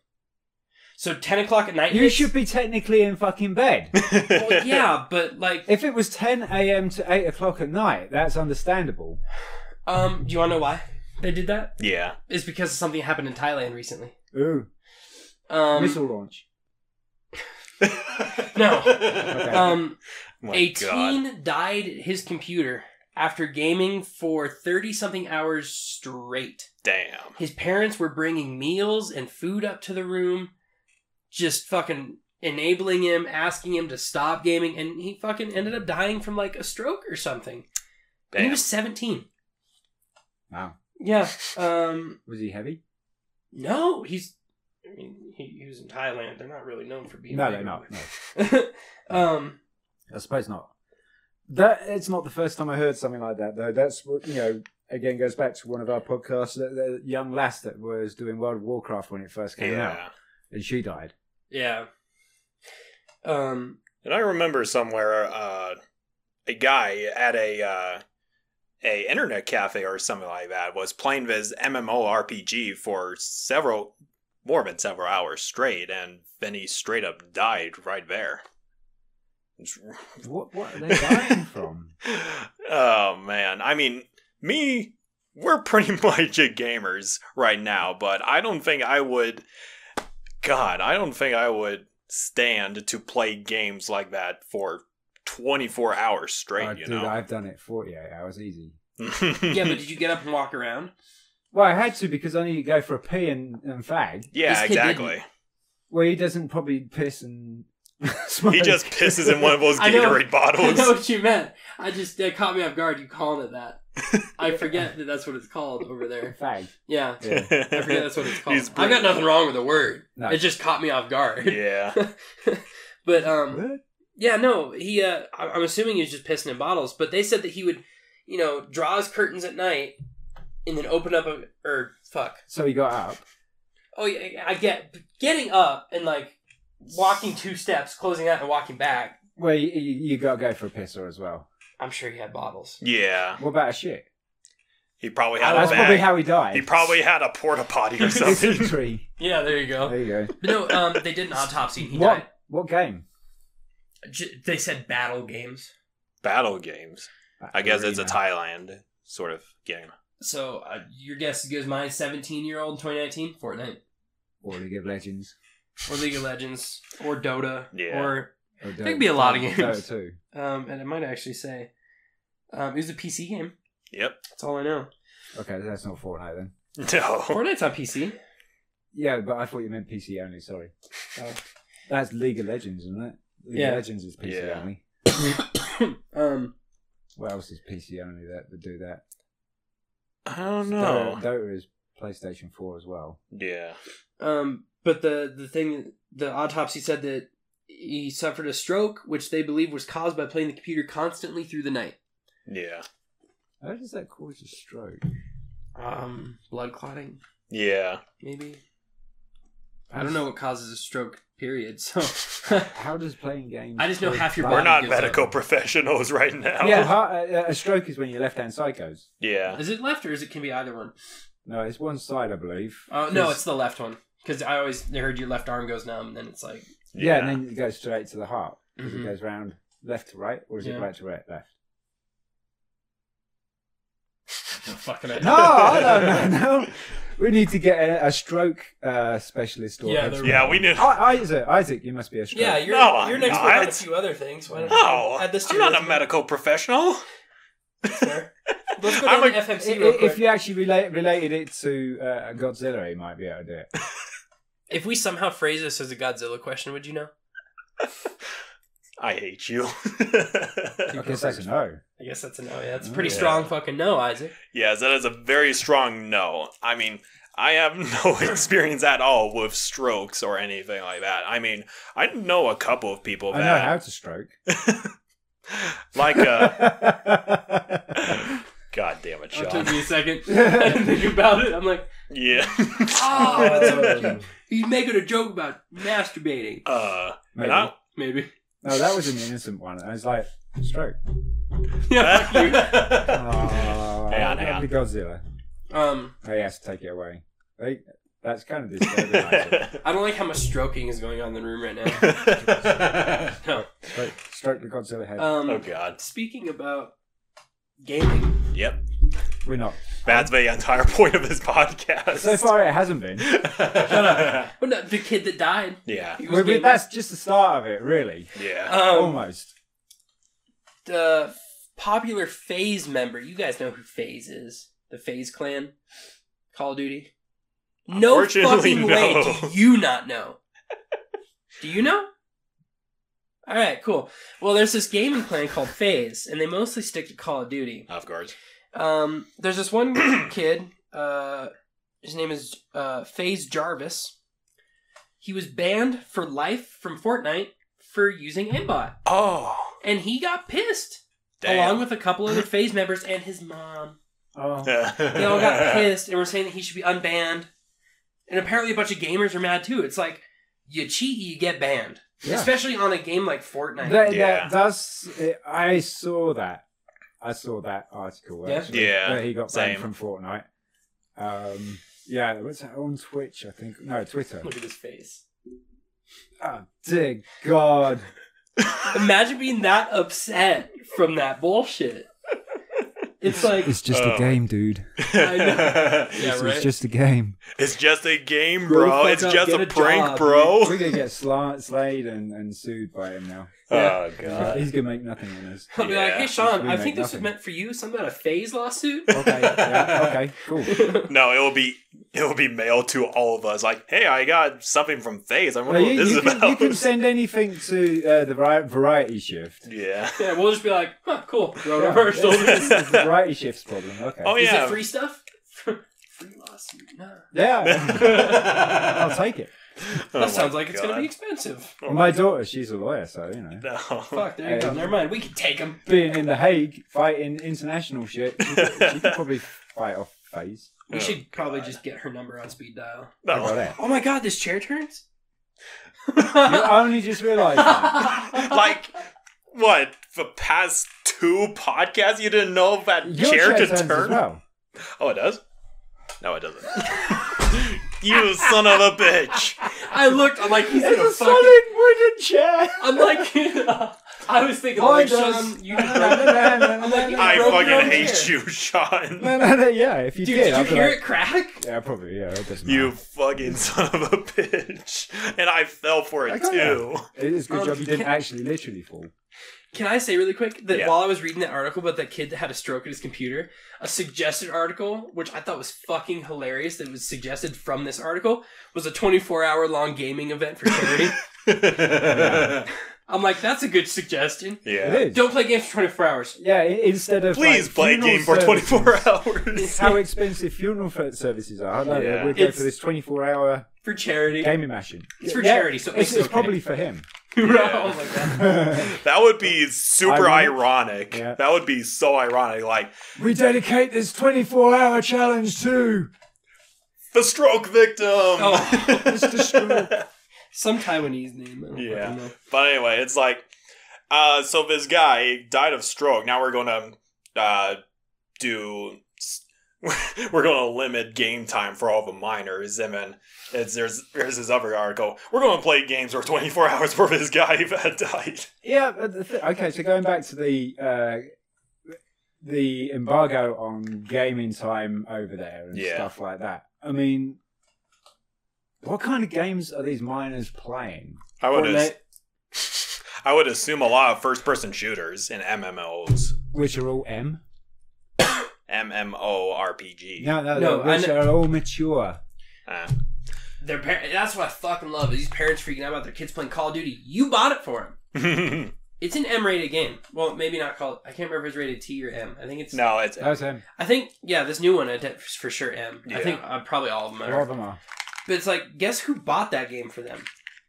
Speaker 3: So ten o'clock at night.
Speaker 1: You
Speaker 3: hits-
Speaker 1: should be technically in fucking bed.
Speaker 3: Well, yeah, but like,
Speaker 1: If it was 10 a.m. to 8 o'clock at night, that's understandable.
Speaker 3: um, do you want to know why they did that?
Speaker 2: yeah.
Speaker 3: It's because of something that happened in Thailand recently.
Speaker 1: Ooh,
Speaker 3: Um,
Speaker 1: missile launch.
Speaker 3: No. um,
Speaker 2: Oh My
Speaker 3: a
Speaker 2: God.
Speaker 3: teen died at his computer after gaming for thirty something hours straight.
Speaker 2: Damn.
Speaker 3: His parents were bringing meals and food up to the room, just fucking enabling him, asking him to stop gaming, and he fucking ended up dying from like a stroke or something. And he
Speaker 2: Damn.
Speaker 3: was seventeen.
Speaker 1: Wow.
Speaker 3: Yeah. Um.
Speaker 1: Was he heavy?
Speaker 3: No, he's. I mean, he, he was in Thailand. They're not really known for being.
Speaker 1: No,
Speaker 3: big.
Speaker 1: they're not. No.
Speaker 3: um.
Speaker 1: I suppose not. That It's not the first time I heard something like that, though. That's, what, you know, again, goes back to one of our podcasts. The, the young lass that was doing World of Warcraft when it first came out,
Speaker 2: Yeah.
Speaker 1: and she died.
Speaker 3: Yeah. Um.
Speaker 2: And I remember somewhere uh, a guy at a uh, a internet cafe or something like that was playing this MMORPG for several more than several hours straight, and then he straight up died right there. It's-
Speaker 1: What, what are they dying from?
Speaker 2: oh man, I mean, me, we're pretty much a gamers right now, but I don't think I would. God, I don't think I would stand to play games like that for 24 hours straight.
Speaker 1: Oh,
Speaker 2: you
Speaker 1: dude,
Speaker 2: know.
Speaker 1: I've done it 48 hours easy.
Speaker 3: Yeah, but did you get up and walk around?
Speaker 1: Well, I had to because I need to go for a pee and, and fag.
Speaker 2: Yeah,
Speaker 3: This kid
Speaker 2: exactly.
Speaker 1: Well, he doesn't probably piss and smoke.
Speaker 2: He just pisses in one of those
Speaker 3: I know.
Speaker 2: Gatorade
Speaker 3: I know
Speaker 2: bottles.
Speaker 3: what you meant. I just that caught me off guard. You calling it that? I forget that that's what it's called over there.
Speaker 1: Fag.
Speaker 3: Yeah.
Speaker 1: Yeah.
Speaker 3: I forget that's what it's called.
Speaker 2: He's
Speaker 3: I've got nothing wrong with the word.
Speaker 1: No.
Speaker 3: It just caught me off guard.
Speaker 2: Yeah.
Speaker 3: But um, Yeah, no, he. Uh, I- I'm assuming he was just pissing in bottles, but they said that he would, you know, draw his curtains at night and then open up a or fuck.
Speaker 1: So he got up.
Speaker 3: Oh yeah, I get but getting up and like walking two steps, closing out and walking back.
Speaker 1: Well, you, you you got to go for a pisser as well.
Speaker 3: I'm sure he had bottles.
Speaker 2: Yeah,
Speaker 1: What about a shit?
Speaker 2: he probably had
Speaker 1: That's
Speaker 2: a
Speaker 1: probably
Speaker 2: bag.
Speaker 1: how he died.
Speaker 2: he probably had a porta potty or
Speaker 1: It's a
Speaker 2: something.
Speaker 1: tree.
Speaker 3: Yeah, there you go.
Speaker 1: There you
Speaker 3: But no, um, they did an autopsy and
Speaker 1: go.
Speaker 3: he
Speaker 1: What?
Speaker 3: died.
Speaker 1: What game?
Speaker 3: J- they said battle games.
Speaker 2: Battle games. I guess it's a
Speaker 1: Arena.
Speaker 2: Thailand sort of game.
Speaker 3: So uh, your guess is good as mine. Seventeen year old, 2019, Fortnite
Speaker 1: Or League of Legends.
Speaker 3: or League of Legends or Dota
Speaker 2: Yeah.
Speaker 3: or
Speaker 1: Or
Speaker 3: There could be a lot of
Speaker 1: Dota
Speaker 3: games.
Speaker 1: too.
Speaker 3: um, and I might actually say, um, it was a PC game.
Speaker 2: Yep.
Speaker 3: That's all I know.
Speaker 1: Okay, that's not Fortnite then.
Speaker 2: No.
Speaker 3: Fortnite's on PC.
Speaker 1: Yeah, but I thought you meant PC only. Sorry. Uh,
Speaker 3: Oh.
Speaker 1: That's League of Legends, isn't it? League
Speaker 3: Yeah.
Speaker 1: of Legends is PC
Speaker 2: Yeah.
Speaker 1: only.
Speaker 3: um,
Speaker 1: What else is PC only that would do that?
Speaker 2: I
Speaker 3: Oh,
Speaker 1: Dota,
Speaker 2: don't know.
Speaker 1: Dota is PlayStation 4 as well.
Speaker 2: Yeah.
Speaker 3: um, but the the thing, the autopsy said that he suffered a stroke, which they believe was caused by playing the computer constantly through the night.
Speaker 2: Yeah.
Speaker 1: How does that cause a stroke?
Speaker 3: Um, blood clotting,
Speaker 2: Yeah.
Speaker 3: maybe. I don't know what causes a stroke. Period. So.
Speaker 1: How does playing games?
Speaker 3: I just know
Speaker 1: cause
Speaker 3: half your
Speaker 1: blood-
Speaker 2: We're not
Speaker 3: gives up.
Speaker 2: medical professionals right now.
Speaker 1: Yeah, heart, a, a stroke is when your left hand side goes.
Speaker 2: Yeah.
Speaker 3: Is it left or is it can be either one?
Speaker 1: No, it's one side, I believe.
Speaker 3: Uh, no,
Speaker 1: 'Cause-
Speaker 3: it's the left one because I always heard your left arm goes numb, and then it's like
Speaker 1: yeah, and then it goes straight to the heart. 'cause
Speaker 3: Mhm.
Speaker 1: It goes round left to right, or is
Speaker 3: Yeah.
Speaker 1: it right to right left?
Speaker 3: fucking
Speaker 1: No, I don't know. No. We need to get a, a stroke uh, specialist or
Speaker 3: Yeah,
Speaker 1: head
Speaker 3: there
Speaker 1: stroke.
Speaker 2: Yeah, we need.
Speaker 1: I, Isaac, Isaac, you must be a stroke.
Speaker 3: Yeah, you're
Speaker 2: No, I'm
Speaker 3: you're next
Speaker 2: not.
Speaker 3: on a few other things. Why don't
Speaker 2: No,
Speaker 3: you add this to
Speaker 2: I'm
Speaker 3: your
Speaker 2: not a
Speaker 3: resume?
Speaker 2: medical professional.
Speaker 3: Fair. Let's go
Speaker 2: I'm
Speaker 3: down
Speaker 2: a-
Speaker 3: to FMC
Speaker 1: I-
Speaker 3: real
Speaker 1: i-
Speaker 3: quick.
Speaker 1: if you actually relate, related it to uh, Godzilla, he might be able to do it.
Speaker 3: If we somehow phrase this as a Godzilla question, would you know?
Speaker 2: I hate you.
Speaker 1: I guess that's a no.
Speaker 3: I guess that's a no. Yeah, that's a pretty
Speaker 1: Yeah.
Speaker 3: strong fucking no, Isaac.
Speaker 2: yes, that is a very strong no. I mean, I have no experience at all with strokes or anything like that. I mean, I know a couple of people
Speaker 1: I know
Speaker 2: that
Speaker 1: how to stroke.
Speaker 2: like uh God damn it,
Speaker 3: It
Speaker 2: Sean.
Speaker 3: took me a second. I didn't think about it. I'm like,
Speaker 2: Yeah.
Speaker 3: oh, it's a, he's making a joke about masturbating.
Speaker 2: uh
Speaker 1: Maybe.
Speaker 2: and I,
Speaker 3: Maybe.
Speaker 1: No, that was an innocent one. I was like, stroke.
Speaker 3: Yeah. fuck you.
Speaker 1: Oh,
Speaker 2: Hang on, hang
Speaker 1: lovely Godzilla.
Speaker 3: Um,
Speaker 1: He has to take it away. Hey, that's kind of disturbing. Isaac.
Speaker 3: I don't like how much stroking is going on in the room right now. No.
Speaker 1: stroke, stroke the Godzilla head.
Speaker 3: Um,
Speaker 2: oh god.
Speaker 3: Speaking about gaming,
Speaker 2: Yep.
Speaker 1: We're not.
Speaker 2: That's the entire point of this podcast.
Speaker 1: So far, it hasn't been.
Speaker 2: up.
Speaker 3: well, oh, no, the kid that died.
Speaker 2: Yeah.
Speaker 3: He was
Speaker 1: Well, but
Speaker 3: gaming.
Speaker 1: that's just the start of it, really.
Speaker 2: Yeah.
Speaker 3: um,
Speaker 1: Almost.
Speaker 3: the popular Phase member. You guys know who Phase is? The Phase Clan, Call of Duty. No
Speaker 2: Unfortunately,
Speaker 3: fucking way.
Speaker 2: no.
Speaker 3: Do you not know? Do you know? All right, cool. Well, there's this gaming clan called Phase, and they mostly stick to Call of Duty.
Speaker 2: Of course.
Speaker 3: Um, there's this one kid. Uh, his name is uh, Faze Jarvis. He was banned for life from Fortnite for using aimbot,
Speaker 2: Oh.
Speaker 3: and he got pissed
Speaker 2: Damn.
Speaker 3: along with a couple other Phase members and his mom.
Speaker 1: Oh.
Speaker 3: They all got pissed and were saying that he should be unbanned. And apparently, a bunch of gamers are mad too. It's like you cheat, you get banned,
Speaker 1: Yeah.
Speaker 3: especially on a game like Fortnite.
Speaker 1: That,
Speaker 2: Yeah.
Speaker 1: that does. I saw that. I saw that article.
Speaker 3: Yeah.
Speaker 1: Actually,
Speaker 2: Yeah,
Speaker 1: That he got
Speaker 2: same.
Speaker 1: banned from Fortnite. Um, yeah, what's that on Twitch? I think no Twitter.
Speaker 3: Look at his face.
Speaker 1: Oh dear God!
Speaker 3: Imagine being that upset from that bullshit. It's like
Speaker 1: just
Speaker 2: a Oh. game,
Speaker 1: dude.
Speaker 3: I know.
Speaker 2: It's-
Speaker 3: Yeah, right.
Speaker 1: just a game.
Speaker 2: It's just a game,
Speaker 3: Grow the
Speaker 2: bro.
Speaker 3: fuck
Speaker 2: It's
Speaker 3: up,
Speaker 2: just
Speaker 3: get
Speaker 2: a
Speaker 3: a
Speaker 2: prank,
Speaker 3: job,
Speaker 2: bro.
Speaker 1: We're gonna get sla- slayed and, and sued by him now.
Speaker 2: Oh
Speaker 1: He's gonna make nothing in us.
Speaker 3: I'll be like,
Speaker 2: Yeah.
Speaker 3: hey, Sean,
Speaker 1: We
Speaker 3: I
Speaker 1: make
Speaker 3: think this was
Speaker 1: nothing.
Speaker 3: meant for you. Some kind of phase lawsuit.
Speaker 1: Okay. Yeah, okay. Cool.
Speaker 2: No, it will be it will be mailed to all of us. Like, hey, I got something from Faze. I wonder
Speaker 1: Well,
Speaker 2: what
Speaker 1: you,
Speaker 2: this
Speaker 1: you
Speaker 2: is
Speaker 1: can, you
Speaker 2: about.
Speaker 1: can send anything to uh, the vari- variety shift.
Speaker 2: Yeah.
Speaker 3: yeah, we'll just be like, huh, cool. Throw it
Speaker 1: Yeah. Oh,
Speaker 3: over our shoulders.
Speaker 1: This is the variety shift's problem. Okay.
Speaker 2: Oh
Speaker 3: Is
Speaker 2: yeah.
Speaker 3: it free stuff? free lawsuit? No.
Speaker 1: yeah. I'll take it.
Speaker 2: Oh my
Speaker 3: that sounds like it's going to
Speaker 2: God.
Speaker 3: be expensive.
Speaker 2: Oh
Speaker 1: my daughter, she's a lawyer, so you know.
Speaker 2: No.
Speaker 3: Fuck, there you go.
Speaker 1: Um,
Speaker 3: Never mind. We can take them.
Speaker 1: Being in the Hague, fighting international shit, she could, she could probably fight off phase.
Speaker 3: We
Speaker 2: Oh,
Speaker 3: should probably
Speaker 2: God.
Speaker 3: just get her number on speed dial.
Speaker 1: How about that?
Speaker 3: Oh my god, this chair turns?
Speaker 1: You only just realised that.
Speaker 2: like what? The past two podcasts, you didn't know that
Speaker 1: Your
Speaker 2: chair
Speaker 1: chair
Speaker 2: could
Speaker 1: turns as
Speaker 2: turn.
Speaker 1: well.
Speaker 2: Oh, it does. No, it doesn't. you son of a bitch.
Speaker 3: I looked, I'm like, he's going to fucking.
Speaker 1: wooden chair.
Speaker 3: I'm like, I was thinking,
Speaker 1: Mine
Speaker 3: like,
Speaker 1: does.
Speaker 3: Sean, you
Speaker 1: I'm
Speaker 3: like, you-
Speaker 2: I
Speaker 3: broke your own
Speaker 2: fucking hate
Speaker 3: chair.
Speaker 2: you, Sean.
Speaker 1: No, no, no, yeah, if you
Speaker 3: Dude,
Speaker 1: did,
Speaker 3: did you
Speaker 1: I'd be
Speaker 3: hear
Speaker 1: like,
Speaker 3: it crack?
Speaker 1: yeah, probably, yeah, it doesn't
Speaker 2: You
Speaker 1: matter.
Speaker 2: fucking son of a bitch. And I fell for
Speaker 1: I
Speaker 2: it
Speaker 1: got
Speaker 2: too.
Speaker 1: It is a good
Speaker 3: Um,
Speaker 1: job you didn't
Speaker 3: can-
Speaker 1: actually literally fall.
Speaker 3: Can I say really quick that
Speaker 2: Yeah.
Speaker 3: while I was reading that article about that kid that had a stroke at his computer, a suggested article, which I thought was fucking hilarious, that was suggested from this article, was a 24 hour long gaming event for charity.
Speaker 2: yeah.
Speaker 3: I'm like, that's a good suggestion.
Speaker 1: It is.
Speaker 3: Don't play games for 24 homes.
Speaker 1: Yeah, i- instead of
Speaker 2: Please
Speaker 1: like,
Speaker 2: play a
Speaker 1: funeral
Speaker 2: game for
Speaker 1: services,
Speaker 2: 24 hours.
Speaker 1: How expensive funeral f- services are! No,
Speaker 2: Yeah.
Speaker 1: we'll go
Speaker 3: It's-
Speaker 1: for this twenty-four hour
Speaker 3: For charity.
Speaker 1: gaming machine.
Speaker 3: It's for
Speaker 1: Yeah,
Speaker 3: charity, so
Speaker 1: it's,
Speaker 3: it makes it
Speaker 1: it's
Speaker 3: okay.
Speaker 1: probably for him.
Speaker 2: Yeah.
Speaker 3: oh my god.
Speaker 2: That would be super ironic.
Speaker 1: Yeah.
Speaker 2: That would be so ironic. Like,
Speaker 1: we dedicate this twenty-four hour challenge to.
Speaker 2: the stroke victim.
Speaker 3: Oh.
Speaker 1: Mr. Stroke.
Speaker 3: Some Taiwanese name. I don't
Speaker 2: Yeah.
Speaker 3: fucking know.
Speaker 2: But anyway, it's like, uh, so this guy died of stroke. Now we're gonna uh, do, we're gonna limit game time for all the minors. And then it's, there's there's this other article. We're gonna play games for 24 hours for this guy that died.
Speaker 1: Yeah. But the th- okay. So going back to the uh, the embargo on gaming time over there and
Speaker 2: Yeah.
Speaker 1: stuff like that. I mean, what kind of games are these miners playing?
Speaker 2: I would as-
Speaker 1: Fortnite,
Speaker 2: I would assume a lot of first person shooters and MMOs,
Speaker 1: which are all M.
Speaker 2: MMORPG.
Speaker 1: No, no,
Speaker 3: No,
Speaker 1: no.
Speaker 3: I
Speaker 1: Which
Speaker 3: kn-
Speaker 1: are all mature.
Speaker 2: Uh,
Speaker 3: Their par- that's what I fucking love is these parents freaking out about their kids playing Call of Duty. You bought it for them.
Speaker 2: no,
Speaker 3: It's an M-rated game. Well, maybe not called. I can't remember if it's rated T or M. I think it's.
Speaker 2: it's
Speaker 1: That's M.
Speaker 3: I think yeah, this new one I did for sure M. I
Speaker 2: Yeah.
Speaker 3: think uh, probably all of them
Speaker 1: A lot of
Speaker 3: are.
Speaker 1: them are.
Speaker 3: But it's like, guess who bought that game for them?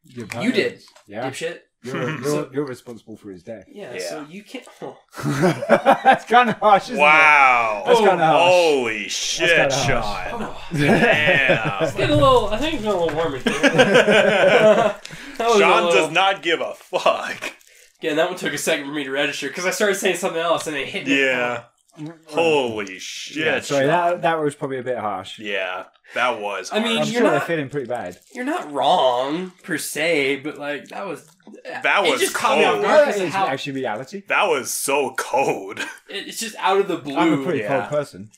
Speaker 1: Your
Speaker 3: You did.
Speaker 1: parents. Yeah.
Speaker 3: Dipshit.
Speaker 1: You're, you're,
Speaker 3: So-
Speaker 1: you're responsible for his death.
Speaker 3: Yeah,
Speaker 2: Yeah.
Speaker 3: So you can't. Oh,
Speaker 1: That's kind of harsh, isn't
Speaker 2: wow.
Speaker 1: That's kinda harsh.
Speaker 2: Holy shit,
Speaker 1: kinda harsh.
Speaker 2: Sean.
Speaker 3: oh.
Speaker 1: it?
Speaker 2: Damn.
Speaker 3: It's getting a little. I think it's getting a little warmer. Here. that was a
Speaker 2: Sean
Speaker 3: little-
Speaker 2: does not give a fuck.
Speaker 3: Again, that one took a second for me to register because I started saying something else and it hit me.
Speaker 2: Yeah. Holy shit.
Speaker 1: yeah,
Speaker 2: Yeah,
Speaker 1: sorry, that, that was probably a bit harsh.
Speaker 2: yeah that was.
Speaker 3: I mean,
Speaker 1: I'm
Speaker 2: harsh.
Speaker 3: you're
Speaker 1: sure
Speaker 3: not-
Speaker 1: they're feeling pretty bad.
Speaker 3: You're not wrong per se, but like that was
Speaker 2: That
Speaker 3: it
Speaker 2: was
Speaker 3: just caught me off
Speaker 2: cold.
Speaker 3: guard
Speaker 1: Well, that
Speaker 3: 'cause of
Speaker 1: is
Speaker 3: how, it,
Speaker 1: actually reality.
Speaker 2: that was so cold.
Speaker 3: it's just out of the blue.
Speaker 1: I'm a pretty
Speaker 2: yeah.
Speaker 1: cold person.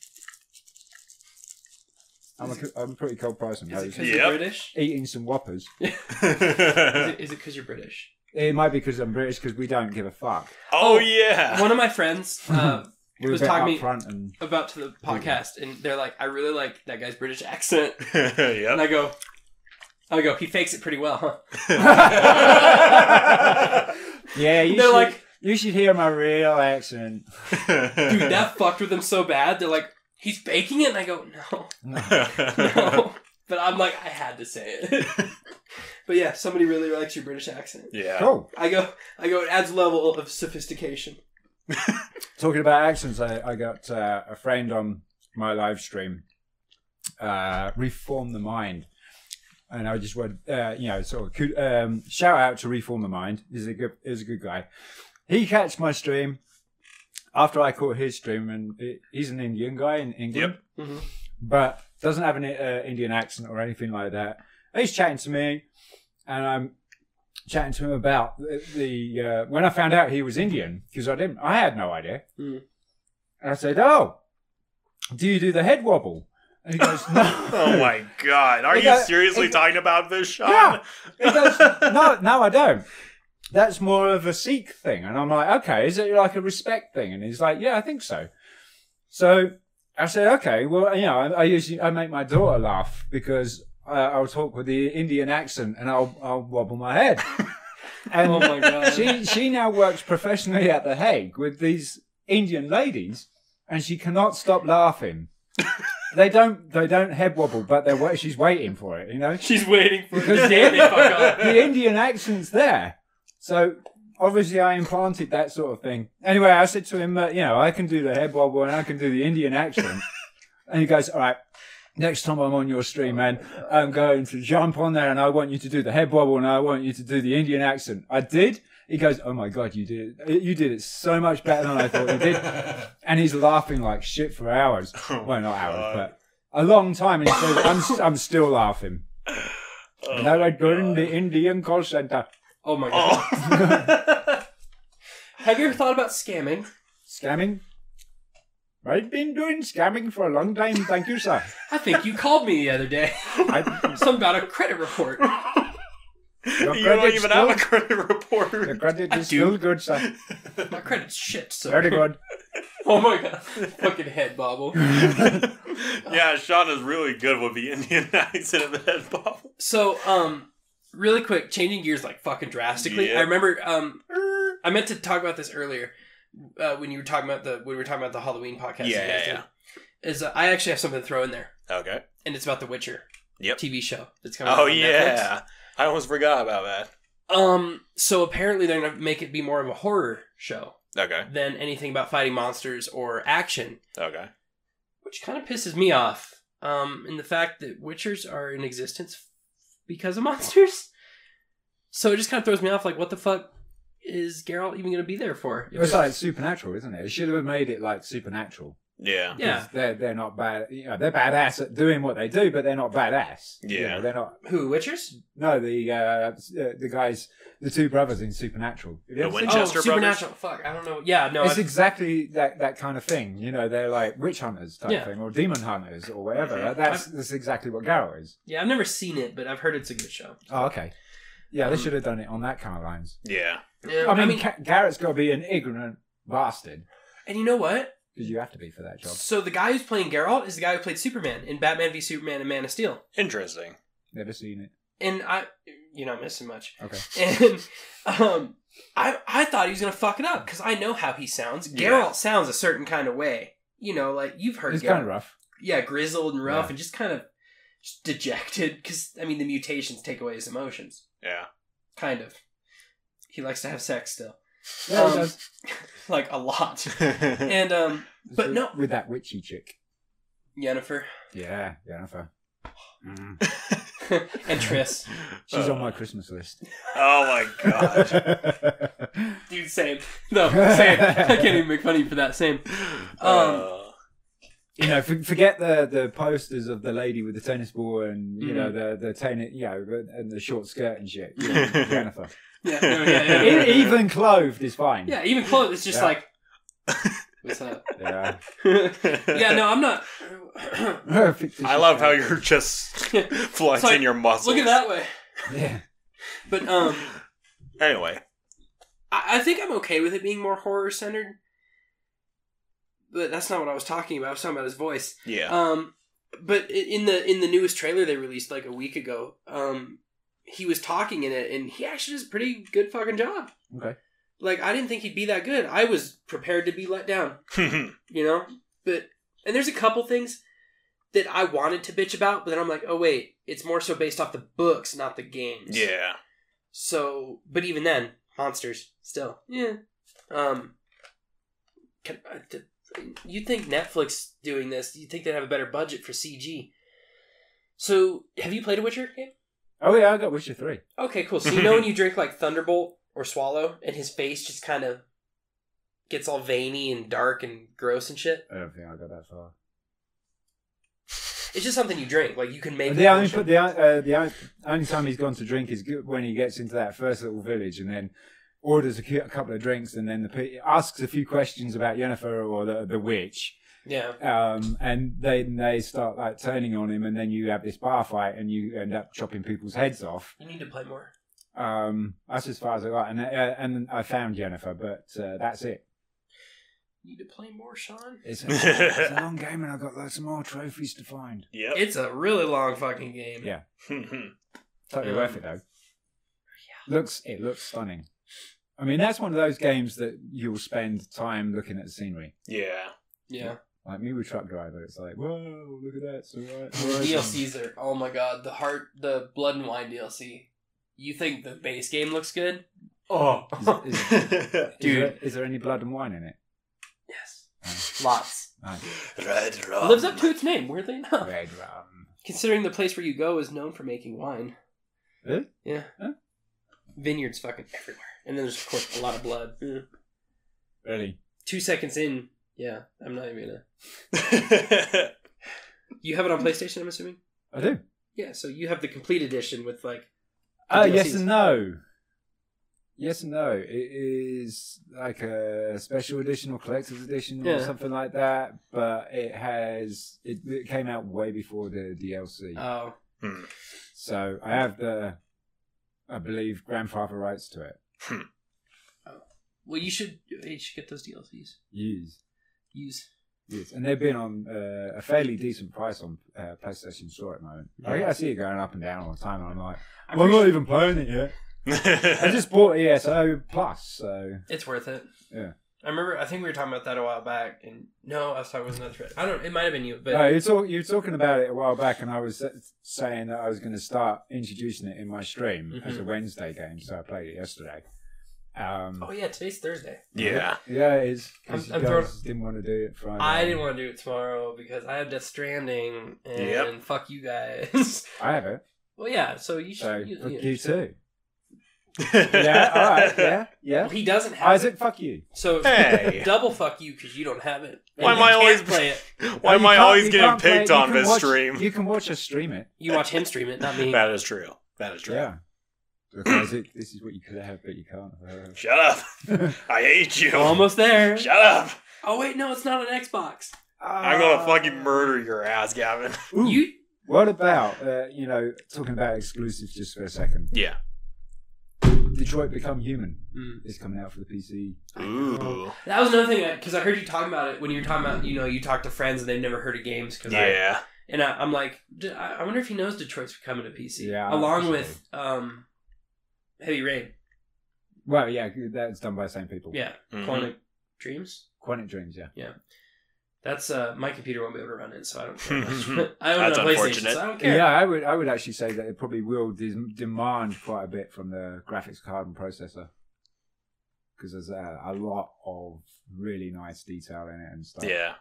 Speaker 1: I'm a, co- I'm a pretty cold person.
Speaker 3: Is it
Speaker 1: Moses.
Speaker 3: because
Speaker 2: Yep.
Speaker 3: you're British?
Speaker 1: Eating some whoppers.
Speaker 3: Is
Speaker 2: oh,
Speaker 3: it is it because you're British?
Speaker 1: It might be because I'm British because we don't give a fuck.
Speaker 3: Oh,
Speaker 2: yeah.
Speaker 3: One of my friends uh,
Speaker 1: We're
Speaker 3: Was
Speaker 1: a bit
Speaker 3: talking me-
Speaker 1: up front and
Speaker 3: about to the podcast, and they're like, "I really like that guy's British accent," and
Speaker 2: yep.
Speaker 3: I go, "I go, he fakes it pretty well, huh?"
Speaker 1: yeah, you
Speaker 3: They're
Speaker 1: should,
Speaker 3: like,
Speaker 1: you should hear my real accent.
Speaker 3: "Dude, that fucked with them so bad." They're like, "He's faking it," and I go, "No, no." but I'm like, I had to say it. but yeah, somebody really likes your British accent.
Speaker 2: yeah.
Speaker 1: Cool.
Speaker 3: I go, I go. It adds level of sophistication.
Speaker 1: Talking about accents, I, I got uh, a friend on my live stream, uh, Reform the Mind. And I just would, uh, you know, sort of could, um, shout out to Reform the Mind. He's a good, he's a good guy. He catched my stream after I caught his stream, and he- he's an Indian guy in England,
Speaker 3: Mhm.
Speaker 1: but doesn't have an uh, Indian accent or anything like that. And he's chatting to me, and I'm chatting to him about the, the uh, when I found out he was Indian because I didn't, I had no idea.
Speaker 3: Mm.
Speaker 1: And I said, "Oh, do you do the head wobble?" And he goes, "No."
Speaker 2: Oh my god. Are
Speaker 1: It
Speaker 2: you
Speaker 1: got-
Speaker 2: seriously
Speaker 1: it-
Speaker 2: talking about this, Sean?
Speaker 1: Yeah. He goes, "No, no, I don't." That's more of a Sikh thing, and I'm like, "Okay, is it like a respect thing?" And he's like, "Yeah, I think so." So I said, "Okay, well, you know, I, I usually I make my daughter laugh because I, I'll talk with the Indian accent and I'll I'll wobble my head." And
Speaker 3: Oh my god.
Speaker 1: she she now works professionally at the Hague with these Indian ladies, and she cannot stop laughing. they don't they don't head wobble, but they're wa- she's waiting for it. You know,
Speaker 3: She's waiting for
Speaker 1: Because-
Speaker 3: Damn it, fuck off.
Speaker 1: the Indian accent's there. So obviously I implanted that sort of thing. Anyway, I said to him that, you know, I can do the head wobble and I can do the Indian accent. and he goes, all right, next time I'm on your stream, man, I'm going to jump on there and I want you to do the head wobble and I want you to do the Indian accent. I did. He goes, oh my God, you did it. You did it so much better than I thought you did. And he's laughing like shit for hours.
Speaker 3: Oh
Speaker 1: Well, not hours, but a long time. And he says, I'm, I'm still laughing.
Speaker 2: Oh
Speaker 1: Now I
Speaker 2: my
Speaker 1: joined
Speaker 2: God.
Speaker 1: the Indian call center.
Speaker 3: Oh my god.
Speaker 2: Oh.
Speaker 3: Have you ever thought about scamming?
Speaker 1: Scamming? I've been doing scamming for a long time, thank you, sir.
Speaker 3: I think you called me the other day.
Speaker 1: I,
Speaker 3: Something about a credit report.
Speaker 2: you don't
Speaker 1: credit's
Speaker 2: even have a
Speaker 1: good.
Speaker 2: credit
Speaker 1: the
Speaker 2: report.
Speaker 1: credit
Speaker 3: I
Speaker 1: is
Speaker 3: do.
Speaker 1: still good, sir.
Speaker 3: My credit's shit, so.
Speaker 1: Very good.
Speaker 3: Oh my god. Fucking head bobble.
Speaker 2: yeah, Sean is really good with the Indian accent of the head bob.
Speaker 3: So, um, really quick, changing gears like fucking drastically.
Speaker 2: Yeah.
Speaker 3: I remember, um, I meant to talk about this earlier uh, when you were talking about the when we were talking about the Halloween podcast. you
Speaker 2: Yeah,
Speaker 3: guys
Speaker 2: yeah,
Speaker 3: did. Is uh, I actually have something to throw in there,
Speaker 2: Okay.
Speaker 3: and it's about The Witcher.
Speaker 2: Yep.
Speaker 3: TV show that's coming. out
Speaker 2: Oh
Speaker 3: on Netflix.
Speaker 2: yeah, I almost forgot about that.
Speaker 3: Um. So apparently they're gonna make it be more of a horror show
Speaker 2: Okay.
Speaker 3: than anything about fighting monsters or action,
Speaker 2: Okay.
Speaker 3: which kind of pisses me off. Um, in the fact that Witchers are in existence because of monsters. So it just kind of throws me off. Like, what the fuck is Geralt even gonna be there for?
Speaker 1: It was like supernatural, isn't it? It should have made it like supernatural.
Speaker 2: Yeah.
Speaker 1: 'Cause
Speaker 3: yeah.
Speaker 1: They're, they're not bad. You know, they're badass at doing what they do, but they're not badass. You
Speaker 2: Yeah.
Speaker 1: know, they're not.
Speaker 3: Who Witchers?
Speaker 1: No, the uh, s- uh, the guys, the two brothers in Supernatural. Have you
Speaker 2: The
Speaker 1: ever seen
Speaker 2: Winchester-
Speaker 3: oh,
Speaker 2: Brothers?
Speaker 3: supernatural. Fuck, I don't know. Yeah, no.
Speaker 1: it's
Speaker 3: I've-
Speaker 1: exactly that, that kind of thing. You know, they're like witch hunters type
Speaker 3: Yeah.
Speaker 1: thing or demon hunters or whatever.
Speaker 2: Mhm.
Speaker 1: That's, that's exactly what Garrow is.
Speaker 3: yeah, I've never seen it, but I've heard it's a good show.
Speaker 1: Oh, okay. Yeah, they
Speaker 3: Um,
Speaker 1: should have done it on that kind of lines.
Speaker 2: Yeah.
Speaker 3: Yeah,
Speaker 1: I mean, Ca- Garrett's got to be an ignorant bastard
Speaker 3: and you know what?
Speaker 1: because you have to be for that job.
Speaker 3: So the guy who's playing Geralt is the guy who played Superman in Batman v Superman and Man of Steel.
Speaker 2: Interesting.
Speaker 1: Never seen it.
Speaker 3: And I, you're not missing much.
Speaker 1: Okay.
Speaker 3: And um, I, I thought he was gonna fuck it up because I know how he sounds.
Speaker 2: Yeah.
Speaker 3: Geralt sounds a certain kind of way. You know, like you've heard.
Speaker 1: It's
Speaker 3: Geralt.
Speaker 1: kind of rough.
Speaker 3: Yeah, grizzled and rough
Speaker 1: Yeah.
Speaker 3: and just kind of just dejected because I mean the mutations take away his emotions.
Speaker 2: Yeah.
Speaker 3: Kind of. He likes to have sex still,
Speaker 1: Yeah, it
Speaker 3: Um,
Speaker 1: does.
Speaker 3: like a lot.
Speaker 2: Oh,
Speaker 3: and um, but
Speaker 1: With-
Speaker 3: no-
Speaker 1: With that witchy chick.
Speaker 3: Yennefer
Speaker 1: Yeah, Jennifer. Mm.
Speaker 3: and Triss.
Speaker 1: She's
Speaker 2: Uh,
Speaker 1: on my Christmas list.
Speaker 2: Oh my god.
Speaker 3: Dude, same. No, same. I can't even make fun of you for that. Same. Um,
Speaker 2: Uh,
Speaker 1: you know, for, forget the, the posters of the lady with the tennis ball and, you
Speaker 3: Mhm.
Speaker 1: know,
Speaker 2: Mm.
Speaker 1: the, the tennis, you know, and the short skirt and shit. You know,
Speaker 2: yeah.
Speaker 1: Jennifer.
Speaker 3: Yeah, no, yeah, yeah.
Speaker 1: E- Even clothed is fine.
Speaker 3: Yeah, even close. It's just
Speaker 1: Yeah.
Speaker 3: like, what's up?
Speaker 1: Yeah.
Speaker 3: yeah, no, I'm not.
Speaker 2: I love how you're just flexing
Speaker 3: like,
Speaker 2: your muscles.
Speaker 3: Look at that way.
Speaker 1: Yeah.
Speaker 3: But um,
Speaker 2: Anyway.
Speaker 3: I, I think I'm okay with it being more horror centered. But that's not what I was talking about. I was talking about his voice.
Speaker 2: Yeah.
Speaker 3: Um, but i- in the in the newest trailer they released like a week ago, um, he was talking in it, and he actually does a pretty good fucking job.
Speaker 1: Okay.
Speaker 3: Like I didn't think he'd be that good. I was prepared to be let down. you know but and there's a couple things that i wanted to bitch about but then i'm like oh wait it's more so based off the books not the games
Speaker 2: yeah.
Speaker 3: so but even then monsters still yeah um can, uh, th- you think netflix doing this you think they'd have a better budget for cg so have you played a witcher game
Speaker 1: Oh, yeah, I got Witcher 3.
Speaker 3: okay cool so you know when you drink like thunderbolt or swallow and his face just kind of gets all veiny and dark and gross and shit
Speaker 1: I don't think I got that far.
Speaker 3: It's just something you drink. Like you can make.
Speaker 1: The
Speaker 3: it
Speaker 1: only,
Speaker 3: function.
Speaker 1: the, uh, the only- only time he's gone to drink is good when he gets into that first little village and then orders a, cu- a couple of drinks and then the pe- asks a few questions about Yennefer or the, the witch.
Speaker 3: yeah.
Speaker 1: Um, and then they start like turning on him and then you have this bar fight and you end up chopping people's heads off.
Speaker 3: You need to play more.
Speaker 1: Um, that's as far as I got. And, uh, and I found Yennefer, but uh, that's it.
Speaker 3: You need to play more, Sean.
Speaker 1: It's a, it's a long game and I've got lots more trophies to find.
Speaker 2: Yep.
Speaker 3: It's a really long fucking game.
Speaker 1: Yeah. Totally worth it though. Looks it looks stunning. I mean, that's one of those games that you'll spend time looking at the scenery.
Speaker 2: yeah.
Speaker 3: Yeah.
Speaker 1: Like me with truck driver, it's like, whoa, look at that, it's all right.
Speaker 3: The DLCs are oh my god, the heart the blood and wine DLC. You think the base game looks good? Oh
Speaker 1: Is- is- Is there, is there any blood and wine in it?
Speaker 3: Yes. Lots.
Speaker 2: Red
Speaker 3: It
Speaker 2: rum.
Speaker 3: lives up to its name, weirdly enough.
Speaker 1: Red rum.
Speaker 3: Considering the place where you go is known for making wine.
Speaker 1: Really?
Speaker 3: Yeah.
Speaker 1: Huh?
Speaker 3: Vineyards fucking everywhere. And then there's of course a lot of blood. Mm.
Speaker 1: Really?
Speaker 3: Two seconds in, yeah, I'm not even gonna You have it on PlayStation, I'm assuming?
Speaker 1: I do.
Speaker 3: Yeah, so you have the complete edition with like
Speaker 1: Uh,
Speaker 3: DLCs.
Speaker 1: yes and no. Yes and no. It is like a special edition or collector's edition or
Speaker 3: Yeah.
Speaker 1: something like that, but it has it, it came out way before the DLC.
Speaker 3: Oh.
Speaker 1: so I have the I believe grandfather rights to it.
Speaker 3: Well you should you should get those DLCs.
Speaker 1: Yes.
Speaker 3: Use
Speaker 1: Yes, and they've been on uh, a fairly decent price on uh, PlayStation Store at the moment. I, I see it going up and down all the time, and I'm like,
Speaker 3: I'm
Speaker 1: well, I'm
Speaker 3: pretty
Speaker 1: not
Speaker 3: sure
Speaker 1: even playing it yet. I just bought ESO Plus, so
Speaker 3: it's worth it.
Speaker 1: Yeah.
Speaker 3: I remember I think we were talking about that a while back and no, I was talking with another friend. I don't it might have been you, but
Speaker 1: no, you talk, you were talking about it a while back, and I was s- saying that I was going to start introducing it in my stream as a Wednesday game, so I played it yesterday. Um,
Speaker 3: Mm-hmm. Oh yeah, today's Thursday.
Speaker 2: yeah.
Speaker 1: yeah, it is. 'cause
Speaker 3: I'm-
Speaker 1: you
Speaker 3: I'm
Speaker 1: guys
Speaker 3: throwing-
Speaker 1: didn't want to do it Friday.
Speaker 3: I didn't want to do it tomorrow because I have Death Stranding and
Speaker 2: Yep.
Speaker 3: fuck you guys.
Speaker 1: I have it,
Speaker 3: well, yeah, so you should.
Speaker 1: so
Speaker 3: you,
Speaker 1: fuck
Speaker 3: you-
Speaker 1: you too. Yeah, all right, yeah, yeah.
Speaker 3: Well, he doesn't have
Speaker 1: Isaac,
Speaker 3: it.
Speaker 1: fuck you.
Speaker 3: So
Speaker 2: Hey.
Speaker 3: double fuck you because you don't have it. And
Speaker 2: Why am
Speaker 3: you
Speaker 2: I
Speaker 3: can't
Speaker 2: always-
Speaker 3: play it?
Speaker 2: Why
Speaker 1: No,
Speaker 2: am
Speaker 1: Oh, you
Speaker 2: I
Speaker 1: can't-
Speaker 2: always
Speaker 1: you
Speaker 2: getting
Speaker 1: can't play it.
Speaker 2: picked
Speaker 1: You
Speaker 2: on
Speaker 1: can
Speaker 2: this
Speaker 1: watch-
Speaker 2: stream?
Speaker 1: You can watch us stream it.
Speaker 3: You watch him stream it, not me.
Speaker 2: That is true. That is true.
Speaker 1: Yeah. Look, Isaac, this is what you could have, but you can't.
Speaker 2: Shut up. I hate you.
Speaker 3: Almost there.
Speaker 2: Shut up.
Speaker 3: Oh wait, no, it's not an Xbox.
Speaker 2: I'm
Speaker 1: Uh,
Speaker 2: gonna fucking murder your ass, Gavin.
Speaker 1: Ooh.
Speaker 3: You
Speaker 1: What about, uh, you know, talking about exclusives just for a second?
Speaker 2: Yeah.
Speaker 1: Detroit Become Human
Speaker 3: Mm.
Speaker 1: is coming out for the PC.
Speaker 2: Ooh.
Speaker 3: that was another thing because I heard you talking about it when you were talking about you know you talk to friends and they've never heard of games because I
Speaker 2: Yeah.
Speaker 3: And I, I'm like, D- I I wonder if he knows Detroit's coming to PC.
Speaker 1: Yeah,
Speaker 3: Along
Speaker 1: absolutely.
Speaker 3: with um, Heavy Rain.
Speaker 1: Well, yeah, that's done by the same people.
Speaker 3: Yeah.
Speaker 2: Mhm.
Speaker 3: Quantum Dreams.
Speaker 1: Quantic Dreams, yeah.
Speaker 3: That's uh, my computer won't be able to run it, so I don't care. much. I own
Speaker 2: That's
Speaker 3: a PlayStation,
Speaker 2: unfortunate.
Speaker 3: so I don't care.
Speaker 1: Yeah, I would, I would actually say that it probably will de- demand quite a bit from the graphics card and processor because there's a, a lot of really nice detail in it and stuff.
Speaker 2: Yeah.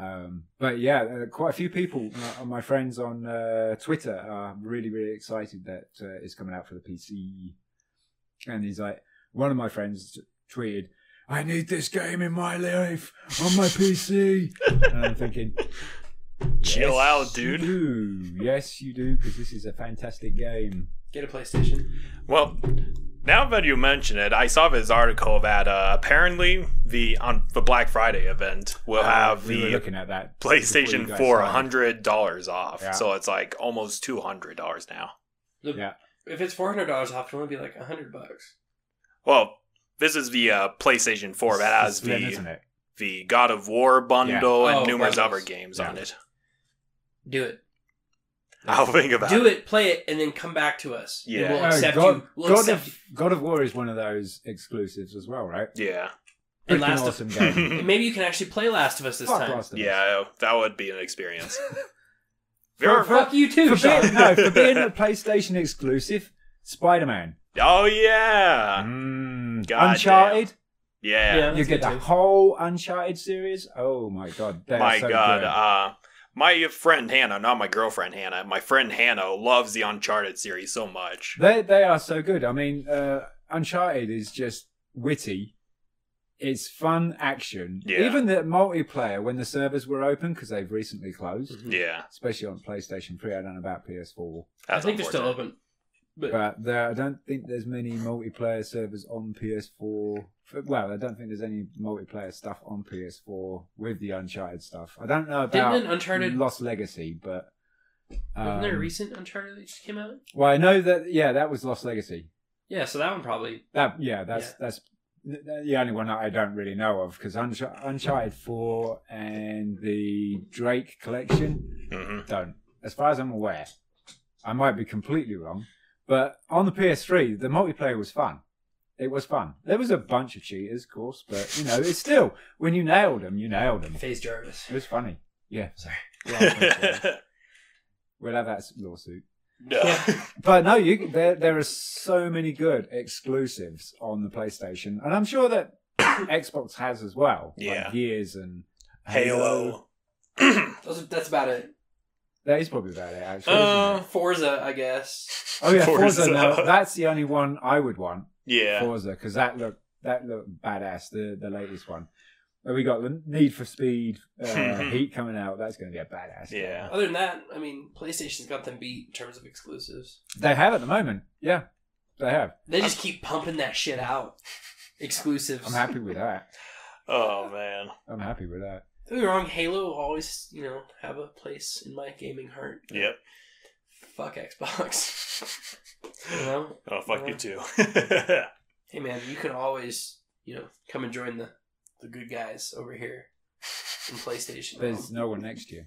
Speaker 1: Um, but yeah, uh, quite a few people, my, my friends on uh, Twitter, are really, really excited that uh, it's coming out for the PC. And he's like, one of my friends t- tweeted, I need this game in my life on my PC. and I'm thinking,
Speaker 2: Chill
Speaker 1: "Yes,
Speaker 2: out, dude."
Speaker 1: You do. Yes, you do, because this is a fantastic game.
Speaker 3: Get a PlayStation.
Speaker 2: Well, now that you mention it, I saw this article that uh, apparently the on the Black Friday event will
Speaker 1: Uh,
Speaker 2: have
Speaker 1: we were
Speaker 2: the
Speaker 1: looking at that before you
Speaker 2: PlayStation
Speaker 1: guys
Speaker 2: for
Speaker 1: started.
Speaker 2: hundred dollars off.
Speaker 1: Yeah.
Speaker 2: So it's like almost two hundred dollars now.
Speaker 3: If it's four hundred dollars off, it'll only be like hundred bucks.
Speaker 2: Well, this is the uh, PlayStation Four that
Speaker 1: It's
Speaker 2: has
Speaker 1: slim,
Speaker 2: the
Speaker 1: isn't it?
Speaker 2: the God of War bundle
Speaker 3: Yeah.
Speaker 2: and
Speaker 3: Oh,
Speaker 2: numerous
Speaker 3: bundles.
Speaker 2: other games on
Speaker 1: Yeah.
Speaker 2: it.
Speaker 3: Do it.
Speaker 2: I'll think about
Speaker 3: Do
Speaker 2: it.
Speaker 3: it. Play it, and then come back to us. And
Speaker 2: Yeah.
Speaker 3: We'll
Speaker 1: Oh,
Speaker 3: accept
Speaker 1: God,
Speaker 3: you. We'll
Speaker 1: God
Speaker 3: accept
Speaker 1: of, God of War is one of those exclusives as well, right?
Speaker 2: Yeah,
Speaker 3: you. And
Speaker 1: Freaking
Speaker 3: Last
Speaker 1: awesome
Speaker 2: of-
Speaker 1: game.
Speaker 3: of, and maybe you can actually play Last of Us this
Speaker 1: Fuck
Speaker 3: time.
Speaker 1: Last of Us.
Speaker 2: yeah, that would be an experience. There
Speaker 1: For-
Speaker 2: are-
Speaker 1: for-
Speaker 3: Fuck you too,
Speaker 1: for
Speaker 3: Sean.
Speaker 1: being, no, for being a PlayStation exclusive, Spider Man,
Speaker 2: oh
Speaker 1: Mm-hmm.
Speaker 2: yeah,
Speaker 1: Mm,
Speaker 2: God
Speaker 1: Uncharted.
Speaker 2: yeah.
Speaker 3: Yeah.
Speaker 1: You
Speaker 3: That's
Speaker 1: get
Speaker 3: good
Speaker 1: the
Speaker 3: too.
Speaker 1: whole Uncharted series. Oh my god, they are
Speaker 2: my
Speaker 1: so
Speaker 2: god
Speaker 1: good.
Speaker 2: uh my friend hannah not my girlfriend hannah my friend hannah loves the uncharted series so much
Speaker 1: they they are so good. I mean, uh, Uncharted is just witty. It's fun action.
Speaker 2: Yeah.
Speaker 1: Even the multiplayer when the servers were open because they've recently closed,
Speaker 3: Mhm.
Speaker 2: yeah
Speaker 1: especially on PlayStation Three. I don't know about PS4,
Speaker 3: I
Speaker 2: that's
Speaker 3: think they're still
Speaker 2: unfortunate.
Speaker 3: open.
Speaker 1: but there, I don't think there's many multiplayer servers on PS4. Well, I don't think there's any multiplayer stuff on PS4 with the Uncharted stuff. I don't know about
Speaker 3: Didn't an Uncharted?
Speaker 1: Lost Legacy, but
Speaker 3: wasn't there a
Speaker 1: um,
Speaker 3: recent Uncharted that just came out?
Speaker 1: well, I know that yeah, that was Lost Legacy.
Speaker 3: Yeah, so that one probably.
Speaker 1: That yeah, that's that's th- th- the only one that I don't really know of because Uncharted Four and the Drake Collection
Speaker 2: Mhm.
Speaker 1: don't, as far as I'm aware. I might be completely wrong, but on the PS3, the multiplayer was fun. It was fun. There was a bunch of cheaters, of course, but you know, it's still when you nailed them, you nailed them.
Speaker 3: Phase Jarvis.
Speaker 1: It was funny. Yeah,
Speaker 3: Sorry.
Speaker 2: Mm-hmm.
Speaker 1: Well, okay. we'll have that lawsuit.
Speaker 2: no.
Speaker 1: But no, you there there are so many good exclusives on the PlayStation, and I'm sure that Xbox has as well.
Speaker 2: Yeah.
Speaker 1: like Gears and
Speaker 2: Halo.
Speaker 3: Those are, that's about it.
Speaker 1: That is probably about it, actually.
Speaker 2: Uh,
Speaker 1: isn't it?
Speaker 3: Forza, I guess.
Speaker 1: Oh yeah, Forza.
Speaker 2: Forza.
Speaker 1: no, that's the only one I would want.
Speaker 2: yeah.
Speaker 1: Forza because that looked that looked badass. The the latest one. And we got the Need for Speed uh, Heat coming out. That's going to be a badass. game.
Speaker 2: Yeah.
Speaker 3: Uh, Other than that, I mean, PlayStation's got them beat in terms of exclusives.
Speaker 1: they have at the moment. Yeah, they have.
Speaker 3: They just keep pumping that shit out. Exclusives.
Speaker 1: I'm happy with that.
Speaker 2: Oh man.
Speaker 1: I'm happy with that.
Speaker 3: Don't get me wrong, Halo will always, you know, have a place in my gaming heart.
Speaker 2: Yep.
Speaker 3: Fuck Xbox. you know?
Speaker 2: Oh fuck you
Speaker 3: Yeah.
Speaker 2: too.
Speaker 3: Hey man, you can always, you know, come and join the, the good guys over here in PlayStation.
Speaker 1: There's no one next year.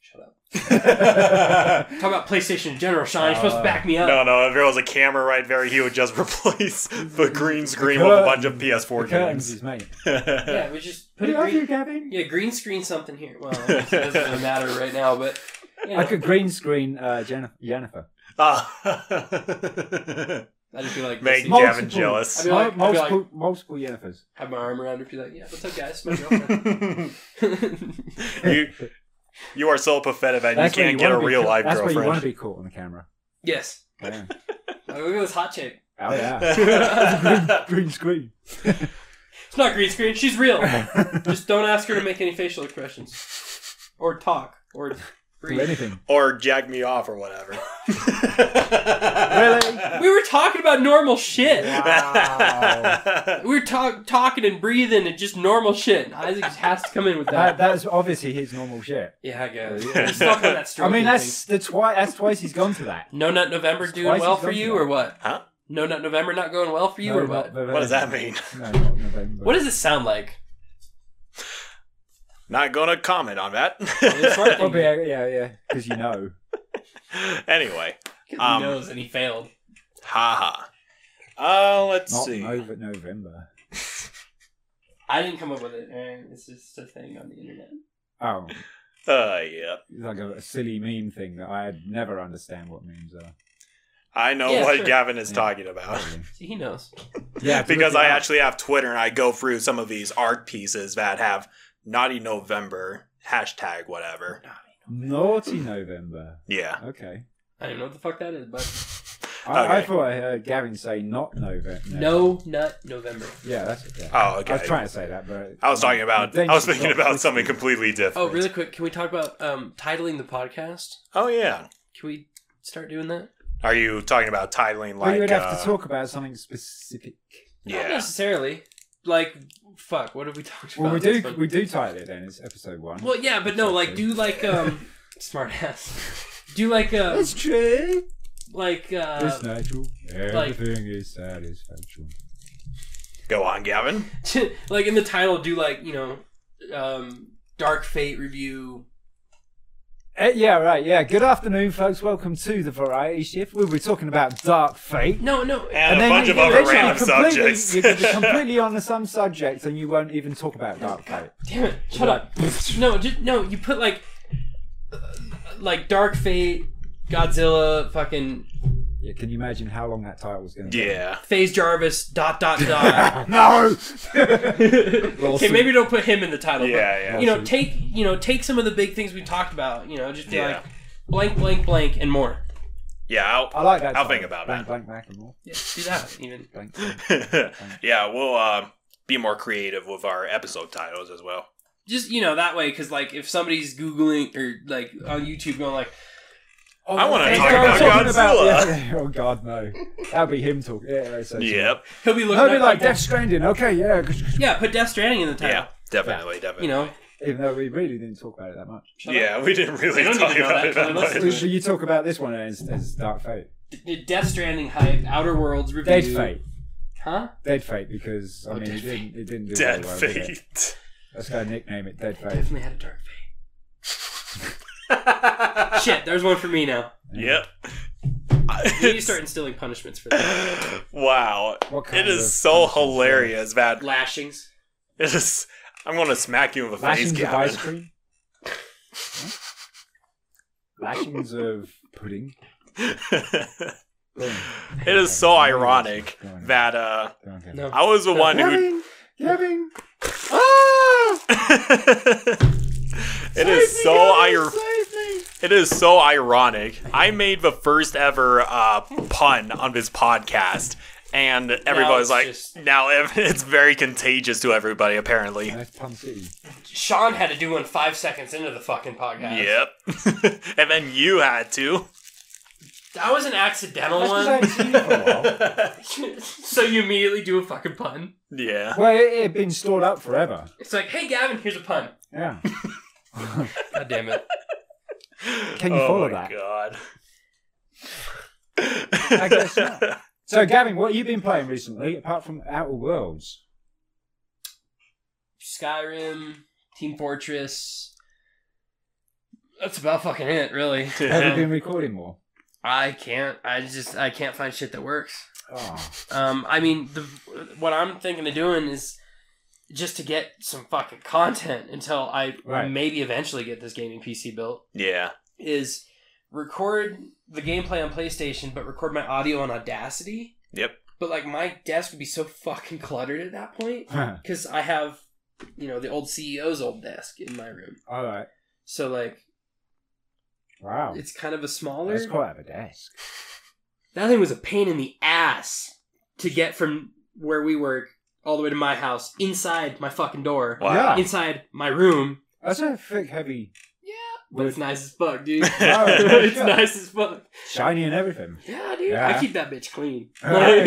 Speaker 3: Shut up.
Speaker 1: That's
Speaker 3: Talk about PlayStation in general, Sean. You're supposed to back me up.
Speaker 2: no, no. If there was a camera right there, he would just replace the green screen with a bunch of PS4 games.
Speaker 1: Is mate.
Speaker 3: Yeah, we just put
Speaker 1: Put
Speaker 3: a
Speaker 1: it on you,
Speaker 3: green,
Speaker 1: Gavin.
Speaker 3: yeah, green screen something here. Well, it doesn't really matter right now, but you know,
Speaker 1: I could green screen uh, Jennifer. Jennifer.
Speaker 2: Ah.
Speaker 3: I'd just be like,
Speaker 2: Make
Speaker 3: listen,
Speaker 2: Gavin jealous.
Speaker 3: I mean, like-
Speaker 1: Mul-
Speaker 3: I feel like-
Speaker 1: multiple, multiple Jennifers.
Speaker 3: have my arm around her and be like, yeah, what's up, guys? It's My girlfriend.
Speaker 2: you you are so pathetic that
Speaker 1: That's
Speaker 2: you
Speaker 1: where
Speaker 2: can't
Speaker 1: you
Speaker 2: get a
Speaker 1: wanna be
Speaker 2: real
Speaker 1: ca-
Speaker 2: life
Speaker 1: That's where you want
Speaker 2: girlfriend.
Speaker 1: to be caught on the camera.
Speaker 3: yes.
Speaker 1: Yeah.
Speaker 3: Like, look at this hot chick.
Speaker 1: Oh yeah.
Speaker 2: yeah.
Speaker 1: green screen.
Speaker 3: It's not green screen. She's real. Just don't ask her to make any facial expressions or talk or
Speaker 1: Do
Speaker 3: breathe.
Speaker 1: anything.
Speaker 2: or jack me off or whatever.
Speaker 1: Really?
Speaker 3: We were talking about normal shit.
Speaker 1: Wow.
Speaker 3: We were talk- talking and breathing and just normal shit. And Isaac just has to come in with
Speaker 1: That,
Speaker 3: that.
Speaker 1: that's obviously his normal shit.
Speaker 3: yeah, I guess.
Speaker 1: Yeah.
Speaker 3: We're stuck on that
Speaker 1: I
Speaker 3: stroking
Speaker 1: mean,
Speaker 3: thing.
Speaker 1: that's the twi- That's twice he's gone to that.
Speaker 3: No Nut November
Speaker 1: It's
Speaker 3: doing
Speaker 1: twice
Speaker 3: well
Speaker 1: he's
Speaker 3: for
Speaker 1: gone
Speaker 3: you
Speaker 1: for that.
Speaker 3: or what?
Speaker 2: Huh?
Speaker 3: No Nut November not going well for you
Speaker 1: No,
Speaker 3: or
Speaker 1: not
Speaker 3: what?
Speaker 1: November.
Speaker 2: what does that mean?
Speaker 1: No, not November.
Speaker 3: What does it sound like?
Speaker 2: Not gonna comment on
Speaker 3: It's hard
Speaker 2: that.
Speaker 3: to-
Speaker 1: Probably, yeah, yeah, because you know.
Speaker 2: anyway,
Speaker 3: Because
Speaker 2: Um,
Speaker 3: he knows and he failed.
Speaker 2: haha. Uh, let's
Speaker 1: Not
Speaker 2: see.
Speaker 1: Nov- November.
Speaker 3: I didn't come up with it. eh, It's just a thing on the internet.
Speaker 1: Oh,
Speaker 2: Uh, yeah.
Speaker 1: it's like a, a silly meme thing that I never understand what memes are.
Speaker 2: I know
Speaker 3: Yeah,
Speaker 2: what
Speaker 3: sure.
Speaker 2: Gavin is
Speaker 1: Yeah.
Speaker 2: talking about.
Speaker 1: really.
Speaker 3: See, he knows.
Speaker 1: Yeah, to
Speaker 2: because
Speaker 1: look it
Speaker 2: I
Speaker 1: up.
Speaker 2: actually have Twitter and I go through some of these art pieces that have naughty November hashtag whatever.
Speaker 1: naughty November.
Speaker 2: Yeah.
Speaker 1: Okay.
Speaker 3: I don't even know what the fuck that is, but
Speaker 1: I, I
Speaker 2: Okay.
Speaker 1: thought I heard Gavin say not November.
Speaker 3: no nut November.
Speaker 1: Yeah, that's it. yeah.
Speaker 2: Oh,
Speaker 1: I was
Speaker 2: okay.
Speaker 1: trying to say that, but
Speaker 2: I was talking about. I was thinking about something
Speaker 1: completely.
Speaker 2: completely different.
Speaker 3: Oh, really quick, can we talk about um, titling the podcast?
Speaker 2: Oh yeah.
Speaker 3: Can we start doing that?
Speaker 2: Are you talking about titling like?
Speaker 1: Well, you would have
Speaker 2: uh,
Speaker 1: to talk about something specific.
Speaker 3: Not
Speaker 2: Yeah.
Speaker 3: necessarily. Like, fuck. What have we talked about?
Speaker 1: Well, we
Speaker 3: This
Speaker 1: do
Speaker 3: one?
Speaker 1: we do title it then. It's episode one.
Speaker 3: Well, yeah, but no. Like, do like um, smart ass. Do like uh,
Speaker 1: That's true.
Speaker 3: like uh,
Speaker 2: Um,
Speaker 1: it's natural.
Speaker 3: like-
Speaker 1: Everything is satisfactory.
Speaker 2: Go on, Gavin.
Speaker 3: like in the title. Do like you know, um, dark fate review.
Speaker 1: Uh, yeah, right. Yeah. Good afternoon, folks. Welcome to the Variety Shift. We'll be talking about Dark Fate.
Speaker 3: No, no.
Speaker 2: And, a bunch
Speaker 1: you-
Speaker 2: of
Speaker 1: you
Speaker 2: other
Speaker 1: literally
Speaker 2: random
Speaker 1: completely-
Speaker 2: subjects.
Speaker 1: You could be completely on to some subjects, and you won't even talk about Dark Fate.
Speaker 3: Damn it! Shut up. No, just no. You put like, uh, like dark fate, Godzilla, fucking
Speaker 1: Yeah, can you imagine how long that title's going to
Speaker 2: yeah.
Speaker 3: Phase Jarvis, dot dot dot.
Speaker 1: be? No.
Speaker 3: okay, maybe don't put him in the title.
Speaker 2: Yeah,
Speaker 3: but,
Speaker 2: yeah.
Speaker 3: You know, take you know take some of the big things we talked about. You know, just be
Speaker 2: Yeah.
Speaker 3: like blank, blank, blank, and more.
Speaker 2: Yeah.
Speaker 1: I like that.
Speaker 2: I'll
Speaker 1: title.
Speaker 2: think about
Speaker 1: blank, Blank,
Speaker 2: that.
Speaker 1: blank, and more.
Speaker 3: Yeah, do that even.
Speaker 1: Blank.
Speaker 2: I'll... yeah. We'll uh, be more creative with our episode titles as well.
Speaker 3: Just you know that way, because like if somebody's googling or like on YouTube going like, oh,
Speaker 2: I wanna
Speaker 3: Phase
Speaker 2: talk
Speaker 3: Jarvis-
Speaker 2: about
Speaker 1: Talking
Speaker 2: Godzilla.
Speaker 1: yeah, oh God, no. That'll be him talking. Yeah, that's- that's-
Speaker 2: Yep.
Speaker 3: He'll be
Speaker 1: No,
Speaker 3: looking
Speaker 1: it'd be
Speaker 3: at
Speaker 1: like
Speaker 3: like
Speaker 1: Death Stranding. Okay, yeah.
Speaker 3: Yeah, put Death Stranding in the title.
Speaker 2: Yeah. Definitely. Definitely.
Speaker 3: You know,
Speaker 1: Even though we really didn't talk about it that much.
Speaker 3: Shut up.
Speaker 2: yeah. We didn't really
Speaker 3: They don't
Speaker 2: talk
Speaker 3: even know
Speaker 2: about
Speaker 3: that
Speaker 2: it that
Speaker 3: till
Speaker 2: much.
Speaker 3: they listen.
Speaker 1: You talk about this one as, as Dark Fate.
Speaker 3: D- Death Stranding hype, Outer Worlds review.
Speaker 1: Dead Fate.
Speaker 3: huh?
Speaker 1: Dead Fate, because, I
Speaker 3: Oh,
Speaker 1: mean,
Speaker 3: Dead
Speaker 1: it didn't, it didn't do
Speaker 2: Dead
Speaker 1: very well, did it?
Speaker 2: fate.
Speaker 1: Let's go nickname it Dead Fate.
Speaker 3: Definitely had a dark fate. Shit, there's one for me now.
Speaker 2: yep.
Speaker 3: We need to start instilling punishments for that.
Speaker 2: wow.
Speaker 1: What kind
Speaker 2: It is
Speaker 1: of
Speaker 2: so
Speaker 1: punishment?
Speaker 2: hilarious that
Speaker 3: Lashings.
Speaker 2: it is. I'm gonna smack you in the face,
Speaker 1: Lashings of ice cream.
Speaker 2: Gavin.
Speaker 1: Huh? Lashings of pudding.
Speaker 2: it is so ironic that uh,
Speaker 3: No.
Speaker 2: I was the one who
Speaker 1: Gavin, Gavin,
Speaker 2: it is so ir- it is so ironic. I made the first ever uh, pun on this podcast, and everybody's
Speaker 3: it's
Speaker 2: like,
Speaker 3: just-
Speaker 2: now ev- it's very contagious to everybody. Apparently,
Speaker 1: That's Pun City.
Speaker 3: Sean had to do one five seconds into the fucking podcast.
Speaker 2: yep. and then you had to.
Speaker 3: That was an accidental
Speaker 1: That's 'cause I
Speaker 3: one.
Speaker 1: hadn't seen it for a while.
Speaker 3: so you immediately do a fucking pun.
Speaker 2: Yeah.
Speaker 1: Well, it, it had been stored up forever.
Speaker 3: It's like, hey Gavin, here's a pun.
Speaker 1: Yeah.
Speaker 3: God damn it.
Speaker 1: Can you
Speaker 2: oh
Speaker 1: follow
Speaker 2: my
Speaker 1: that?
Speaker 2: god.
Speaker 1: I guess not. So, Gavin, what have you been playing recently, apart from Outer Worlds?
Speaker 3: Skyrim, Team Fortress. That's about fucking it, really.
Speaker 1: Have you
Speaker 3: Um,
Speaker 1: been recording more?
Speaker 3: I can't. I just I can't find shit that works.
Speaker 1: Oh,
Speaker 3: Um, I mean, the, what I'm thinking of doing is just to get some fucking content until I
Speaker 1: Right.
Speaker 3: maybe eventually get this gaming PC built.
Speaker 2: yeah.
Speaker 3: Is record the gameplay on PlayStation, but record my audio on Audacity.
Speaker 2: Yep.
Speaker 3: But like my desk would be so fucking cluttered at that point because I have, you know, the old CEO's old desk in my room.
Speaker 1: all right.
Speaker 3: So like
Speaker 1: Wow.
Speaker 3: it's kind of a smaller.
Speaker 1: That's quite a desk.
Speaker 3: That thing was a pain in the ass to get from where we work all the way to my house, inside my fucking door,
Speaker 2: Wow.
Speaker 1: Yeah.
Speaker 3: inside my room.
Speaker 1: That's a thick, heavy,
Speaker 3: Yeah. But it's nice as fuck, dude.
Speaker 1: Oh.
Speaker 3: it's nice as fuck.
Speaker 1: shiny and everything.
Speaker 3: Yeah, dude.
Speaker 1: Yeah.
Speaker 3: I keep that bitch clean. Like,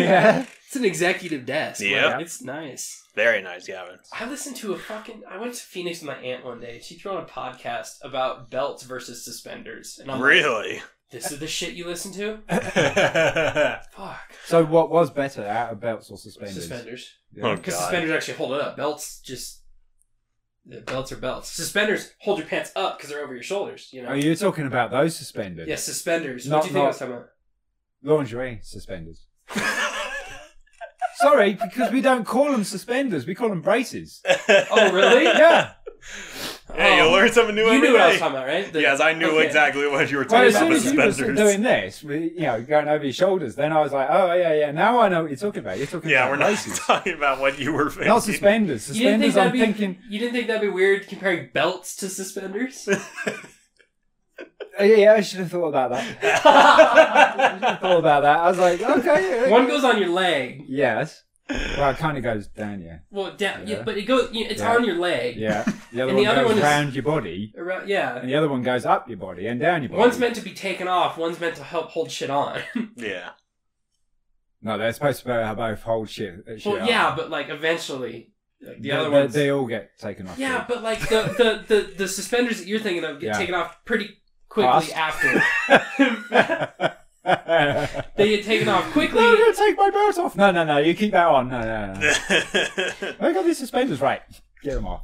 Speaker 1: yeah.
Speaker 3: It's an executive desk.
Speaker 2: Yeah.
Speaker 3: Like, it's nice.
Speaker 2: Very nice, Gavin.
Speaker 3: I listened to a fucking. I went to Phoenix with my aunt one day. and She threw on a podcast about belts versus suspenders, and I'm like,
Speaker 2: Really?
Speaker 3: "This is the shit you listen to?
Speaker 2: oh
Speaker 3: Fuck
Speaker 1: So, what was better, out of belts or suspenders?
Speaker 3: suspenders."
Speaker 1: Yeah.
Speaker 3: Because
Speaker 2: god.
Speaker 3: suspenders actually hold it up. Belts just the belts are belts. Suspenders hold your pants up because they're over your shoulders. You know.
Speaker 1: Oh, you're talking about those suspenders?
Speaker 3: yeah, suspenders.
Speaker 1: Not-
Speaker 3: what do you think
Speaker 1: not-
Speaker 3: I was talking about?
Speaker 1: Lingerie suspenders. Sorry, because we don't call them suspenders. We call them braces.
Speaker 3: Oh, really?
Speaker 1: Yeah.
Speaker 2: Hey,
Speaker 3: Oh,
Speaker 2: you learn something new
Speaker 3: you
Speaker 2: every
Speaker 3: knew what I
Speaker 2: day.
Speaker 3: was talking about, right? The-
Speaker 2: yes, I knew
Speaker 3: okay.
Speaker 2: exactly what you were
Speaker 1: Well,
Speaker 2: talking
Speaker 1: as
Speaker 2: about
Speaker 1: soon
Speaker 2: with
Speaker 1: as you were
Speaker 2: suspenders.
Speaker 1: doing this, we, you know, going over your shoulders, then I was like, oh, yeah, yeah. Now I know what you're talking about. You're talking
Speaker 2: Yeah,
Speaker 1: about
Speaker 2: we're not
Speaker 1: braces.
Speaker 2: talking about what you were thinking.
Speaker 1: Not suspenders.
Speaker 3: You didn't think
Speaker 1: Suspenders,
Speaker 3: that'd
Speaker 1: I'm
Speaker 3: be
Speaker 1: thinking.
Speaker 3: you didn't think that'd be weird comparing belts to suspenders?
Speaker 1: Oh, yeah, yeah, I should have thought about that. I should have thought about that. I was like, okay. yeah.
Speaker 3: One goes on your leg.
Speaker 1: Yes. Well, it kind of goes down, yeah.
Speaker 3: Well, down. Yeah.
Speaker 1: Yeah.
Speaker 3: but it goes. You know, it's
Speaker 1: Yeah.
Speaker 3: on your leg.
Speaker 1: Yeah. The other
Speaker 3: And the
Speaker 1: one
Speaker 3: other
Speaker 1: goes
Speaker 3: one is-
Speaker 1: round your body,
Speaker 3: Around, yeah.
Speaker 1: and the other one goes up your body and down your body.
Speaker 3: One's meant to be taken off. One's meant to help hold shit on.
Speaker 2: yeah.
Speaker 1: No, they're supposed to be- both hold shit. shit
Speaker 3: well,
Speaker 1: up.
Speaker 3: yeah, but like eventually, like,
Speaker 1: They-
Speaker 3: the other
Speaker 1: they,
Speaker 3: one's
Speaker 1: They all get taken off.
Speaker 3: Yeah,
Speaker 1: too.
Speaker 3: but like the, the, the, the suspenders that you're thinking of get
Speaker 1: Yeah.
Speaker 3: taken off pretty quickly
Speaker 1: Fast.
Speaker 3: after.
Speaker 1: no,
Speaker 3: They get taken off quickly.
Speaker 1: I'm gonna take my belt off. No, no, no. You keep that on. No, no, no. I got these suspenders right. Get them off.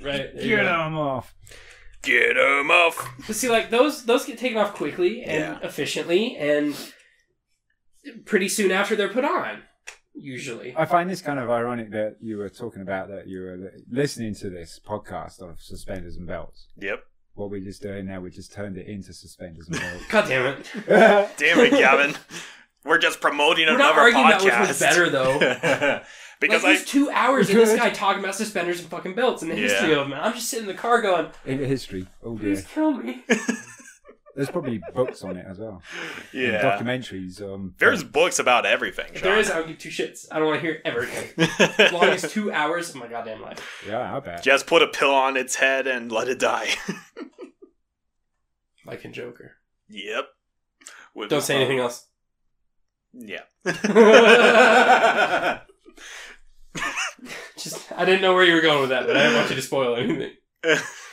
Speaker 3: right. there you
Speaker 1: Get
Speaker 3: go.
Speaker 1: them off.
Speaker 2: Get him off.
Speaker 3: But see, like those those get taken off quickly and
Speaker 2: Yeah.
Speaker 3: efficiently and pretty soon after they're put on, usually.
Speaker 1: I find this kind of ironic that you were talking about that you were listening to this podcast of suspenders and belts.
Speaker 2: Yep.
Speaker 1: What we're just doing now, we just turned it into suspenders and
Speaker 3: God damn it.
Speaker 1: belts.
Speaker 2: Damn it, Gavin. we're just promoting
Speaker 3: We're not
Speaker 2: another
Speaker 3: arguing
Speaker 2: podcast.
Speaker 3: about which was better though.
Speaker 2: because
Speaker 3: like,
Speaker 2: I
Speaker 3: there's two hours of this guy talking about suspenders and fucking belts and the
Speaker 2: Yeah.
Speaker 3: history of them. And I'm just sitting in the car going,
Speaker 1: Into history. Oh
Speaker 3: please
Speaker 1: dear.
Speaker 3: kill me.
Speaker 1: There's probably books on it as well. And
Speaker 2: yeah.
Speaker 1: Documentaries. Um.
Speaker 2: There's books about everything.
Speaker 3: If there is, I don't give two shits. I don't want to hear it ever again. As long as two hours of my goddamn life.
Speaker 1: Yeah, I bet.
Speaker 2: Just put a pill on its head and let it die.
Speaker 3: Like in Joker.
Speaker 2: yep. With
Speaker 3: Don't say anything else.
Speaker 2: Yeah.
Speaker 3: Just I didn't know where you were going with that, but I didn't want you to spoil anything.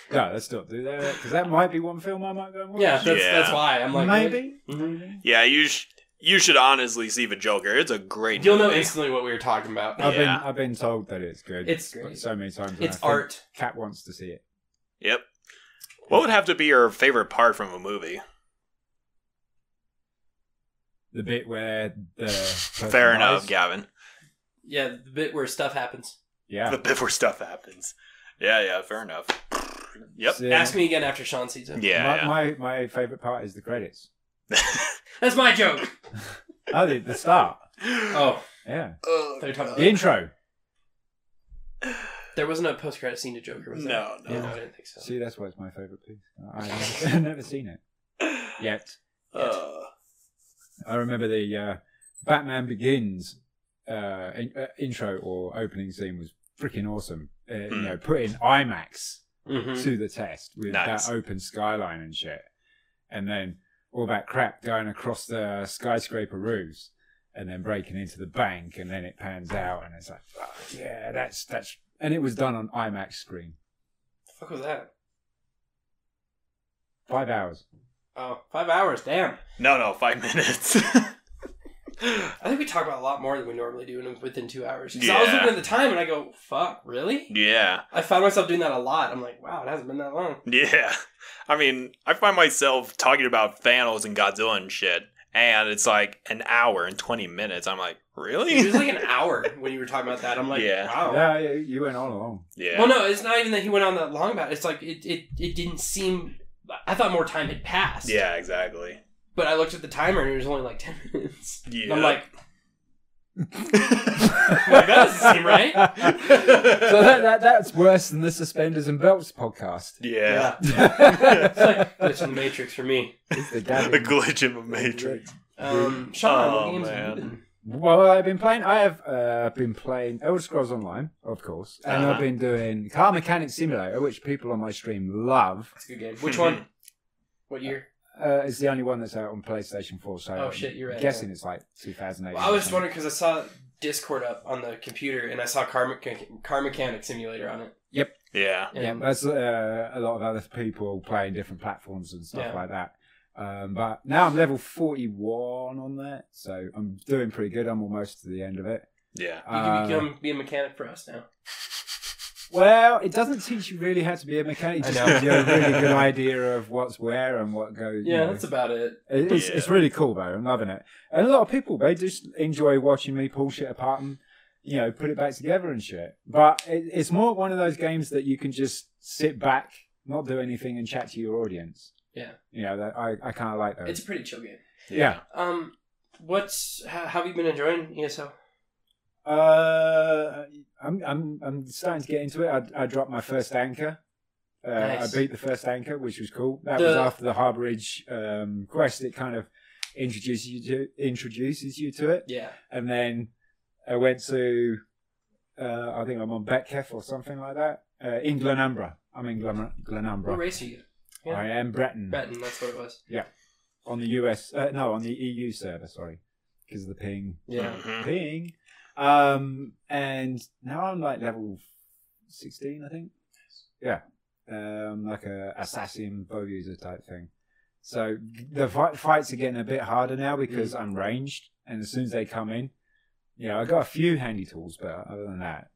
Speaker 1: No, let's not do that because that might be one film I might go and watch.
Speaker 3: Yeah, that's
Speaker 2: Yeah.
Speaker 3: that's why I'm like
Speaker 1: maybe.
Speaker 3: Mhm.
Speaker 2: Yeah, you sh- you should honestly see the Joker. It's a great.
Speaker 3: You'll know
Speaker 2: movie.
Speaker 3: instantly what we were talking about.
Speaker 1: I've
Speaker 2: Yeah.
Speaker 1: been I've been told that it's good.
Speaker 3: It's great.
Speaker 1: so many times. and I
Speaker 3: It's
Speaker 1: think
Speaker 3: art.
Speaker 1: Kat wants to see it.
Speaker 2: Yep. What would have to be your favorite part from a movie?
Speaker 1: the bit where the
Speaker 2: Fair
Speaker 1: person
Speaker 2: enough,
Speaker 1: dies.
Speaker 2: Gavin.
Speaker 3: Yeah, the bit where stuff happens.
Speaker 1: Yeah.
Speaker 2: The bit where stuff happens. Yeah, yeah, fair enough. Yep.
Speaker 1: So,
Speaker 3: Ask me again after Sean sees it.
Speaker 1: my,
Speaker 2: Yeah.
Speaker 1: my my favorite part is the credits.
Speaker 3: That's my joke.
Speaker 1: Oh, the, the start.
Speaker 2: yeah.
Speaker 3: Oh,
Speaker 1: Yeah.
Speaker 2: Oh,
Speaker 3: they're talking about-
Speaker 1: The intro.
Speaker 3: there wasn't a post credit scene to Joker, was there?
Speaker 2: No, no.
Speaker 3: Yeah, I didn't think so.
Speaker 1: See, that's why it's my favorite piece. I've never, never seen it yet.
Speaker 2: Uh,
Speaker 1: I remember the uh, Batman Begins uh, in, uh, intro or opening scene was freaking awesome. Uh, You
Speaker 2: Mm.
Speaker 1: know, putting IMAX
Speaker 2: Mm-hmm.
Speaker 3: Mhm.
Speaker 1: to the test with
Speaker 2: Nice.
Speaker 1: that open skyline and shit, and then all that crap going across the skyscraper roofs, and then breaking into the bank, and then it pans out, and it's like, "Fuck, yeah, that's that's, and it was done on IMAX screen,
Speaker 3: The fuck was that?
Speaker 1: five hours.
Speaker 3: Oh, five hours. Damn.
Speaker 2: no, no, five minutes.
Speaker 3: I think we talk about a lot more than we normally do in, within two hours. 'Cause I was
Speaker 2: Yeah.
Speaker 3: looking at the time and I go, fuck, really?
Speaker 2: yeah.
Speaker 3: I found myself doing that a lot. I'm like, wow, it hasn't been that long.
Speaker 2: Yeah. I mean, I find myself talking about Thanos and Godzilla and shit, and it's like an hour and 20 minutes. I'm like,
Speaker 3: It
Speaker 2: really?
Speaker 3: was like an hour when you were talking about that. I'm like,
Speaker 2: Yeah.
Speaker 3: wow.
Speaker 1: Yeah, you- you went all along.
Speaker 2: yeah.
Speaker 3: Well, no, it's not even that he went on that long about it. It's like it, it, it didn't seem. I thought more time had passed.
Speaker 2: Yeah, exactly.
Speaker 3: But I looked at the timer and it was only like 10 minutes. And
Speaker 2: Yeah.
Speaker 3: I'm like, that doesn't seem right.
Speaker 1: So that, that that's worse than the suspenders and belts podcast.
Speaker 2: yeah.
Speaker 3: it's like glitch in the Matrix for me.
Speaker 1: It's the
Speaker 2: A
Speaker 1: Gavin-
Speaker 2: glitch in the Matrix.
Speaker 3: Um, Sean, what
Speaker 2: Oh,
Speaker 3: games have
Speaker 2: man.
Speaker 3: you been?
Speaker 1: Well, I've been playing. I have uh, been playing Elder Scrolls Online, of course, and I've
Speaker 2: Uh-huh.
Speaker 1: been doing Car Mechanic Simulator, which people on my stream love.
Speaker 3: It's a good game. Which one? What year?
Speaker 1: Uh, it's the only one that's out on PlayStation Four. So
Speaker 3: Oh,
Speaker 1: I'm
Speaker 3: shit, you're right,
Speaker 1: Guessing it's like 2008.
Speaker 3: Well, I was just
Speaker 1: or something.
Speaker 3: wondering because I saw Discord up on the computer and I saw Car, Mecha- Car Mechanic Simulator on it.
Speaker 2: Yeah.
Speaker 1: Yeah,
Speaker 3: And
Speaker 1: that's uh, a lot of other people playing different platforms and stuff
Speaker 3: Yeah.
Speaker 1: like that. Um, but now I'm level 41 on that, so I'm doing pretty good. I'm almost to the end of it.
Speaker 2: Yeah.
Speaker 3: you
Speaker 1: Uh,
Speaker 3: can become be a mechanic for us now.
Speaker 1: Well, it doesn't teach you really how to be a mechanic. It
Speaker 3: I
Speaker 1: just
Speaker 3: know.
Speaker 1: gives you a really good idea of what's where and what goes. you
Speaker 3: Yeah,
Speaker 1: know.
Speaker 3: that's about it.
Speaker 1: It- it's, it's really cool though. I'm loving it. And a lot of people they just enjoy watching me pull shit apart and you know put it back together and shit. But it, it's more one of those games that you can just sit back, not do anything, and chat to your audience.
Speaker 3: Yeah.
Speaker 1: You know, that, I I kind of like those.
Speaker 3: It's a pretty chill game.
Speaker 1: yeah.
Speaker 3: Um, what's how, how have you been enjoying E ESO?
Speaker 1: Uh, I'm I'm I'm starting to get into it. I, I dropped my first anchor. Uh,
Speaker 3: Nice.
Speaker 1: I beat the first anchor, which was cool. That
Speaker 3: The-
Speaker 1: was after the Harbourage um, quest. It kind of introduces you to introduces you to it.
Speaker 3: Yeah,
Speaker 1: and then I went to uh, I think I'm on Betkeff or something like that uh, in Glenumbra. I'm in Glen-
Speaker 3: what
Speaker 1: Glenumbra.
Speaker 3: race are you? yeah.
Speaker 1: I am Breton
Speaker 3: Breton, that's what it was.
Speaker 1: on the US. Uh, no, on the EU server. Sorry, because of the ping,
Speaker 3: Mm-hmm.
Speaker 2: Mhm.
Speaker 1: ping. Um, and now I'm like level sixteen, I think. Yeah, um, like a assassin bow user type thing. So the fight, fights are getting a bit harder now because
Speaker 3: Mm.
Speaker 1: I'm ranged, and as soon as they come in, you know, I got a few handy tools, but other than that,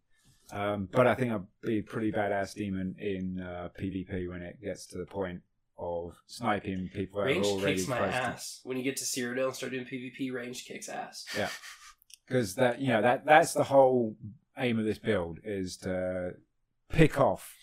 Speaker 1: um, but I think I'll be a pretty badass demon in uh, PvP when it gets to the point of sniping people that are
Speaker 3: Range
Speaker 1: already
Speaker 3: kicks my
Speaker 1: close to
Speaker 3: ass. When you get to Cyrodiil and start doing PvP, range kicks ass.
Speaker 1: because that you know that that's the whole aim of this build is to pick off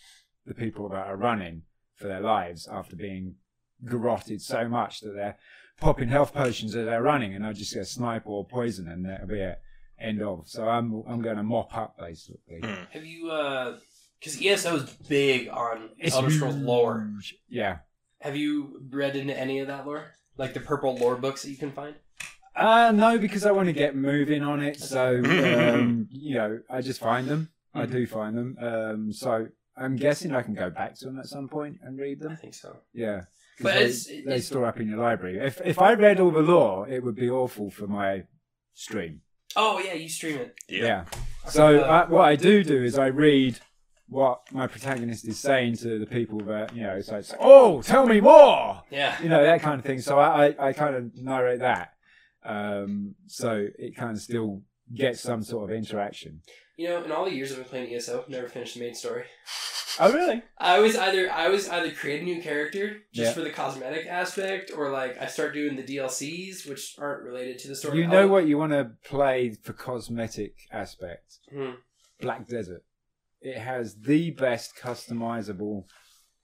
Speaker 1: the people that are running for their lives after being garroted so much that they're popping health potions as they're running and I just get snipe or poison and that'll be it. End of. So I'm I'm going to mop up basically.
Speaker 2: Mm.
Speaker 3: Have you? uh Because ESO is big on Elder Scrolls lore.
Speaker 1: Yeah.
Speaker 3: Have you read into any of that lore? Like the purple lore books that you can find?
Speaker 1: Uh, no, because I want to get moving on it. So um, you know, I just find them. I
Speaker 3: Mm-hmm.
Speaker 1: do find them. Um, so I'm guessing I can go back to them at some point and read
Speaker 3: I
Speaker 1: them.
Speaker 3: think so.
Speaker 1: Yeah. 'Cause
Speaker 3: But
Speaker 1: they,
Speaker 3: it's-
Speaker 1: they
Speaker 3: it's-
Speaker 1: store up in your library. If if I read all the law, it would be awful for my stream.
Speaker 3: Oh yeah, you stream it.
Speaker 2: Yeah.
Speaker 1: So
Speaker 3: Uh,
Speaker 1: I, what I do do is I read what my protagonist is saying to the people that you know. So it's like, oh, tell me more,
Speaker 3: yeah.
Speaker 1: you know that kind of thing. So I I, I kind of narrate that. Um, so it kind of still get some sort of interaction.
Speaker 3: You know, in all the years I've been playing ESO, never finished the main story.
Speaker 1: Oh, really?
Speaker 3: I was either I was either create a new character just
Speaker 1: Yeah.
Speaker 3: for the cosmetic aspect, or like I start doing the DLCs, which aren't related to the story.
Speaker 1: You
Speaker 3: at
Speaker 1: know
Speaker 3: all.
Speaker 1: what you want to play for cosmetic aspect?
Speaker 3: Hmm.
Speaker 1: Black Desert. It has the best customizable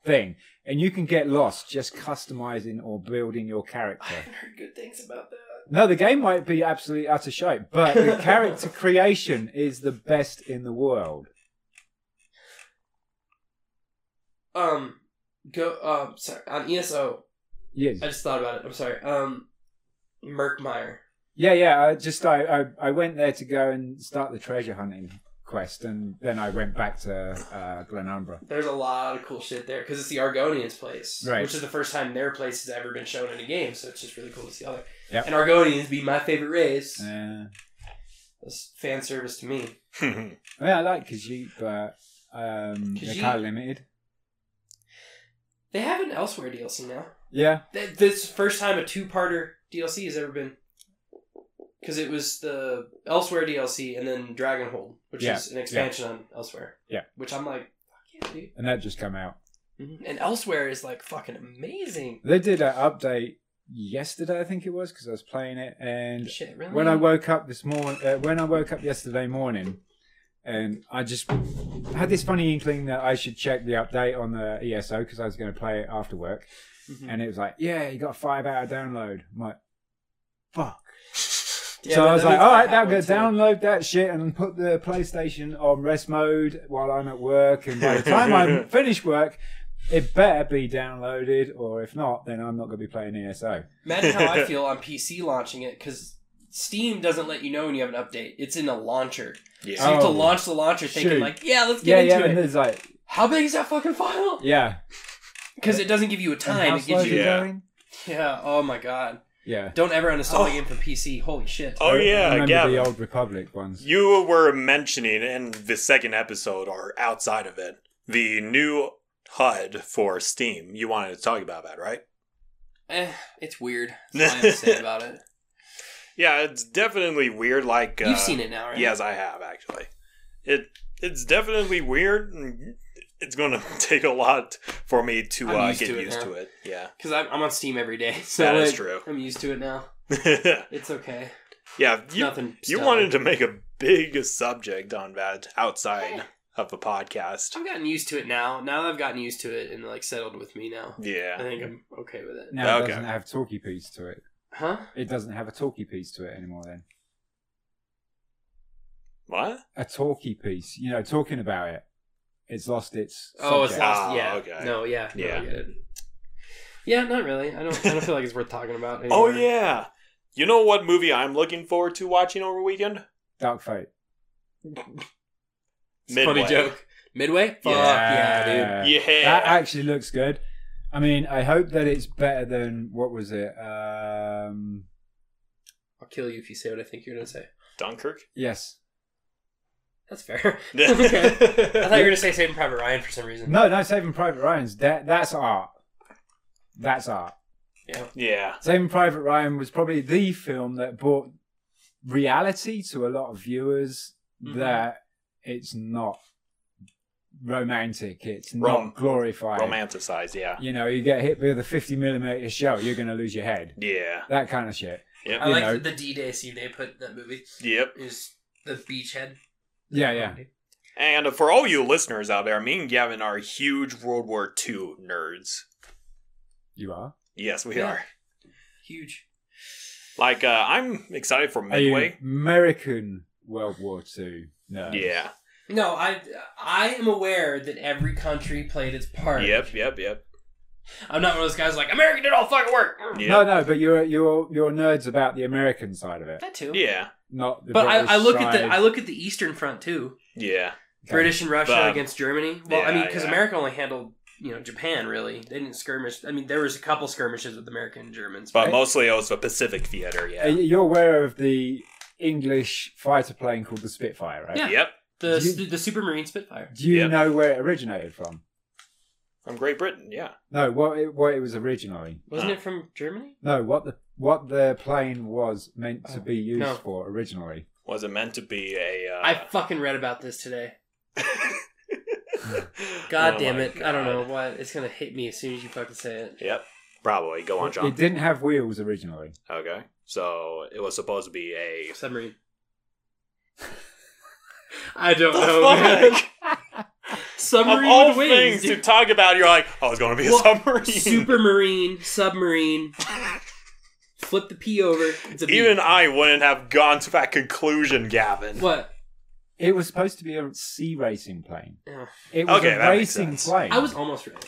Speaker 1: thing, and you can get lost just customizing or building your
Speaker 3: I
Speaker 1: character.
Speaker 3: haven't heard good things about that.
Speaker 1: No, the game might be absolutely utter shite, but the character creation is the best in the world.
Speaker 3: Um, go. Uh, sorry, on ESO,
Speaker 1: Yes.
Speaker 3: I just thought about it. I'm sorry. Um, Merkmeyer.
Speaker 1: Yeah, yeah. I just I, I I went there to go and start the treasure hunting quest, and then I went back to uh, Glenumbra.
Speaker 3: There's a lot of cool shit there because it's the Argonians' place,
Speaker 1: Right.
Speaker 3: Which is the first time their place has ever been shown in a game, so it's just really cool to see all that.
Speaker 1: Yep.
Speaker 3: And Argonians be my favorite race.
Speaker 1: Uh,
Speaker 3: That's fan service to me.
Speaker 1: I mean, I like Khajiit, but um, they're
Speaker 3: Khajiit-
Speaker 1: kind of limited.
Speaker 3: They have an elsewhere DLC now.
Speaker 1: Yeah,
Speaker 3: Th- This is the first time a two-parter DLC has ever been, because it was the Elsewhere DLC and then Dragonhold, which
Speaker 1: Yeah,
Speaker 3: is an expansion on Elsewhere.
Speaker 1: Yeah.
Speaker 3: Which I'm like, fuck yeah, dude.
Speaker 1: and that just come out. Mm-hmm.
Speaker 3: And Elsewhere is like fucking amazing.
Speaker 1: They did an update yesterday, I think it was, because I was playing it, and
Speaker 3: Shit, really.
Speaker 1: when I woke up this morning, uh, when I woke up yesterday morning, and I just had this funny inkling that I should check the update on the E ESO because I was going to play it after work,
Speaker 3: Mhm.
Speaker 1: and it was like, yeah, you got a five-hour download. I'm like, fuck.
Speaker 3: Yeah,
Speaker 1: so
Speaker 3: that-
Speaker 1: I was
Speaker 3: that
Speaker 1: like,
Speaker 3: means
Speaker 1: all
Speaker 3: I
Speaker 1: right,
Speaker 3: have
Speaker 1: now I'm
Speaker 3: one
Speaker 1: going
Speaker 3: too.
Speaker 1: to download that shit and put the PlayStation on rest mode while I'm at work. And by the time I'm finished work, it better be downloaded, or if not, then I'm not going to be playing E ESO.
Speaker 3: Imagine how I feel on PC launching it because Steam doesn't let you know when you have an update. It's in a launcher, so you
Speaker 2: yeah.
Speaker 1: Oh.
Speaker 3: have to launch the launcher thinking
Speaker 1: Shoot.
Speaker 3: like, yeah, let's
Speaker 1: Yeah,
Speaker 3: get
Speaker 1: yeah,
Speaker 3: into
Speaker 1: and
Speaker 3: it.
Speaker 1: there's like,
Speaker 3: How big is that fucking file?
Speaker 1: yeah.
Speaker 3: Because it doesn't give you a time.
Speaker 1: And
Speaker 3: It gives
Speaker 1: how's
Speaker 3: you.
Speaker 1: it
Speaker 2: Yeah.
Speaker 1: going?
Speaker 3: Yeah. Oh my god.
Speaker 1: Yeah.
Speaker 3: Don't ever uninstall
Speaker 2: Oh.
Speaker 3: the game from PC. Holy shit.
Speaker 2: Oh
Speaker 1: I- I
Speaker 2: yeah,
Speaker 1: remember
Speaker 2: Gavin.
Speaker 1: the old Republic ones.
Speaker 2: You were mentioning in the second episode or outside of it the new HUD for Steam. You wanted to talk about that, right?
Speaker 3: Eh, it's weird. That's all I have to say about it.
Speaker 2: Yeah, it's definitely weird. Like uh,
Speaker 3: You've seen it now, right?
Speaker 2: Yes, I have actually. It it's definitely weird. and It's gonna take a lot for me to
Speaker 3: I'm
Speaker 2: uh,
Speaker 3: used
Speaker 2: get
Speaker 3: to it
Speaker 2: used
Speaker 3: now.
Speaker 2: to it. Yeah,
Speaker 3: Because I'm, I'm on Steam every day, so
Speaker 2: That is
Speaker 3: like,
Speaker 2: true.
Speaker 3: I'm used to it now. It's okay.
Speaker 2: yeah. You,
Speaker 3: Nothing.
Speaker 2: you
Speaker 3: stellar.
Speaker 2: wanted to make a big subject on that outside of the podcast.
Speaker 3: I've gotten used to it now. Now that I've gotten used to it and like settled with me now, I
Speaker 2: Yeah,
Speaker 3: think I'm okay with it.
Speaker 1: Now
Speaker 2: Okay.
Speaker 1: it doesn't have talkie piece to it.
Speaker 3: Huh?
Speaker 1: It doesn't have a talkie piece to it anymore then.
Speaker 2: what?
Speaker 1: A talkie piece, you know, talking about it. It's lost its.
Speaker 3: Oh, it's
Speaker 1: subject.
Speaker 2: not-
Speaker 3: lost.
Speaker 2: Ah,
Speaker 3: yeah.
Speaker 2: okay.
Speaker 3: No. Yeah. no,
Speaker 2: Yeah.
Speaker 3: I get it. Yeah. Not really. I don't. I don't feel like it's worth talking about.
Speaker 2: Oh
Speaker 3: Anymore.
Speaker 2: yeah. You know what movie I'm looking forward to watching over weekend?
Speaker 1: Dark Fate.
Speaker 3: It's a Funny
Speaker 2: Midway.
Speaker 3: joke. Midway. Fuck yeah, dude.
Speaker 2: Yeah.
Speaker 1: That actually looks good. I mean, I hope that it's better than what was it? Um,
Speaker 3: I'll kill you if you say what I think you're gonna say.
Speaker 2: Dunkirk.
Speaker 1: yes.
Speaker 3: That's fair. okay. I thought you were gonna say Saving Private Ryan for some reason.
Speaker 1: No, no, Saving Private Ryan's that that's art. That's art.
Speaker 3: Yeah.
Speaker 2: yeah.
Speaker 1: Saving Private Ryan was probably the film that brought reality to a lot of viewers
Speaker 3: Mhm.
Speaker 1: that it's not romantic, it's
Speaker 2: Rom-
Speaker 1: not glorified.
Speaker 2: Romanticized. Yeah.
Speaker 1: You know, you get hit with a 50 millimeter shell, you're going to lose your head.
Speaker 2: Yeah.
Speaker 1: That kind of shit.
Speaker 2: Yep.
Speaker 3: I
Speaker 1: You
Speaker 3: like
Speaker 1: know.
Speaker 3: the D-Day scene they put in that movie.
Speaker 2: Yep.
Speaker 3: Is the beachhead.
Speaker 1: Yeah, yeah.
Speaker 2: And for all you listeners out there, me and Gavin are huge World War II nerds.
Speaker 1: You are.
Speaker 2: Yes, we
Speaker 3: Yeah.
Speaker 2: are.
Speaker 3: Huge.
Speaker 2: Like, uh, I'm excited for
Speaker 1: Are you
Speaker 2: Midway.
Speaker 1: American World War II?
Speaker 3: Uh,
Speaker 1: No.
Speaker 2: Yeah.
Speaker 3: No, I I am aware that every country played its part.
Speaker 2: Yep, yep, yep.
Speaker 3: I'm not one of those guys like America did all the fucking work.
Speaker 2: yep.
Speaker 1: No, no, but you're you're you're nerds about the American side of it,
Speaker 3: That too.
Speaker 2: Yeah.
Speaker 1: not the
Speaker 3: But
Speaker 1: British
Speaker 3: I, I look at the
Speaker 1: side.
Speaker 3: I look at the Eastern Front too.
Speaker 2: Yeah.
Speaker 1: Okay.
Speaker 3: British and Russia
Speaker 2: But-
Speaker 3: against Germany. Well, I
Speaker 2: Yeah,
Speaker 3: mean, because
Speaker 2: yeah.
Speaker 3: America only handled you know Japan really. They didn't skirmish. I mean, there was a couple skirmishes with American and Germans.
Speaker 2: But
Speaker 1: Right.
Speaker 2: mostly it was the Pacific Theater,
Speaker 1: Uh,
Speaker 2: yeah.
Speaker 1: You're aware of the English fighter plane called the Spitfire, right?
Speaker 3: Yeah.
Speaker 2: Yep.
Speaker 3: the
Speaker 1: you-
Speaker 3: the Supermarine Spitfire.
Speaker 1: Do you
Speaker 2: Yep.
Speaker 1: know where it originated from?
Speaker 2: From Great Britain, yeah.
Speaker 1: No, what it, what it was originally.
Speaker 3: Wasn't
Speaker 2: Huh.
Speaker 3: it from Germany?
Speaker 1: No, what the what the plane was meant to
Speaker 3: Oh,
Speaker 1: be used
Speaker 3: no.
Speaker 1: for originally.
Speaker 2: Was it meant to be a? Uh,
Speaker 3: I fucking read about this today. God
Speaker 2: Oh
Speaker 3: damn
Speaker 2: my
Speaker 3: it. I don't
Speaker 2: God.
Speaker 3: know what. It's going to hit me as soon as you fucking say it.
Speaker 2: Yep. Probably. Go on, John.
Speaker 1: It didn't have wheels originally.
Speaker 2: Okay. So it was supposed to be a.
Speaker 3: Submarine. I don't
Speaker 2: The
Speaker 3: know. man.
Speaker 2: fuck? Of
Speaker 3: Submarine
Speaker 2: all
Speaker 3: with
Speaker 2: things
Speaker 3: wings.
Speaker 2: to talk about, you're like, oh, it's going to be a
Speaker 3: Well,
Speaker 2: submarine.
Speaker 3: dude. Supermarine, submarine. Flip the P over. It's a B.
Speaker 2: Even I wouldn't have gone to that conclusion, Gavin.
Speaker 3: What?
Speaker 1: It was supposed to be a sea racing plane.
Speaker 3: Yeah.
Speaker 1: It was
Speaker 2: Okay,
Speaker 1: a
Speaker 2: that makes
Speaker 1: racing
Speaker 2: sense.
Speaker 1: plane.
Speaker 3: I was almost right.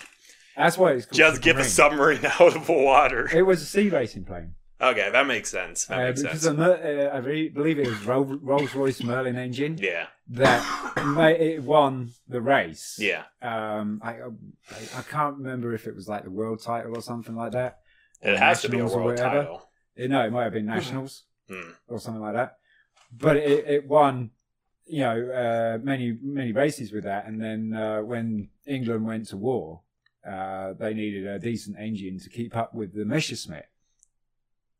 Speaker 1: That's why it's called
Speaker 2: Just get the
Speaker 1: submarine.
Speaker 2: submarine out of the water.
Speaker 1: It was a sea racing plane.
Speaker 2: Okay, that makes sense. That
Speaker 1: Uh,
Speaker 2: makes
Speaker 1: because
Speaker 2: sense.
Speaker 1: a Mer- uh, I re- believe it was Ro- Rolls Royce Merlin engine
Speaker 2: Yeah,
Speaker 1: that ma- it won the race.
Speaker 2: yeah.
Speaker 1: Um, I, I I can't remember if it was like the world title or something like that.
Speaker 2: It has to be a
Speaker 1: Nationals or
Speaker 2: world
Speaker 1: whatever.
Speaker 2: title.
Speaker 1: You know, it might have been nationals
Speaker 2: Hmm.
Speaker 1: or something like that. But it, it won, you know, uh, many many races with that. And then uh, when England went to war, uh, they needed a decent engine to keep up with the Messerschmitt,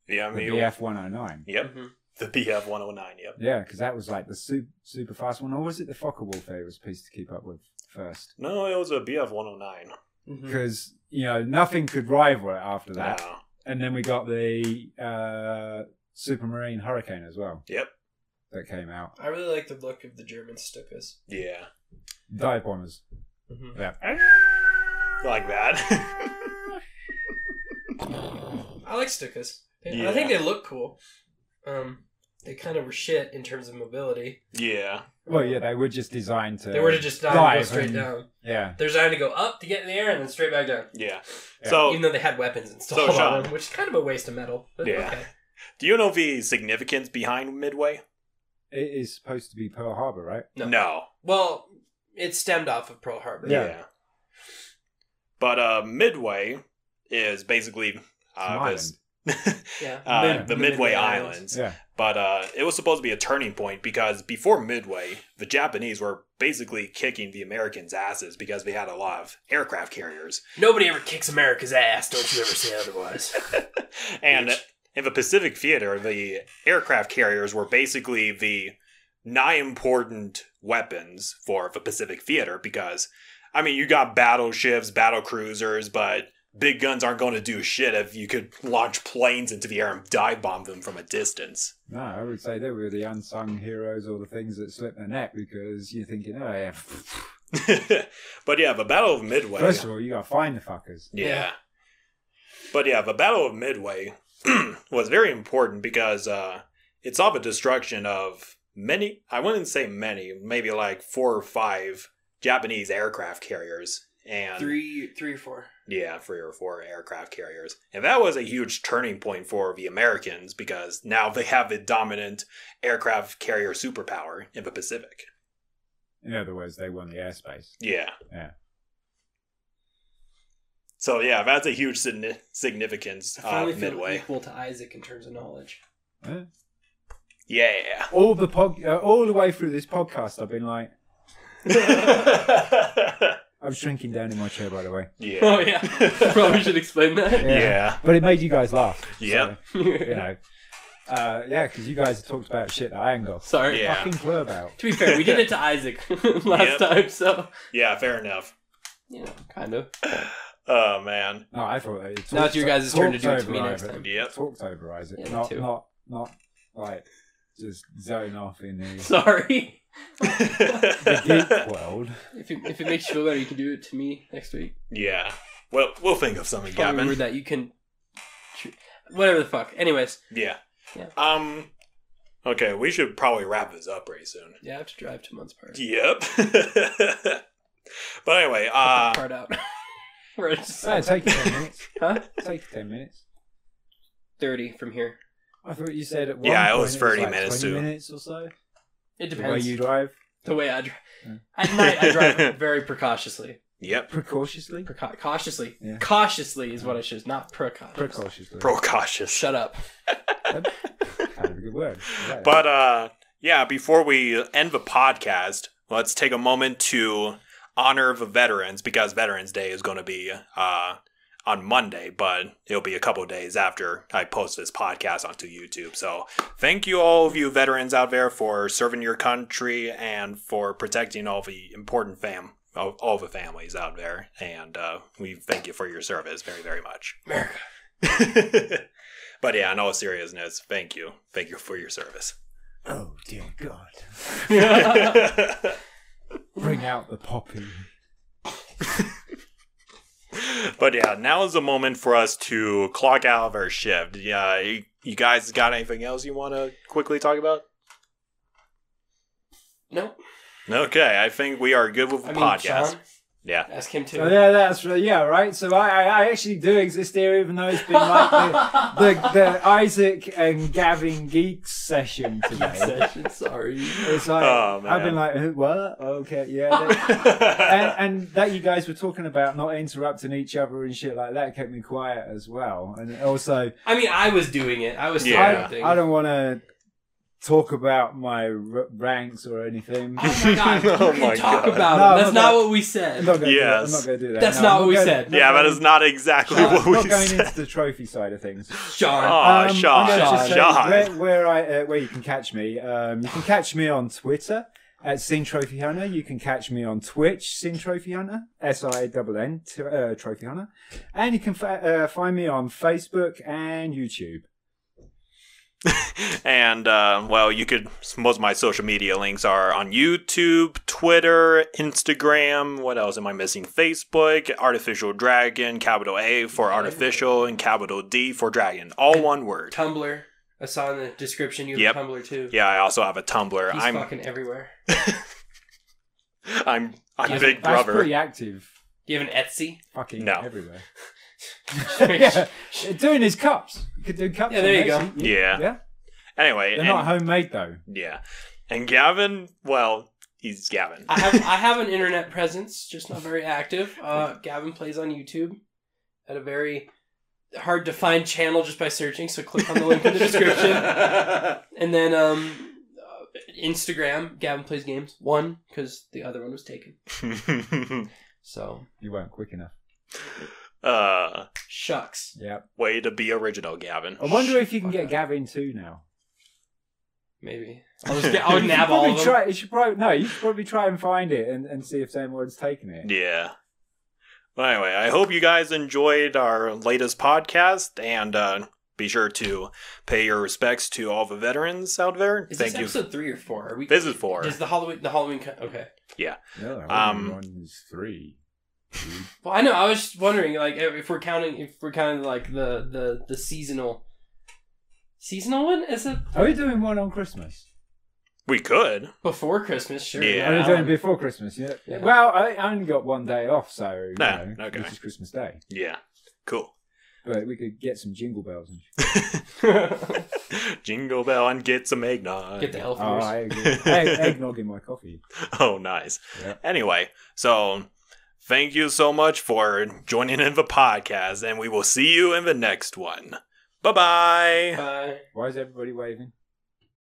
Speaker 2: Yeah, I
Speaker 1: the
Speaker 2: mean,
Speaker 1: BF one hundred nine.
Speaker 2: yep.
Speaker 3: Mhm.
Speaker 2: The BF 109, yep.
Speaker 1: Yeah, because that was like the super, super fast one, or was it the Fokker Warfare was a piece to keep up with first?
Speaker 2: No, it was a BF 109. Hmm.
Speaker 3: Mhm.
Speaker 1: Because you know nothing could rival it after that.
Speaker 2: Wow.
Speaker 1: And then we got the uh, Supermarine Hurricane as well.
Speaker 2: Yep.
Speaker 1: that came out.
Speaker 3: I really like the look of the German Stukas.
Speaker 2: Yeah.
Speaker 1: Dive bombers.
Speaker 2: Mm-hmm.
Speaker 3: Mhm.
Speaker 1: Yeah.
Speaker 2: Like that.
Speaker 3: I like Stukas.
Speaker 2: Yeah.
Speaker 3: I think they look cool. Um, they kind of were shit in terms of mobility.
Speaker 2: yeah.
Speaker 1: Well, Oh, yeah, they were just designed to.
Speaker 3: They were to just dive, and go
Speaker 1: dive
Speaker 3: straight
Speaker 1: and-
Speaker 3: down.
Speaker 1: Yeah.
Speaker 3: They're designed to go up to get in the air and then straight back down.
Speaker 2: Yeah.
Speaker 1: Yeah.
Speaker 2: So,
Speaker 3: Even though they had weapons installed
Speaker 2: Oh. So, Sean-
Speaker 3: on them, which is kind of a waste of metal. But
Speaker 2: Yeah.
Speaker 3: okay.
Speaker 2: do you know the significance behind Midway?
Speaker 1: It is supposed to be Pearl Harbor, right?
Speaker 3: No. Well, it stemmed off of Pearl Harbor.
Speaker 1: Yeah.
Speaker 2: Yeah. But uh, Midway is basically uh, this,
Speaker 3: Yeah.
Speaker 2: uh,
Speaker 1: Mid-
Speaker 2: the
Speaker 3: the
Speaker 2: Midway,
Speaker 3: Midway
Speaker 2: Islands.
Speaker 3: Islands.
Speaker 1: Yeah.
Speaker 2: But uh, it was supposed to be a turning point because before Midway, the Japanese were basically kicking the Americans' asses because they had a lot of aircraft carriers.
Speaker 3: Nobody ever kicks America's ass. Don't you ever say otherwise.
Speaker 2: and
Speaker 3: Bitch.
Speaker 2: in the Pacific Theater, the aircraft carriers were basically the nigh important weapons for the Pacific Theater because, I mean, you got battleships, battle cruisers, but big guns aren't going to do shit if you could launch planes into the air and dive bomb them from a distance.
Speaker 1: No, I would say they were the unsung heroes or the things that slip their neck because you're thinking, oh, yeah.
Speaker 2: but yeah, the Battle of Midway.
Speaker 1: First of all, you gotta find the fuckers.
Speaker 2: Yeah.
Speaker 3: Yeah.
Speaker 2: But yeah, the Battle of Midway was very important because uh, it saw the destruction of many, I wouldn't say many, maybe like four or five Japanese aircraft carriers. And
Speaker 3: three, three or four.
Speaker 2: yeah, three or four aircraft carriers. And that was a huge turning point for the Americans because now they have the dominant aircraft carrier superpower in the Pacific.
Speaker 1: In other words, they won the airspace.
Speaker 2: Yeah.
Speaker 1: Yeah.
Speaker 2: So yeah, that's a huge signi- significance
Speaker 3: I
Speaker 2: uh,
Speaker 3: finally feel
Speaker 2: midway.
Speaker 3: equal to Isaac in terms of knowledge.
Speaker 1: Huh?
Speaker 2: Yeah.
Speaker 1: All the pod, uh, all the way through this podcast, I've been like, I'm shrinking down in my chair, by the way.
Speaker 2: yeah.
Speaker 3: Oh yeah. Probably should explain that.
Speaker 2: Yeah.
Speaker 1: But it made you guys laugh.
Speaker 2: Yep.
Speaker 1: So, you know. Uh, yeah, because you guys talked about shit that I ain't got
Speaker 3: Sorry.
Speaker 2: Yeah.
Speaker 1: fucking clue about.
Speaker 3: To be fair, we did it to Isaac last
Speaker 2: Yep.
Speaker 3: time, so
Speaker 2: Yeah, fair enough.
Speaker 3: you know, kind of.
Speaker 2: Oh man.
Speaker 1: No, I thought it talked,
Speaker 3: Now it's your guys' turn to do it
Speaker 1: talked
Speaker 3: to me
Speaker 1: over
Speaker 3: next
Speaker 1: Isaac.
Speaker 3: time.
Speaker 2: Yep.
Speaker 1: Talked over Isaac,
Speaker 3: Yeah, me
Speaker 1: not
Speaker 3: too.
Speaker 1: not not like just zone off in the,
Speaker 3: Sorry.
Speaker 1: the geek world.
Speaker 3: If it, if it makes you feel better, you can do it to me next week.
Speaker 2: yeah. Well, we'll think of something,
Speaker 3: Probably
Speaker 2: Gavin.
Speaker 3: remember that you can, whatever the fuck. Anyways,
Speaker 2: Yeah.
Speaker 3: Yeah.
Speaker 2: Um. Okay, we should probably wrap this up pretty soon.
Speaker 3: yeah, I have to drive to Mun's Park.
Speaker 2: Yep. but anyway,
Speaker 3: Cut
Speaker 2: uh,
Speaker 3: that part out. We're just
Speaker 1: No, take you ten minutes.
Speaker 3: Huh?
Speaker 1: Take ten minutes.
Speaker 3: thirty from here.
Speaker 1: I thought you said at one
Speaker 2: Yeah, it
Speaker 1: point
Speaker 2: was 30
Speaker 1: like
Speaker 2: minutes
Speaker 1: 20
Speaker 2: too.
Speaker 1: minutes or so.
Speaker 3: It
Speaker 1: The way
Speaker 3: depends.
Speaker 1: you drive
Speaker 3: The way I drive.
Speaker 1: Yeah.
Speaker 3: At night, I drive very precautiously.
Speaker 2: yep.
Speaker 1: precautiously.
Speaker 3: Precau- cautiously.
Speaker 1: Yeah.
Speaker 3: Cautiously is what I should, not precautiously.
Speaker 1: Precautiously.
Speaker 2: Procautious.
Speaker 3: Shut up.
Speaker 1: kind of a good word. Yeah.
Speaker 2: But uh yeah, before we end the podcast, let's take a moment to honor the veterans because Veterans Day is going to be uh on Monday, but it'll be a couple days after I post this podcast onto YouTube. So thank you all of you veterans out there for serving your country and for protecting all the important fam all, all the families out there. And uh, we thank you for your service very, very much.
Speaker 3: America.
Speaker 2: but yeah, in all seriousness, thank you. Thank you for your service.
Speaker 1: Oh dear God!
Speaker 2: but
Speaker 1: Bring out the poppy.
Speaker 2: yeah, now is the moment for us to clock out of our shift. Yeah, you, you guys got anything else you want to quickly talk about?
Speaker 3: No,
Speaker 2: Okay, I think we are good with the
Speaker 3: I mean,
Speaker 2: podcast.
Speaker 3: Sean,
Speaker 2: Yeah.
Speaker 3: ask him too.
Speaker 1: So Oh, yeah, that's right. Yeah, right. So I, I, I actually do exist here, even though it's been like the, the, the Isaac and Gavin Geeks session today.
Speaker 3: Session, sorry.
Speaker 1: It's like
Speaker 2: Oh, man.
Speaker 1: I've been like, "Who- what? Okay, yeah. that- and, and that you guys were talking about not interrupting each other and shit like that kept me quiet as well. And also,
Speaker 3: I mean, I was doing it. I was
Speaker 2: Yeah.
Speaker 3: yeah.
Speaker 1: I, I don't want to talk about my r- ranks or anything.
Speaker 3: Oh my god! You
Speaker 2: Oh
Speaker 3: can
Speaker 2: my
Speaker 3: talk
Speaker 2: God.
Speaker 3: about
Speaker 1: No,
Speaker 3: it. That's
Speaker 1: no,
Speaker 3: not
Speaker 1: no.
Speaker 3: what we
Speaker 1: I'm
Speaker 3: said.
Speaker 1: not gonna do
Speaker 2: Yes.
Speaker 1: that. I'm not going to do that.
Speaker 3: That's
Speaker 1: No,
Speaker 3: not
Speaker 1: I'm
Speaker 3: what we
Speaker 1: gonna-
Speaker 3: said.
Speaker 1: not
Speaker 2: yeah, that
Speaker 1: going-
Speaker 2: is not exactly
Speaker 1: not-
Speaker 2: what
Speaker 1: not
Speaker 2: we
Speaker 1: going
Speaker 2: said.
Speaker 1: into the trophy side of things.
Speaker 3: Sean.
Speaker 2: Aw,
Speaker 1: Um,
Speaker 2: Sean,
Speaker 1: I'm gonna just say
Speaker 2: Sean.
Speaker 1: Where, where I uh, where you can catch me, um, you can catch me on Twitter at Sin Trophy Hunter. You can catch me on Twitch, Sin Trophy Hunter, S I double N t- uh, Trophy Hunter, and you can fi- uh, find me on Facebook and YouTube.
Speaker 2: And uh, well, you could. Most of my social media links are on YouTube, Twitter, Instagram. What else am I missing? Facebook, Artificial Dragon, capital A for artificial, and capital D for dragon. All one word.
Speaker 3: Tumblr. I saw in the description you
Speaker 2: Yep.
Speaker 3: have a Tumblr too.
Speaker 2: Yeah, I also have a Tumblr.
Speaker 3: He's
Speaker 2: I'm,
Speaker 3: fucking everywhere.
Speaker 2: I'm, I'm
Speaker 3: That's-
Speaker 2: Big
Speaker 1: That's
Speaker 2: Brother.
Speaker 1: pretty active.
Speaker 3: Do you have an Etsy?
Speaker 1: Fucking
Speaker 2: No.
Speaker 1: everywhere. yeah. Doing his cups. You could do cups.
Speaker 3: Yeah, there
Speaker 1: on
Speaker 3: you go.
Speaker 1: Etsy.
Speaker 2: Yeah.
Speaker 1: Yeah.
Speaker 2: Anyway,
Speaker 1: They're
Speaker 2: and,
Speaker 1: not homemade though.
Speaker 2: yeah, and Gavin. Well, he's Gavin.
Speaker 3: I have I have an internet presence, just not very active. Uh, Gavin plays on YouTube at a very hard to find channel just by searching. So click on the link in the description, and then um, uh, Instagram. Gavin plays games one because the other one was taken. So
Speaker 1: You weren't quick enough.
Speaker 2: uh,
Speaker 3: shucks,
Speaker 1: Yeah.
Speaker 2: way to be original, Gavin.
Speaker 1: I wonder if you can
Speaker 3: Fuck
Speaker 1: get
Speaker 3: that.
Speaker 1: Gavin too now.
Speaker 3: maybe I'll just get, I'll nab
Speaker 1: you should
Speaker 3: all
Speaker 1: probably
Speaker 3: of them.
Speaker 1: try. You should probably no. You should probably try and find it and, and see if anyone's taken it.
Speaker 2: Yeah. Well, anyway, I hope you guys enjoyed our latest podcast, and uh, be sure to pay your respects to all the veterans out there.
Speaker 3: Is
Speaker 2: Thank
Speaker 3: this
Speaker 2: you.
Speaker 3: episode three or four? Are we?
Speaker 2: This is four.
Speaker 3: Is the Halloween the Halloween? co- Okay.
Speaker 1: No,
Speaker 2: Um,
Speaker 1: one's three.
Speaker 3: Well, I know. I was just wondering, like, if we're counting, if we're counting like the the the seasonal, seasonal one is it
Speaker 1: Are we doing one on Christmas?
Speaker 2: we could.
Speaker 3: before Christmas? Sure.
Speaker 2: Yeah.
Speaker 1: Are we doing before Christmas? Yeah.
Speaker 3: Yeah.
Speaker 1: Well, I I only got one day off, so you
Speaker 2: No,
Speaker 1: know,
Speaker 2: okay.
Speaker 1: which is Christmas Day.
Speaker 2: Yeah. Cool.
Speaker 1: But we could get some jingle bells. And
Speaker 2: Jingle bell and get some eggnog.
Speaker 3: Get the elf
Speaker 1: oh,
Speaker 3: ears.
Speaker 1: I agree. Egg, eggnog in my coffee.
Speaker 2: Oh, nice.
Speaker 1: Yeah.
Speaker 2: Anyway, so thank you so much for joining in the podcast, and we will see you in the next one. Bye bye.
Speaker 3: Bye.
Speaker 1: Why is everybody waving?